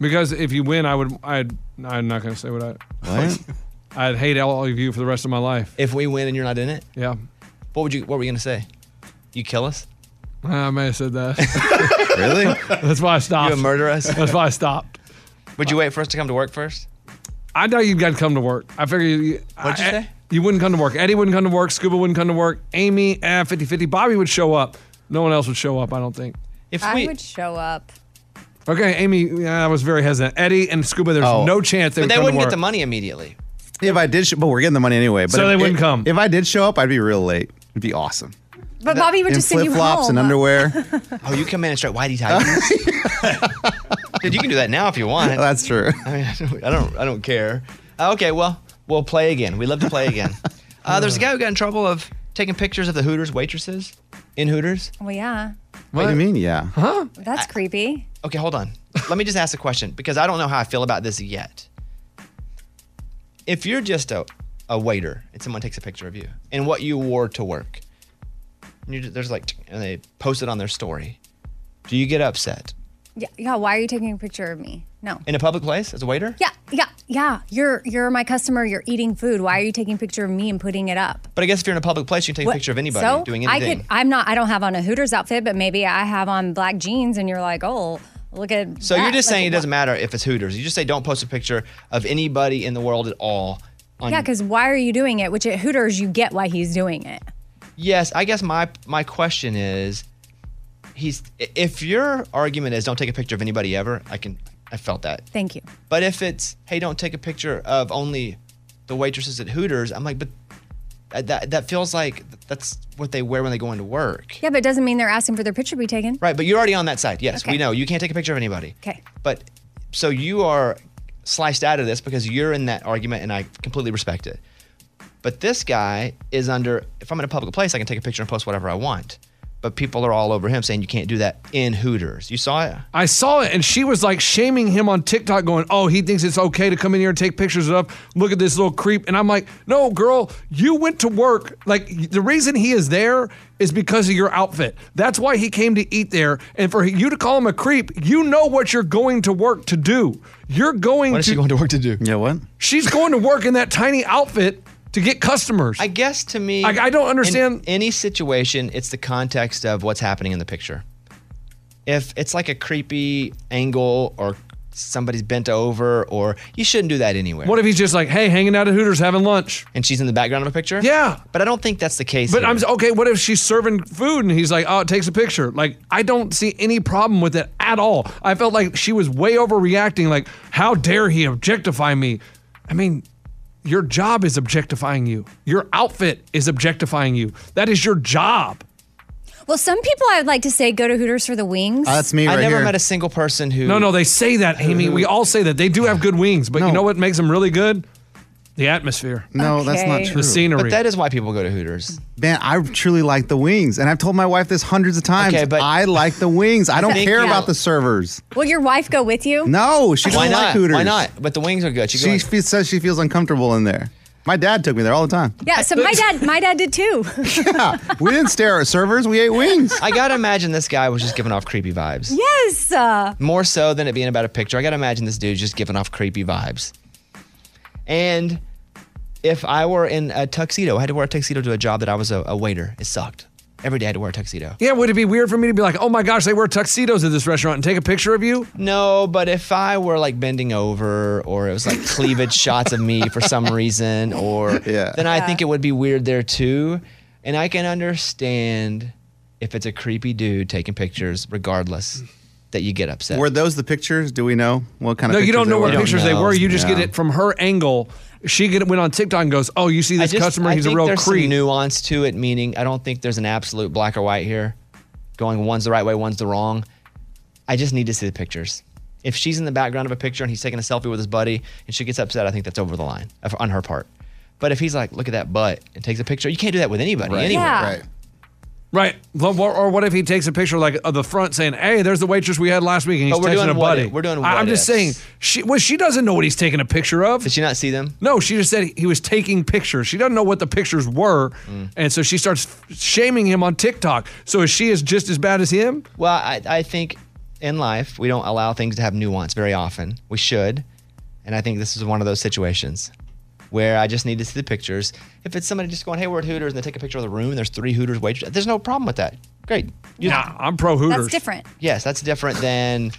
P: Because if you win, I would. I'd. I'm not gonna say what I.
C: What?
P: I'd hate all of you for the rest of my life.
C: If we win and you're not in it.
P: Yeah.
C: What would you? What were you gonna say? You kill us?
P: I may have said that.
C: Really?
P: That's why I stopped.
C: You a murderer?
P: That's why I stopped.
C: Would you wait for us to come to work first?
P: I know you've got to come to work. I figure you.
C: What'd you
P: I-
C: say?
P: You wouldn't come to work. Eddie wouldn't come to work. Scuba wouldn't come to work. Amy, eh, 50 50. Bobby would show up. No one else would show up, I don't think.
J: I would show up.
P: Okay, Amy, yeah, I was very hesitant. Eddie and Scuba, there's
G: Oh.
P: no chance they
G: But
P: would
G: they
P: come to
G: wouldn't get
P: work.
G: the
C: money immediately.
G: If I did, sh- but we're getting the money anyway. But
P: So
G: if,
P: they wouldn't
G: if-
P: come.
G: If I did show up, I'd be real late. It'd be awesome.
J: But Bobby would
G: in
J: just send you
G: flip-flops
J: home.
G: and underwear.
C: oh, you come in and straight whitey tighties. Dude, you can do that now if you want.
G: That's true.
C: I mean, I don't, I don't, I don't care. Uh, okay, well, we'll play again. We love to play again. Uh, there's a guy who got in trouble of taking pictures of the Hooters waitresses in Hooters.
Q: Well, yeah,
G: What do you mean? Yeah.
C: Huh?
Q: that's creepy.
C: Okay, hold on. Let me just ask a question because I don't know how I feel about this yet. If you're just a, a waiter and someone takes a picture of you and what you wore to work, and you there's like, and they post it on their story, do you get upset
Q: Yeah, yeah. Why are you taking a picture of me? No.
C: in a public place as a waiter?
Q: Yeah, yeah, yeah. You're you're my customer. You're eating food. Why are you taking a picture of me and putting it up?
C: But I guess if you're in a public place, you can take
Q: What-
C: a picture of anybody
Q: so
C: doing
Q: I
C: anything.
Q: could. I'm not. I don't have on a Hooters outfit, but maybe I have on black jeans, and you're like, oh, look at.
C: So you're
Q: that.
C: just
Q: Like,
C: saying it
Q: wha-
C: doesn't matter if it's Hooters. You just say don't post a picture of anybody in the world at all. On,
Q: Yeah, because why are you doing it? Which at Hooters, you get why he's doing it.
C: yes, I guess my my question is, he's if your argument is don't take a picture of anybody ever, I can I felt that.
Q: Thank you.
C: But if it's hey don't take a picture of only the waitresses at Hooters, I'm like but that that feels like that's what they wear when they go into work.
Q: Yeah, but it doesn't mean they're asking for their picture to be taken.
C: Right, but you're already on that side. Yes, we know you can't take a picture of anybody.
Q: Okay.
C: But so you are sliced out of this because you're in that argument, and I completely respect it. But this guy is under. If I'm in a public place, I can take a picture and post whatever I want. But people are all over him saying you can't do that in Hooters. You saw it.
P: I saw it, and she was like shaming him on TikTok, going, "Oh, he thinks it's okay to come in here and take pictures of. Look at this little creep." And I'm like, "No, girl, you went to work. Like the reason he is there is because of your outfit. That's why he came to eat there. And for you to call him a creep, you know what you're going to work to do. You're going.
C: What is
P: to,
C: she going to work to do?
G: Yeah, what?
P: She's going to work in that tiny outfit to get customers.
C: I guess to me,
P: I, I don't understand.
C: In any situation, it's the context of what's happening in the picture. If it's like a creepy angle or somebody's bent over, or you shouldn't do that anywhere.
P: What if he's just like, hey, hanging out at Hooters having lunch?
C: And she's in the background of a picture?
P: Yeah.
C: But I don't think that's the case.
P: But
C: here.
P: I'm okay, what if she's serving food and he's like, oh, it takes a picture? Like, I don't see any problem with it at all. I felt like she was way overreacting. Like, how dare he objectify me? I mean, your job is objectifying you, your outfit is objectifying you. That is your job.
Q: Well, some people I would like to say go to Hooters for the wings.
G: Uh,
C: I never met a single person who.
P: No, no, they say that, Amy. We all say that. They do have good wings, but you know what makes them really good? The atmosphere.
G: No, that's not true.
P: The scenery.
C: is why people go to Hooters.
G: Man, I truly like the wings, and I've told my wife this hundreds of times.
C: Okay, but-
G: I like the wings. I don't
Q: Thank
G: care
Q: you.
G: about the servers.
Q: Will your wife go with you?
G: No, she doesn't
C: Why
G: like
C: not?
G: Hooters.
C: Why not? But the wings are good. She,
G: She
C: goes,
G: fe- says she feels uncomfortable in there. My dad took me there all the time.
Q: Yeah, so my dad, my dad did too.
G: yeah. We didn't stare at servers. We ate wings.
C: I gotta imagine this guy was just giving off creepy vibes.
Q: Yes. Uh,
C: More so than it being about a picture. I gotta imagine this dude's just giving off creepy vibes. And if I were in a tuxedo, I had to wear a tuxedo to a job that I was a, a waiter. It sucked. Every day I had to wear a tuxedo.
P: Yeah, would it be weird for me to be like, oh my gosh, they wear tuxedos at this restaurant and take a picture of you?
C: No, but if I were like bending over or it was like cleavage shots of me for some reason or then I
I: Yeah.
C: think it would be weird there too. And I can understand if it's a creepy dude taking pictures regardless that you get upset.
G: Were those the pictures? Do we know what kind
P: no,
G: of?
P: you don't know what
G: what
P: pictures they were. You just get it from her angle. She get, went on TikTok and goes, oh, you see
C: I
P: this
C: just-
P: customer?
C: I
P: He's a
C: think
P: real
C: there's some
P: creep.
C: nuance to it, meaning I don't think there's an absolute black or white here. Going one's the right way, one's the wrong. I just need to see the pictures. If she's in the background of a picture and he's taking a selfie with his buddy and she gets upset, I think that's over the line of- on her part. But if he's like, look at that butt and takes a picture, you can't do that with anybody.
P: Right.
C: anyway.
P: Yeah. Right. Right. Well, Or, or what if he takes a picture like of the front saying, hey, there's the waitress we had last week and he's
C: But we're
P: texting
C: doing
P: a
C: what
P: buddy.
C: if- we're doing
P: I- I'm
C: what
P: just saying, she, well, she doesn't know what he's taking a picture of. Did
C: she not see them?
P: No, she just said he was taking pictures. She doesn't know what the pictures were.
C: Mm.
P: And so she starts shaming him on TikTok. So is she is just as bad as him?
C: Well, I, I think in life, we don't allow things to have nuance very often. We should. And I think this is one of those situations where I just need to see the pictures. If it's somebody just going, hey, we're at Hooters, and they take a picture of the room and there's three Hooters waitresses, there's no problem with that. Great.
P: Yeah, I'm pro Hooters.
Q: different.
C: Yes, that's different than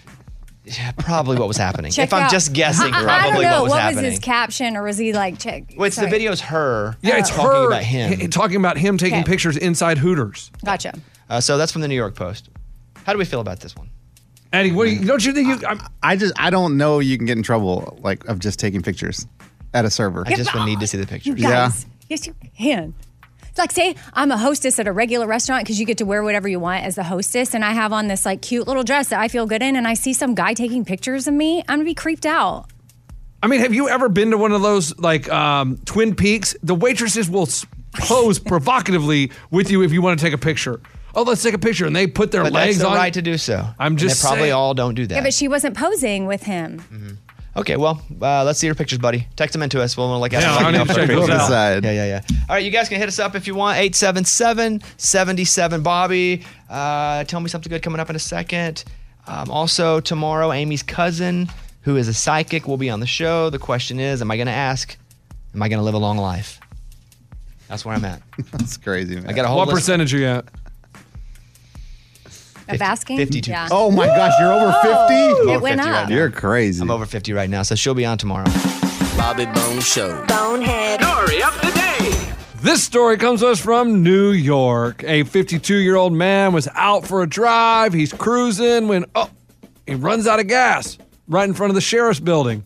C: Yeah, probably what was happening.
B: Check
C: if I'm
B: out-
C: just guessing,
B: I- I,
C: probably
B: I don't know.
C: what was happening.
B: his caption, or was he like, check?
C: Well, it's the
B: sorry.
C: video's her.
P: Yeah, it's
C: Uh, talking
P: her
C: about him.
P: h- talking about him taking
B: Okay.
P: pictures inside Hooters.
B: Gotcha.
C: Uh, so that's from the New York Post. How do we feel about this one?
P: Eddie, what do you, don't you think you? I'm,
G: I just I don't know you can get in trouble like of just taking pictures at a server.
B: I just would
G: need to see the pictures. Yeah.
B: Guys, yes, you can. It's like, say I'm a hostess at a regular restaurant because you get to wear whatever you want as the hostess, and I have on this like cute little dress that I feel good in, and I see some guy taking pictures of me, I'm gonna be creeped out.
P: I mean, have you ever been to one of those like um, Twin Peaks? The waitresses will s- pose provocatively with you if you want to take a picture. Oh, let's take a picture, and they put their
C: But that's
P: legs
C: their
P: on.
C: right to do so.
P: I'm
C: And
P: just
C: they probably
P: saying.
C: all don't do that.
B: Yeah, but she wasn't posing with him.
C: Okay, well, uh, let's see your pictures, buddy. Text them into us. We'll we'll look at
P: Yeah,
C: them.
P: I need to check
C: We'll
P: those out.
C: decide. Yeah, yeah, yeah. All right, you guys can hit us up if you want. 877 77 Bobby. Uh, tell me something good coming up in a second. Um, also, tomorrow, Amy's cousin, who is a psychic, will be on the show. The question is Am I going to ask, am I going to live a long life? That's where I'm at.
G: That's crazy, man.
C: I got a whole
P: What
C: list.
P: percentage are you at?
B: Of asking?
C: 52.
B: Yeah.
G: Oh my gosh, you're over
B: Woo!
G: 50?
B: It went up.
C: You're
G: crazy.
C: I'm over 50 right now, so she'll be on tomorrow. Bobby Bone Show.
R: Bonehead. Story of the day.
P: This story comes to us from New York. A 52 year old man was out for a drive. He's cruising when, oh, he runs out of gas right in front of the sheriff's building.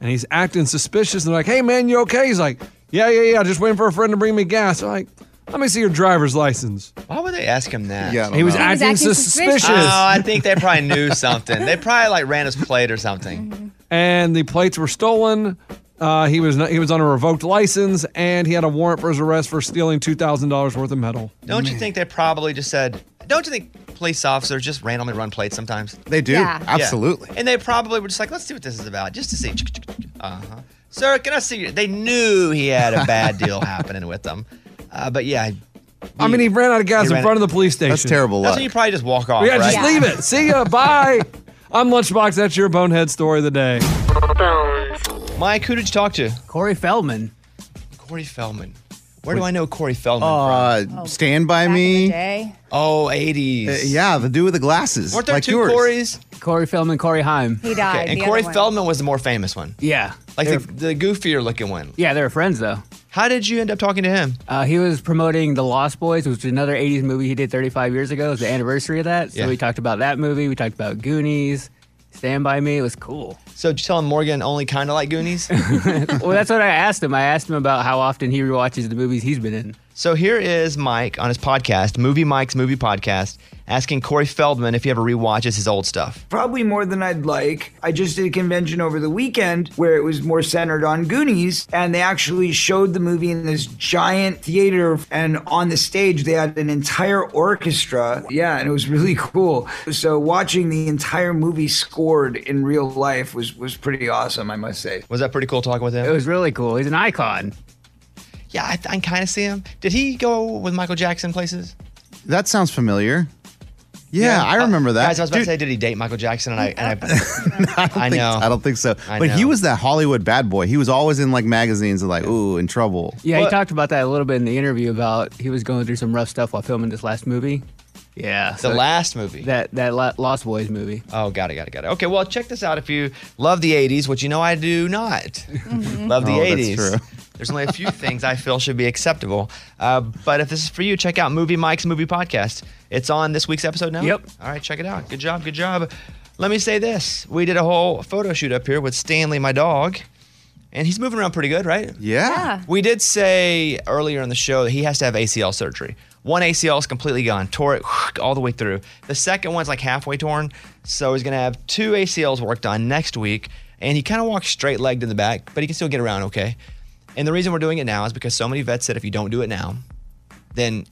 P: And he's acting suspicious. And they're like, hey, man, you okay? He's like, yeah, yeah, yeah. Just waiting for a friend to bring me gas. They're like, let me see your driver's license.
C: Why would they ask him that?
P: Yeah, I don't He was know. acting He was acting suspicious.
C: Oh, I think they probably knew something. They probably like ran his plate or something.
P: And the plates were stolen. Uh, he was not, he was on a revoked license, and he had a warrant for his arrest for stealing two thousand dollars worth of metal.
C: Don't you think they probably just said, don't you think police officers just randomly run plates sometimes?
G: They do. Yeah. Absolutely.
C: And they probably were just like, let's see what this is about, just to see. Uh huh. Sir, can I see you? They knew he had a bad deal happening with them. Uh, but yeah.
P: I mean, he ran out of gas
C: He
P: in
C: ran-
P: front of the police station.
C: That's That's when you probably just walk off.
P: yeah,
C: right?
P: just leave it. See ya. Bye. I'm Lunchbox. That's your Bonehead story of the day.
C: Mike, who did you talk to?
K: Corey Feldman.
C: Corey Feldman. Where do I know Corey Feldman
G: Uh, Stand by me.
C: Oh, 80s.
G: Uh, yeah, the dude with the glasses.
C: Weren't there
G: like
C: two
G: yours.
C: Corys?
K: Corey Feldman, Corey Heim.
B: He died.
C: and
B: the
C: Corey
B: other one.
C: Feldman was the more famous one.
K: Yeah.
C: Like the,
K: They're-
C: the goofier looking one.
K: Yeah, they were friends though.
C: How did you end up talking to him?
K: Uh, he was promoting The Lost Boys, which is another 80s movie he did 35 years ago. It was the anniversary of that. So
C: Yeah.
K: we talked about that movie. We talked about Goonies, Stand By Me. It was cool.
C: So did you tell him Morgan only kind of like Goonies?
K: well, that's what I asked him. I asked him about how often he rewatches the movies he's been in.
C: So here is Mike on his podcast, Movie Mike's Movie Podcast, asking Corey Feldman if he ever rewatches his old stuff.
L: Probably more than I'd like. I just did a convention over the weekend where it was more centered on Goonies, and they actually showed the movie in this giant theater. And on the stage, they had an entire orchestra. Yeah, and it was really cool. So watching the entire movie scored in real life was was pretty awesome, I must say.
C: Was that pretty cool talking with him?
K: It was really cool. He's an icon.
C: Yeah, I, I kind of see him. Did he go with Michael Jackson places?
G: That sounds familiar. Yeah, I remember that.
C: Guys, I was about
G: Dude,
C: to say, did he date Michael Jackson? And I, and I,
G: I, don't think,
C: know.
G: I don't think so.
C: I
G: but he
C: know.
G: was that Hollywood bad boy. He was always in like magazines and like, ooh, in trouble.
K: Yeah, he talked about that a little bit in the interview about he was going through some rough stuff while filming this last movie. Yeah.
C: the last movie.
K: That that La- Lost Boys movie.
C: Oh, got it, got it, got it. Okay, well, check this out. If you love the '80s, which you know I do not love the
K: Oh, that's
C: '80s.
K: true.
C: There's only a few things I feel should be acceptable. Uh, but if this is for you, check out Movie Mike's Movie Podcast. It's on this week's episode now. Yep. All right, check it out. Good job, good job. Let me say this: we did a whole photo shoot up here with Stanley, my dog, and he's moving around pretty good, right?
G: Yeah.
C: We did say earlier in the show that he has to have ACL surgery. One ACL is completely gone, tore it all the way through. The second one's like halfway torn, so he's going to have two ACLs worked on next week. And he kind of walks straight legged in the back, but he can still get around okay. And the reason we're doing it now is because so many vets said if you don't do it now, then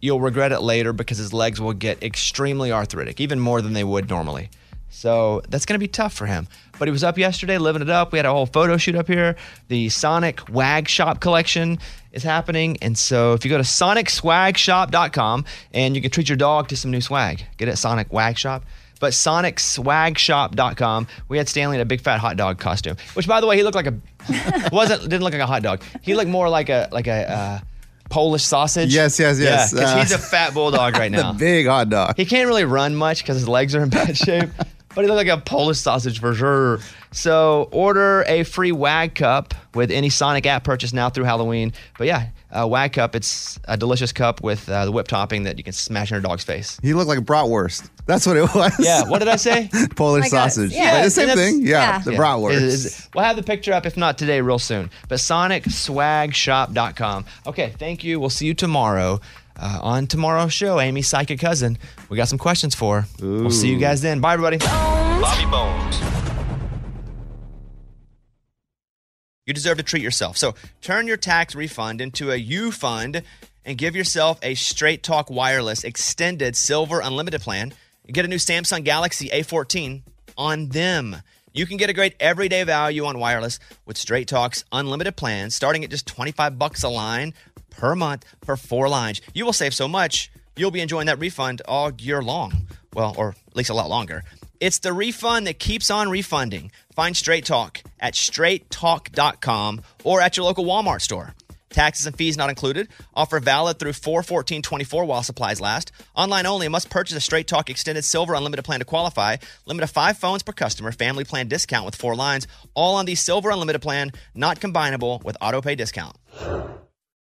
C: you'll regret it later because his legs will get extremely arthritic, even more than they would normally. So that's going to be tough for him. But he was up yesterday, living it up. We had a whole photo shoot up here. The Sonic Wag Shop collection is happening. And so if you go to sonicswagshop.com and you can treat your dog to some new swag, get it at Sonic Wag Shop. But sonicswagshop.com, we had Stanley in a big fat hot dog costume, which by the way, he looked like a, wasn't, didn't look like a hot dog. He looked more like a, like a, uh, Polish sausage.
G: Yes, yes, yes.
C: Yeah, 'cause he's
G: Uh,
C: a fat bulldog right
G: the
C: now.
G: big hot dog.
C: He can't really run much because his legs are in bad shape. But he looked like a Polish sausage for sure. So order a free WAG cup with any Sonic app purchase now through Halloween. But yeah, uh, WAG cup, it's a delicious cup with uh, the whip topping that you can smash in your dog's face.
G: He looked like bratwurst. That's what it was.
C: Yeah, what did I say?
G: Polish sausage. But the same
C: and that's-
G: thing. Yeah, the bratwurst.
C: It is- We'll have the picture up, if not today, real soon. But sonicswagshop.com. Okay, thank you. We'll see you tomorrow uh, on tomorrow's show, Amy Psychic Cousin. We got some questions for her. We'll see you guys then. Bye, everybody.
D: Bobby Bones.
C: You deserve to treat yourself. So turn your tax refund into a U fund and give yourself a Straight Talk Wireless Extended Silver Unlimited plan. And get a new Samsung Galaxy A14 on them. You can get a great everyday value on wireless with Straight Talk's unlimited plans, starting at just 25 bucks a line per month for four lines. You will save so much, you'll be enjoying that refund all year long. Well, or at least a lot longer. It's the refund that keeps on refunding. Find Straight Talk at straighttalk.com or at your local Walmart store. Taxes and fees not included. Offer valid through 41424 while supplies last. Online only. Must purchase a Straight Talk Extended Silver Unlimited plan to qualify. Limit of five phones per customer. Family plan discount with four lines. All on the Silver Unlimited plan. Not combinable with auto pay discount.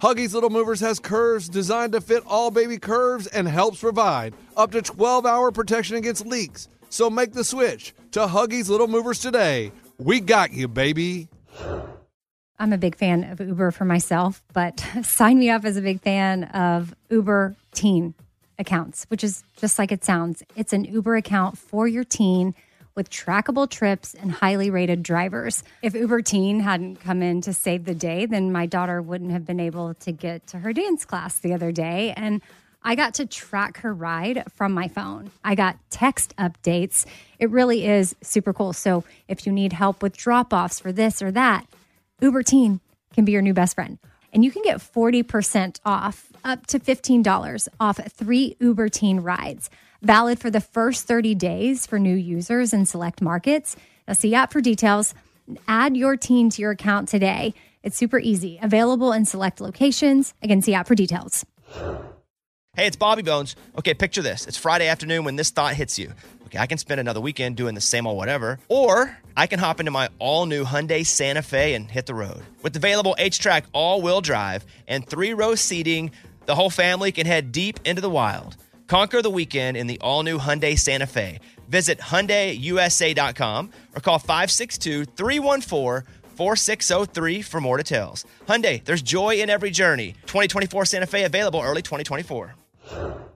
A: Huggies Little Movers has curves designed to fit all baby curves and helps provide up to 12 hour protection against leaks. So make the switch to Huggies Little Movers today. We got you, baby.
B: I'm a big fan of Uber for myself, but sign me up as a big fan of Uber teen accounts, which is just like it sounds. It's an Uber account for your teen with trackable trips and highly rated drivers. If Uber teen hadn't come in to save the day, then my daughter wouldn't have been able to get to her dance class the other day. And I got to track her ride from my phone. I got text updates. It really is super cool. So if you need help with drop offs for this or that, Uber Teen can be your new best friend. And you can get 40% off, up to $15 off three Uber Teen rides, valid for the first 30 days for new users in select markets. Now, see app for details. Add your teen to your account today. It's super easy, available in select locations. Again, see app for details.
C: Hey, it's Bobby Bones. Okay, picture this. It's Friday afternoon when this thought hits you. Okay, I can spend another weekend doing the same old whatever, or I can hop into my all new Hyundai Santa Fe and hit the road. With available H track all wheel drive and three row seating, the whole family can head deep into the wild. Conquer the weekend in the all new Hyundai Santa Fe. Visit HyundaiUSA.com or call 562 314 4603 for more details. Hyundai, there's joy in every journey. 2024 Santa Fe available early 2024.